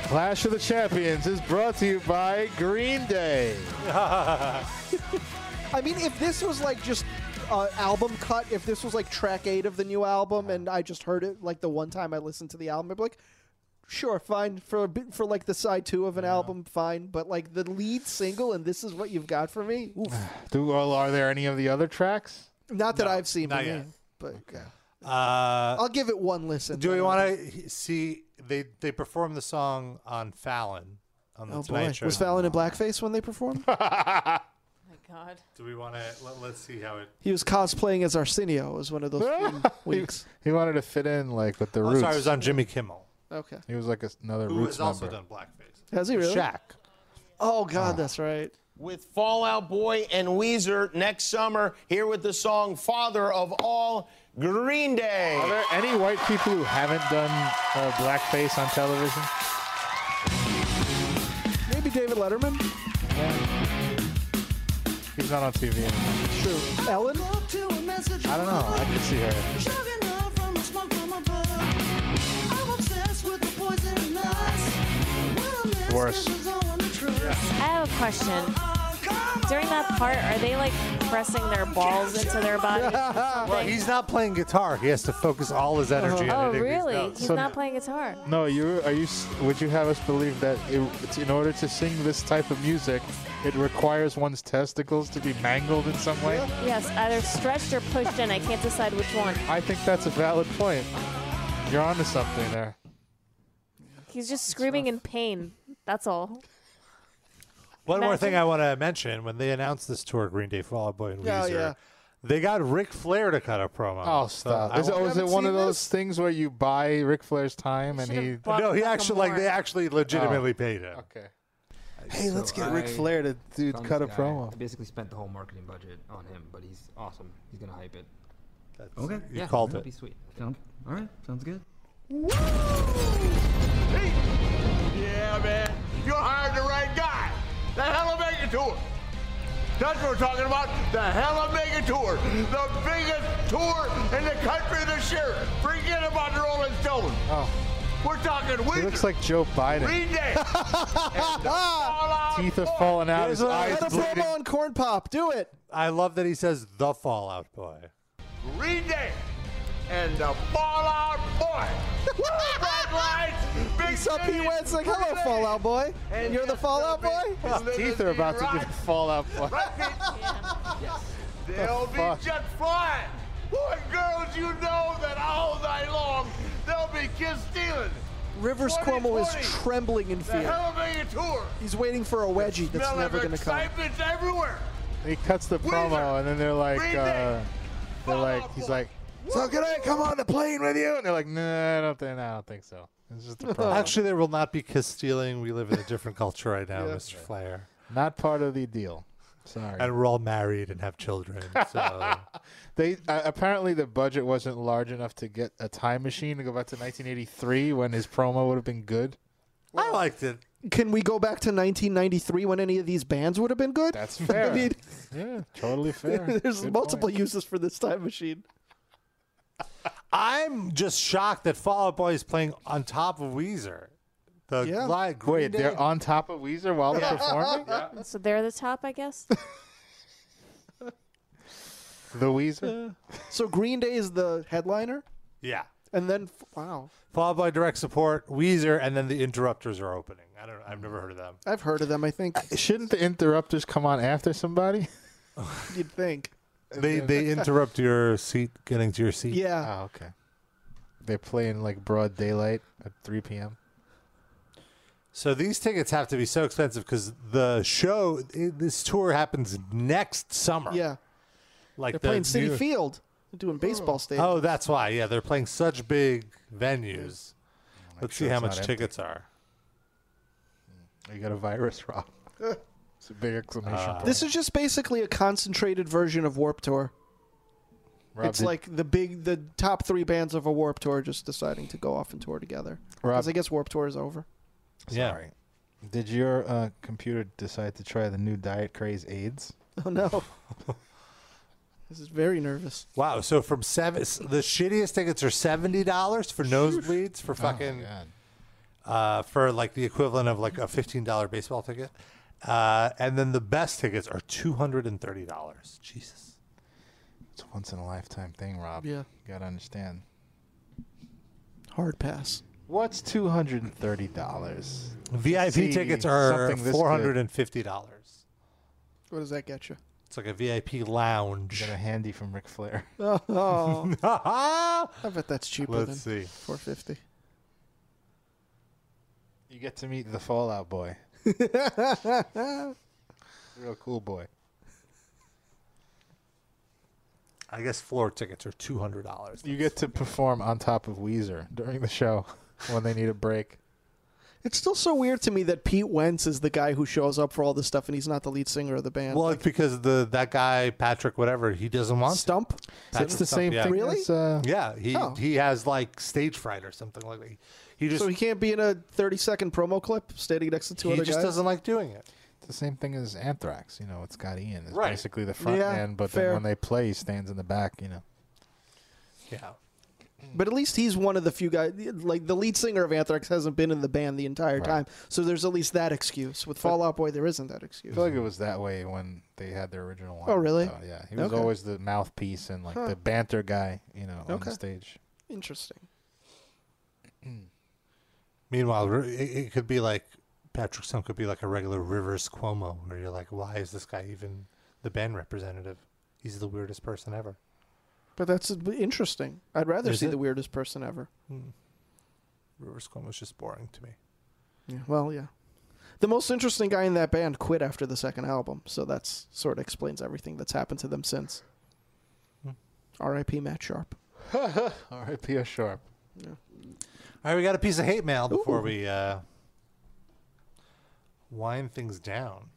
Speaker 3: Clash of the Champions is brought to you by Green
Speaker 2: [LAUGHS]
Speaker 3: Day.
Speaker 4: I mean, if this was like just uh, album cut, if this was like track eight of the new album, and I just heard it like the one time I listened to the album, I'd be like, sure, fine for a bit, for like the side two of an album, fine. But like the lead single, and this is what you've got for me. Oof.
Speaker 3: Do well, are there any of the other tracks?
Speaker 4: Not that I've seen,
Speaker 2: not
Speaker 4: but,
Speaker 2: yet.
Speaker 4: but yeah.
Speaker 2: Uh,
Speaker 4: I'll give it one listen.
Speaker 2: Do we
Speaker 4: then.
Speaker 2: want to see they they perform the song on Fallon on the
Speaker 4: Oh
Speaker 2: Tonight
Speaker 4: boy,
Speaker 2: Show?
Speaker 4: was Fallon in blackface when they
Speaker 3: [LAUGHS]
Speaker 4: performed?
Speaker 5: God.
Speaker 2: Do we want to let, let's see how it?
Speaker 4: he was cosplaying as Arsenio. It was one of those
Speaker 2: [LAUGHS]
Speaker 4: theme weeks.
Speaker 3: He wanted to fit in like with the
Speaker 2: Oh,
Speaker 3: roots.
Speaker 2: sorry, it was on Jimmy Kimmel,
Speaker 4: Okay.
Speaker 3: He was like a, another
Speaker 2: who
Speaker 3: roots
Speaker 2: has also
Speaker 3: member.
Speaker 2: done blackface.
Speaker 4: Has he really?
Speaker 2: Shaq.
Speaker 4: Oh God, that's right.
Speaker 21: With Fallout Boy and Weezer next summer, here with the song Father of All, Green Day.
Speaker 3: Are there any white people who haven't done uh, blackface on television?
Speaker 4: Maybe David Letterman.
Speaker 3: He's not on TV anymore.
Speaker 4: True. Ellen.
Speaker 3: I don't know. I could see her. Worse.
Speaker 5: I have a question. During that part, are they like pressing their balls into their body?
Speaker 4: [LAUGHS] Oh,
Speaker 2: Well, he's not playing guitar. He has to focus all his energy. on
Speaker 5: oh,
Speaker 2: hitting these
Speaker 5: really?
Speaker 2: notes.
Speaker 5: He's not playing guitar.
Speaker 3: No, you are you? s- Would you have us believe that it, it's in order to sing this type of music, it requires one's testicles to be mangled in some way?
Speaker 5: Yes, either stretched or pushed in. I can't decide which one.
Speaker 3: I think that's a valid point. You're onto something there.
Speaker 5: He's just screaming in pain. That's all.
Speaker 2: One more thing
Speaker 5: Imagine-
Speaker 2: I want to mention when they announced this tour, Green Day, Fall Out Boy, and
Speaker 5: Yeah,
Speaker 2: Weezer,
Speaker 5: yeah.
Speaker 2: they got Ric Flair to cut a promo.
Speaker 3: Oh, stop!
Speaker 2: I
Speaker 3: Is, it-
Speaker 2: want-
Speaker 3: oh, is it one of those things where you buy Ric Flair's time and he?
Speaker 2: No, he actually like they actually legitimately paid him.
Speaker 3: Oh, Okay. Oh.
Speaker 2: Hey, let's
Speaker 3: get Ric Flair to do-
Speaker 22: found
Speaker 3: cut
Speaker 22: this
Speaker 3: a
Speaker 22: guy.
Speaker 3: promo.
Speaker 22: I basically spent the whole marketing budget on him, but he's awesome. He's gonna hype it. That's,
Speaker 2: Okay. you called
Speaker 22: that'd
Speaker 2: it.
Speaker 22: Be sweet. Sound, all right. Sounds good.
Speaker 11: Yeah, man. You hired the right guy. The hell of a tour. That's what we're talking about. The hell of a tour. The biggest tour in the country this year. Forget about the Rolling Stones.
Speaker 3: Oh.
Speaker 21: We're talking weeks.
Speaker 3: He looks like Joe Biden. [LAUGHS] Teeth have fallen out. His eyes
Speaker 4: Cut a
Speaker 3: bleeding.
Speaker 4: promo on Corn Pop. Do it.
Speaker 2: I love that he says the Fallout Boy.
Speaker 3: [LAUGHS]
Speaker 21: Green Day and the Fallout
Speaker 3: [LAUGHS]
Speaker 21: Boy. Bright lights, big
Speaker 4: What's up, Pete Wentz? Like, hello, Fallout Boy. You're the Fallout Boy?
Speaker 3: His teeth are about to get Fallout Boy.
Speaker 1: [LAUGHS]
Speaker 21: They'll
Speaker 3: The
Speaker 21: be
Speaker 3: fuck?
Speaker 21: jet flying. Boy, girls, you know that all night long they'll be kiss stealing.
Speaker 4: Rivers Cuomo is
Speaker 21: 2020.
Speaker 4: trembling in
Speaker 21: The hell
Speaker 4: fear.
Speaker 21: of a tour.
Speaker 4: He's waiting for a wedgie that's
Speaker 21: Smell
Speaker 4: never
Speaker 21: of
Speaker 4: going to come.
Speaker 21: excitement's everywhere.
Speaker 3: He cuts the promo, and then they're like, uh, they're like, he's like, so can I come on the plane with you? And they're like, no, I don't think, no, I don't think so. It's
Speaker 2: [LAUGHS]
Speaker 3: just the promo.
Speaker 2: Actually, there will not be kiss stealing. We live in a different culture right now, Mr. Flair.
Speaker 3: Not part of the deal. Sorry.
Speaker 2: And we're all married and have children. So
Speaker 3: [LAUGHS] they uh, apparently the budget wasn't large enough to get a time machine to go back to 1983 when his promo would have been good.
Speaker 2: I liked it.
Speaker 4: Can we go back to 1993 when any of these bands would have been good? [LAUGHS]
Speaker 2: [LAUGHS]
Speaker 3: That's
Speaker 4: I
Speaker 3: fair.
Speaker 4: mean,
Speaker 3: yeah, totally fair.
Speaker 4: [LAUGHS] there's
Speaker 3: Good
Speaker 4: multiple
Speaker 3: point.
Speaker 4: uses for this time machine.
Speaker 2: I'm just shocked that Fallout Boy is playing on top of Weezer. The
Speaker 3: Yeah.
Speaker 2: live Green
Speaker 3: Wait, they're
Speaker 2: Day-
Speaker 3: on top of Weezer while they're performing?
Speaker 2: [LAUGHS]
Speaker 5: So they're the top, I guess.
Speaker 3: The Weezer?
Speaker 4: Uh, So Green Day is the headliner,
Speaker 2: Yeah.
Speaker 4: and then wow,
Speaker 2: Followed by direct support, Weezer, and then the interrupters are opening. I don't. I've never heard of them.
Speaker 4: I've heard of them. I think
Speaker 3: Uh, Shouldn't the interrupters come on after somebody?
Speaker 4: you'd think.
Speaker 2: They
Speaker 3: [LAUGHS]
Speaker 2: they interrupt your seat getting to your seat.
Speaker 4: Yeah.
Speaker 3: Oh, okay. They play in like broad daylight at 3 p.m.
Speaker 2: So these tickets have to be so expensive because the show, i- this tour happens next summer.
Speaker 4: Yeah,
Speaker 2: like
Speaker 4: they're
Speaker 2: the
Speaker 4: playing City
Speaker 2: new-
Speaker 4: Field, they're doing baseball stadium.
Speaker 2: Oh, that's why. Yeah, they're playing such big venues. Let's
Speaker 3: sure
Speaker 2: see how
Speaker 3: it's
Speaker 2: much
Speaker 3: not empty.
Speaker 2: tickets are.
Speaker 3: You got a virus, [LAUGHS] Rob. It's a big exclamation
Speaker 2: oh.
Speaker 3: point.
Speaker 4: This is just basically a concentrated version of Warp Tour.
Speaker 3: Rob,
Speaker 4: it's
Speaker 3: did-
Speaker 4: like the big, the top three bands of a Warp Tour just deciding to go off and tour together.
Speaker 3: Rob-
Speaker 4: Because I guess Warp Tour is over. [LAUGHS]
Speaker 2: Sorry.
Speaker 3: Did your uh, computer decide to try the new diet craze AIDS?
Speaker 4: Oh
Speaker 2: [LAUGHS]
Speaker 4: no. this is very nervous.
Speaker 2: Wow. So from seven, s- the shittiest tickets are seventy dollars for nosebleeds
Speaker 3: Oh,
Speaker 2: for fucking, uh, for like the equivalent of like a fifteen dollar baseball ticket, uh, and then the best tickets are two hundred and thirty dollars. Jesus.
Speaker 3: It's a once in a lifetime thing, Rob.
Speaker 4: Yeah.
Speaker 3: You gotta understand.
Speaker 4: Hard pass.
Speaker 3: What's two hundred and thirty dollars?
Speaker 2: VIP tickets are four hundred and fifty dollars.
Speaker 4: What does that
Speaker 2: [LAUGHS]
Speaker 4: get you?
Speaker 2: It's like a VIP lounge.
Speaker 3: Got a handy from Ric Flair.
Speaker 4: Oh, I bet that's cheaper
Speaker 2: Let's
Speaker 4: than
Speaker 2: see.
Speaker 4: four fifty. [LAUGHS]
Speaker 3: You get to meet the Fallout Boy, real cool boy.
Speaker 2: I guess floor tickets are two hundred dollars.
Speaker 3: You get to perform on top of Weezer during the show [LAUGHS] when they need a break.
Speaker 4: It's still so weird to me that Pete Wentz is the guy who shows up for all this stuff and he's not the lead singer of the band.
Speaker 2: Well, it's because the that guy Patrick whatever he doesn't want
Speaker 4: Stump.
Speaker 2: Patrick
Speaker 3: It's the
Speaker 2: Stump,
Speaker 3: same
Speaker 2: yeah.
Speaker 3: thing. As, uh,
Speaker 2: Yeah, he
Speaker 4: Oh.
Speaker 2: he has like stage fright or something like that. He just
Speaker 4: so he can't be in a thirty second promo clip standing next to two
Speaker 2: he
Speaker 4: other
Speaker 2: just
Speaker 4: guys.
Speaker 2: doesn't like doing it.
Speaker 3: It's the same thing as Anthrax. You know, it's got Ian. It's
Speaker 2: Right.
Speaker 3: basically the front
Speaker 4: Yeah,
Speaker 3: man, but
Speaker 4: fair.
Speaker 3: then when they play, he stands in the back. You know.
Speaker 2: Yeah.
Speaker 4: But at least he's one of the few guys. Like the lead singer of Anthrax hasn't been in the band the entire time, so there's at least that excuse. With Fallout Boy, there isn't that
Speaker 3: I
Speaker 4: excuse.
Speaker 3: feel like it was that way when they had their original one. Uh,
Speaker 4: Oh, really?
Speaker 3: yeah. He was
Speaker 4: Okay.
Speaker 3: always the mouthpiece and like
Speaker 4: Huh.
Speaker 3: the banter guy, you know, on
Speaker 4: Okay.
Speaker 3: the stage.
Speaker 4: Interesting.
Speaker 2: Meanwhile, Ri- it, it could be like Patrick Stump could be like a regular Rivers Cuomo, where you're like, why is this guy even the band representative? He's the weirdest person ever.
Speaker 4: But that's interesting. I'd rather
Speaker 2: Is
Speaker 4: see
Speaker 2: it?
Speaker 4: the weirdest person ever.
Speaker 2: Rivers Cuomo's just boring to me.
Speaker 4: Yeah, well, yeah. The most interesting guy in that band quit after the second album, so that's sort of explains everything that's happened to them since. Hmm. R.I.P. Matt Sharp.
Speaker 3: R.I.P. O. Sharp.
Speaker 2: All right, we got a piece of hate mail before we uh, wind things down.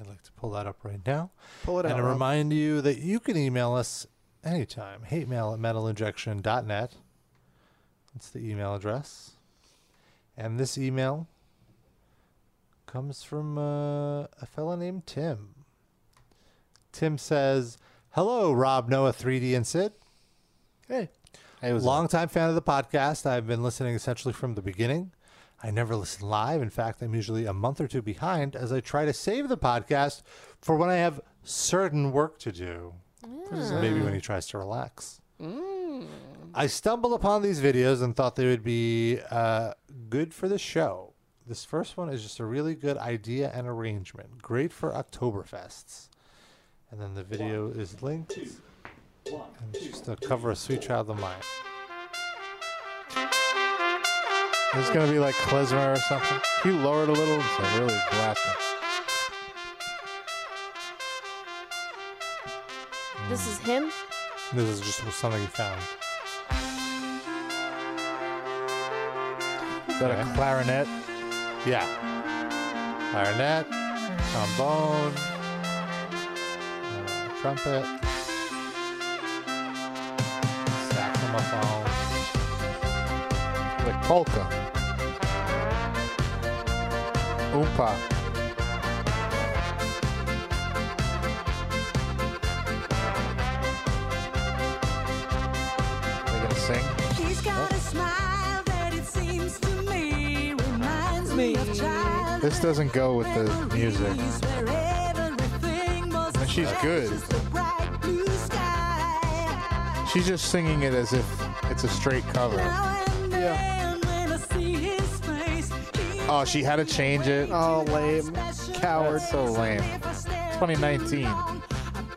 Speaker 2: I'd like to pull that up right now.
Speaker 4: Pull it
Speaker 2: and
Speaker 4: out,
Speaker 2: And
Speaker 4: Rob.
Speaker 2: remind you that you can email us anytime. Hate mail at metalinjection.net. That's the email address. And this email comes from uh, a fella named Tim. Tim says, Hello, Rob, Noah, 3D, and Sid.
Speaker 4: Hey.
Speaker 3: Hey, what's up?
Speaker 2: Longtime fan of the podcast. I've been listening essentially from the beginning. I never listen live. In fact, I'm usually a month or two behind as I try to save the podcast for when I have certain work to do.
Speaker 5: Ah.
Speaker 2: Maybe when he tries to relax.
Speaker 4: Hmm.
Speaker 2: I stumbled upon these videos and thought they would be uh, good for the show. This first one is just a really good idea and arrangement. Great for Oktoberfests. And then the video is linked. and it's just a cover of Sweet Child of Mine.
Speaker 3: It's gonna be like klezmer or something. If you lower it a little, it's a really blasting.
Speaker 5: This is him.
Speaker 2: This is just something he found.
Speaker 3: Is that a clarinet?
Speaker 2: Yeah. Clarinet, trombone, uh, trumpet, saxophone,
Speaker 3: Like polka. Oompa. They gonna sing?
Speaker 1: She's got a smile that it seems to me reminds me of child.
Speaker 3: This doesn't go with the music. And she's good. She's just singing it as if it's a straight cover. Oh, she had to change it.
Speaker 4: Oh, lame.
Speaker 3: Coward. so lame. 2019.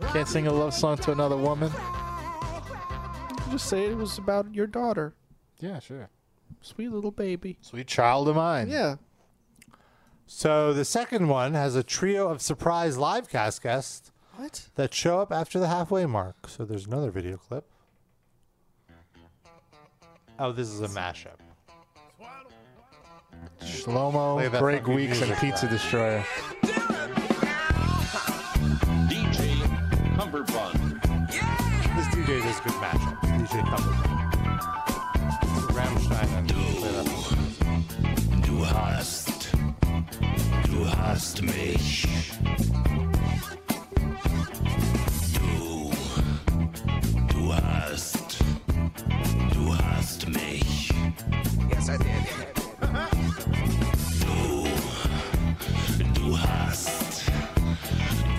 Speaker 3: Can't sing a love song to another woman.
Speaker 4: Just say it was about your daughter.
Speaker 3: Yeah, sure.
Speaker 4: Sweet little baby.
Speaker 3: Sweet child of mine.
Speaker 4: Yeah.
Speaker 2: So the second one has a trio of surprise live cast guests
Speaker 4: What?
Speaker 2: that show up after the halfway mark. So there's another video clip. Oh, this is a mashup. Play
Speaker 3: Shlomo,
Speaker 2: that
Speaker 3: Greg
Speaker 2: fucking
Speaker 3: Weeks, and
Speaker 2: music.
Speaker 3: Pizza Destroyer.
Speaker 19: DJ Cumberbund.
Speaker 2: This DJ does good matchups. DJ Cumberbund. Rammstein and play that
Speaker 7: Du hast. Du hast mich. Du. Du hast. Du hast mich. Yes, I did. Du. Du hast.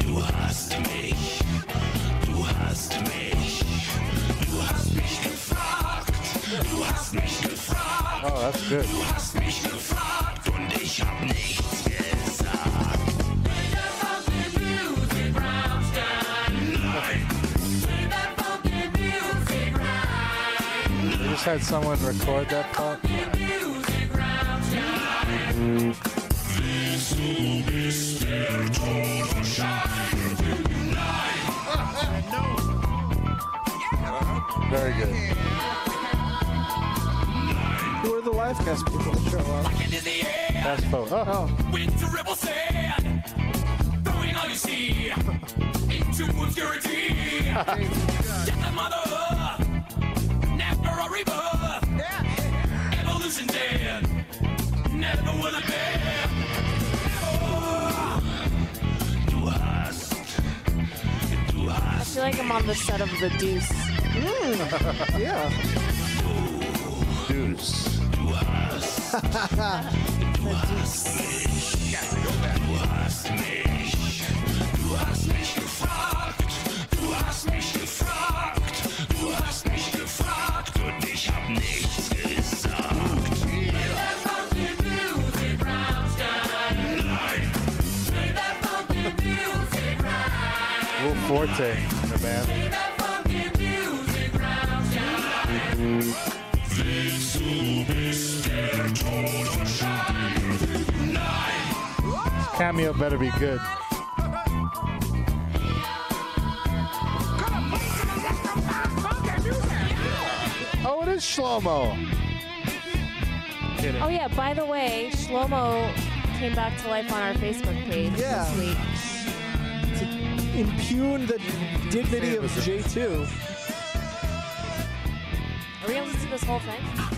Speaker 7: Du hast mich. Du hast mich. Du hast mich gefragt. Du hast mich gefragt.
Speaker 3: Oh, that's good.
Speaker 7: Du hast mich gefragt und ich hab nichts gesagt. Nein.
Speaker 3: You just had someone record that part.
Speaker 7: Wieso bist der Tod und Schein? Nein.
Speaker 3: Very good.
Speaker 4: Who are the live cast people that show up?
Speaker 3: That's
Speaker 7: Oh,
Speaker 3: both.
Speaker 7: With the rebel sand, throwing all you see into obscurity. Death of mother, never a rebirth. Evolution dead, never will it Oh, be. Never. Du hast, du
Speaker 5: I
Speaker 7: hast.
Speaker 5: feel like I'm on the set of The Deuce.
Speaker 4: yeah.
Speaker 7: Deuce. Du hast. Du hast mich. Du hast mich. Du hast mich gefragt. Du hast mich gefragt. Du hast mich gefragt. Und ich hab nichts gesagt. Nein.
Speaker 3: Will Forte in the band.
Speaker 7: Wieso bist der Tod und Schein? Nein.
Speaker 3: Cameo better be good. Oh, it is Shlomo.
Speaker 5: Oh yeah. By the way, Shlomo came back to life on our Facebook page
Speaker 4: Yeah.
Speaker 5: this week.
Speaker 4: Impugn the dignity of J2.
Speaker 5: Are we gonna listen to this whole thing?
Speaker 3: [LAUGHS]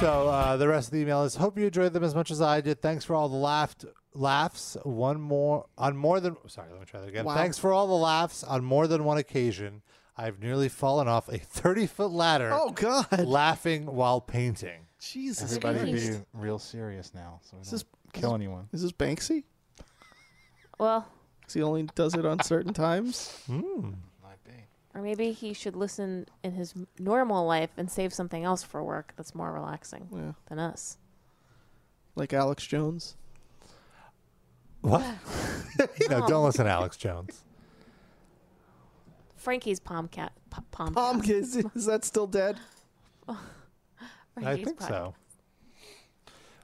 Speaker 2: So uh, the rest of the email is: Hope you enjoyed them as much as I did. Thanks for all the laughed laughs. One more on more than sorry. Let me try that again.
Speaker 4: Wow.
Speaker 2: Thanks for all the laughs on more than one occasion. I've nearly fallen off a thirty-foot ladder.
Speaker 4: Oh, God!
Speaker 2: Laughing while painting.
Speaker 4: Jesus
Speaker 3: Everybody
Speaker 4: Christ.
Speaker 3: be real serious now, so we don't
Speaker 4: this-
Speaker 3: kill anyone.
Speaker 4: Is this Banksy?
Speaker 5: Well,
Speaker 4: 'Cause he only does it on certain times.
Speaker 3: Hmm.
Speaker 5: or maybe he should listen in his m- normal life and save something else for work that's more relaxing
Speaker 4: Yeah.
Speaker 5: than us.
Speaker 4: Like Alex Jones.
Speaker 2: What? [LAUGHS] no, don't listen, to Alex Jones.
Speaker 5: Frankie's pomcat. P- pomcat.
Speaker 4: Tom, is, [LAUGHS] is that still
Speaker 5: [LAUGHS]
Speaker 4: dead?
Speaker 2: I think so.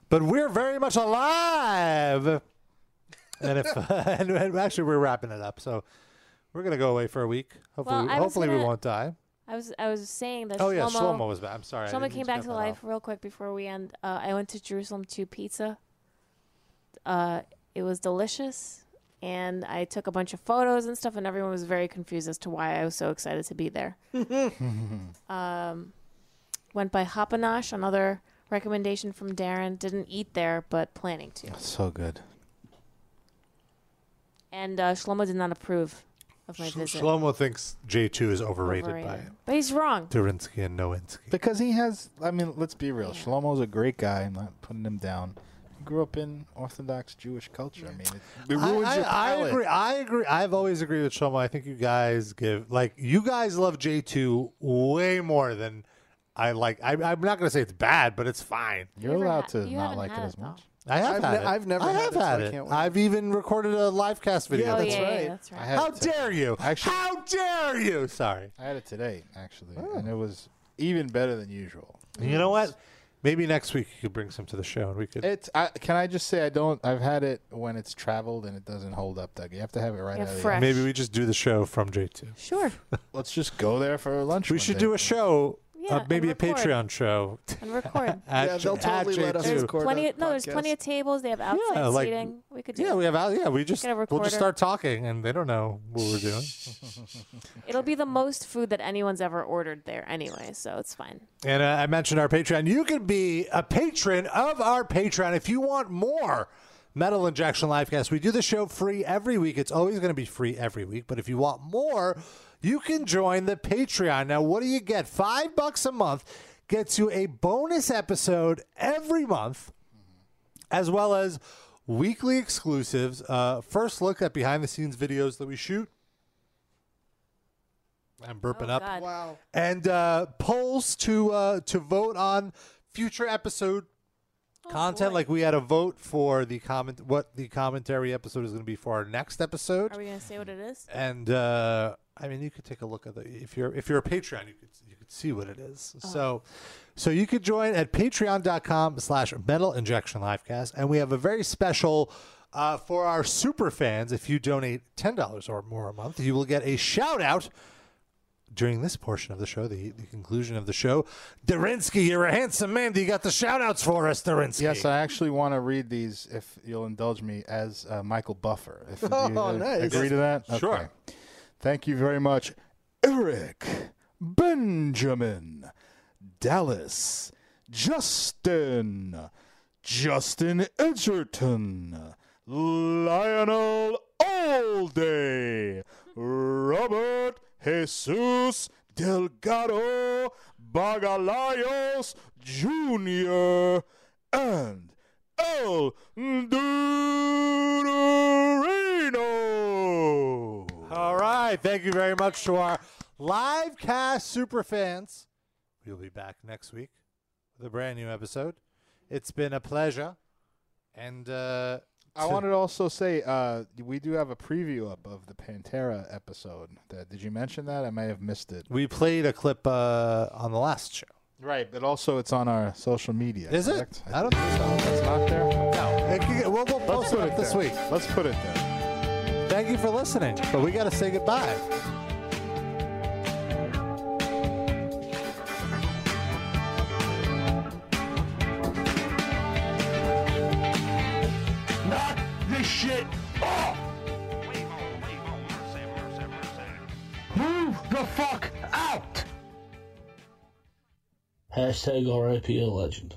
Speaker 2: But we're very much alive. And if
Speaker 5: [LAUGHS]
Speaker 2: [LAUGHS] and, and actually we're wrapping it up, so we're gonna go away for a week. Hopefully,
Speaker 5: Well,
Speaker 2: we-
Speaker 5: I was
Speaker 2: hopefully we
Speaker 5: gonna-
Speaker 2: won't die.
Speaker 5: I was I was saying that.
Speaker 2: Oh, yeah,
Speaker 5: Shlomo,
Speaker 2: Shlomo was back. I'm sorry, I
Speaker 5: Shlomo
Speaker 2: didn't
Speaker 5: came back
Speaker 2: cut
Speaker 5: to
Speaker 2: that
Speaker 5: life
Speaker 2: off.
Speaker 5: real quick before we end. Uh, I went to Jerusalem to pizza. Uh, it was delicious, and I took a bunch of photos and stuff, and everyone was very confused as to why I was so excited to be there. um, went by Hapanash, another recommendation from Darren. Didn't eat there, but planning to.
Speaker 3: So good.
Speaker 5: And uh, Shlomo did not approve of my
Speaker 2: Sh-
Speaker 5: visit.
Speaker 2: Shlomo thinks J two is overrated,
Speaker 5: Overrated. But he's wrong.
Speaker 2: by Durinsky and Nowinski.
Speaker 3: Because he has, I mean, let's be real. Shlomo's a great guy. I'm not putting him down. He grew up in Orthodox Jewish culture. I mean, it, it
Speaker 2: I,
Speaker 3: ruins
Speaker 2: I-
Speaker 3: your
Speaker 2: I
Speaker 3: palate.
Speaker 2: agree. I agree. I've always agreed with Shlomo. I think you guys give like you guys love J two way more than I like. I, I'm not gonna say it's bad, but it's fine.
Speaker 3: You're allowed to not like it as much.
Speaker 2: I have
Speaker 3: I've
Speaker 2: had
Speaker 3: ne-
Speaker 2: it.
Speaker 3: I've never
Speaker 2: I
Speaker 3: had
Speaker 2: have
Speaker 3: it, so
Speaker 2: had
Speaker 3: I
Speaker 2: it.
Speaker 3: can't win.
Speaker 2: I've even recorded a live cast video.
Speaker 3: Yeah, that's Oh, yeah, right. yeah, that's right. I had
Speaker 2: How
Speaker 3: it today.
Speaker 2: dare you?
Speaker 3: Actually-
Speaker 2: How dare you? Sorry.
Speaker 3: I had it today, actually, and it was even better than usual.
Speaker 2: You know what? Maybe next week you could bring some to the show and we could.
Speaker 3: It's. I, can I just say I don't. I've had it when it's traveled and it doesn't hold up. Doug, you have to have it right
Speaker 5: Yeah,
Speaker 3: out of the
Speaker 5: fresh.
Speaker 2: Maybe we just do the show from J two.
Speaker 5: Sure.
Speaker 3: Let's just go there for lunch.
Speaker 2: We
Speaker 3: one
Speaker 2: should
Speaker 3: day.
Speaker 2: do a show,
Speaker 5: Yeah,
Speaker 2: uh, maybe a
Speaker 5: and record.
Speaker 2: Patreon show.
Speaker 5: And record.
Speaker 2: At Yeah, they'll J- at totally let us J2.
Speaker 5: There's
Speaker 2: [LAUGHS] record
Speaker 5: plenty.
Speaker 2: a
Speaker 5: Of, no, there's
Speaker 2: podcast.
Speaker 5: plenty of tables. They have outside
Speaker 2: Yeah, like-
Speaker 5: seating. We could do.
Speaker 2: Yeah,
Speaker 5: it.
Speaker 2: we have out. Yeah, we just
Speaker 5: Get a
Speaker 2: we'll just
Speaker 5: recorder.
Speaker 2: start talking, and they don't know what we're doing.
Speaker 5: It'll be the most food that anyone's ever ordered there anyway, so it's fine.
Speaker 2: And uh, I mentioned our Patreon. You can be a patron of our Patreon if you want more Metal Injection Livecast. We do the show free every week. It's always going to be free every week. But if you want more, you can join the Patreon. Now, what do you get? Five bucks a month gets you a bonus episode every month as well as weekly exclusives. Uh, first look at behind the scenes videos that we shoot. I'm burping
Speaker 5: Oh,
Speaker 2: up.
Speaker 5: God. Wow.
Speaker 2: And uh, polls to uh, to vote on future episode
Speaker 5: Oh,
Speaker 2: content. Like we had a vote for the comment, what the commentary episode is going to be for our next episode.
Speaker 5: Are we gonna say what it is?
Speaker 2: And uh, I mean, you could take a look at the if you're if you're a Patreon, you could you could see what it is. So, so you could join at Patreon.com/slash Metal Injection Livecast, and we have a very special. Uh, for our super fans, if you donate ten dollars or more a month, you will get a shout out during this portion of the show, the, the conclusion of the show. Derinsky, you're a handsome man. You got the shout outs for us, Derinsky.
Speaker 3: Yes, I actually want to read these if you'll indulge me as uh, Michael Buffer.
Speaker 2: [LAUGHS]
Speaker 3: If you
Speaker 4: Oh, nice.
Speaker 3: agree to that,
Speaker 4: Sure.
Speaker 3: Thank you very much, Eric Benjamin Dallas Justin Justin Edgerton Lionel Alday Robert Jesus Delgado Bagalayos Jr. and El Dorino.
Speaker 2: All right. Thank you very much to our live cast super fans. We'll be back next week with a brand new episode. It's been a pleasure. And uh,
Speaker 3: I wanted to also say uh, we do have a preview up of the Pantera episode. That did you mention that? I may have missed it.
Speaker 2: we played a clip uh, on the last show.
Speaker 3: Right, but also it's on our social media.
Speaker 2: Is it?
Speaker 3: correct?
Speaker 2: I don't think so.
Speaker 3: It's not there.
Speaker 2: No. It can- we'll we'll
Speaker 3: Let's
Speaker 2: post
Speaker 3: put
Speaker 2: it
Speaker 3: it
Speaker 2: up this
Speaker 3: there.
Speaker 2: week.
Speaker 3: Let's put it there.
Speaker 2: Thank you for listening. But we got to say goodbye.
Speaker 11: Knock this shit off! Move the fuck out!
Speaker 6: Hashtag RIP a legend.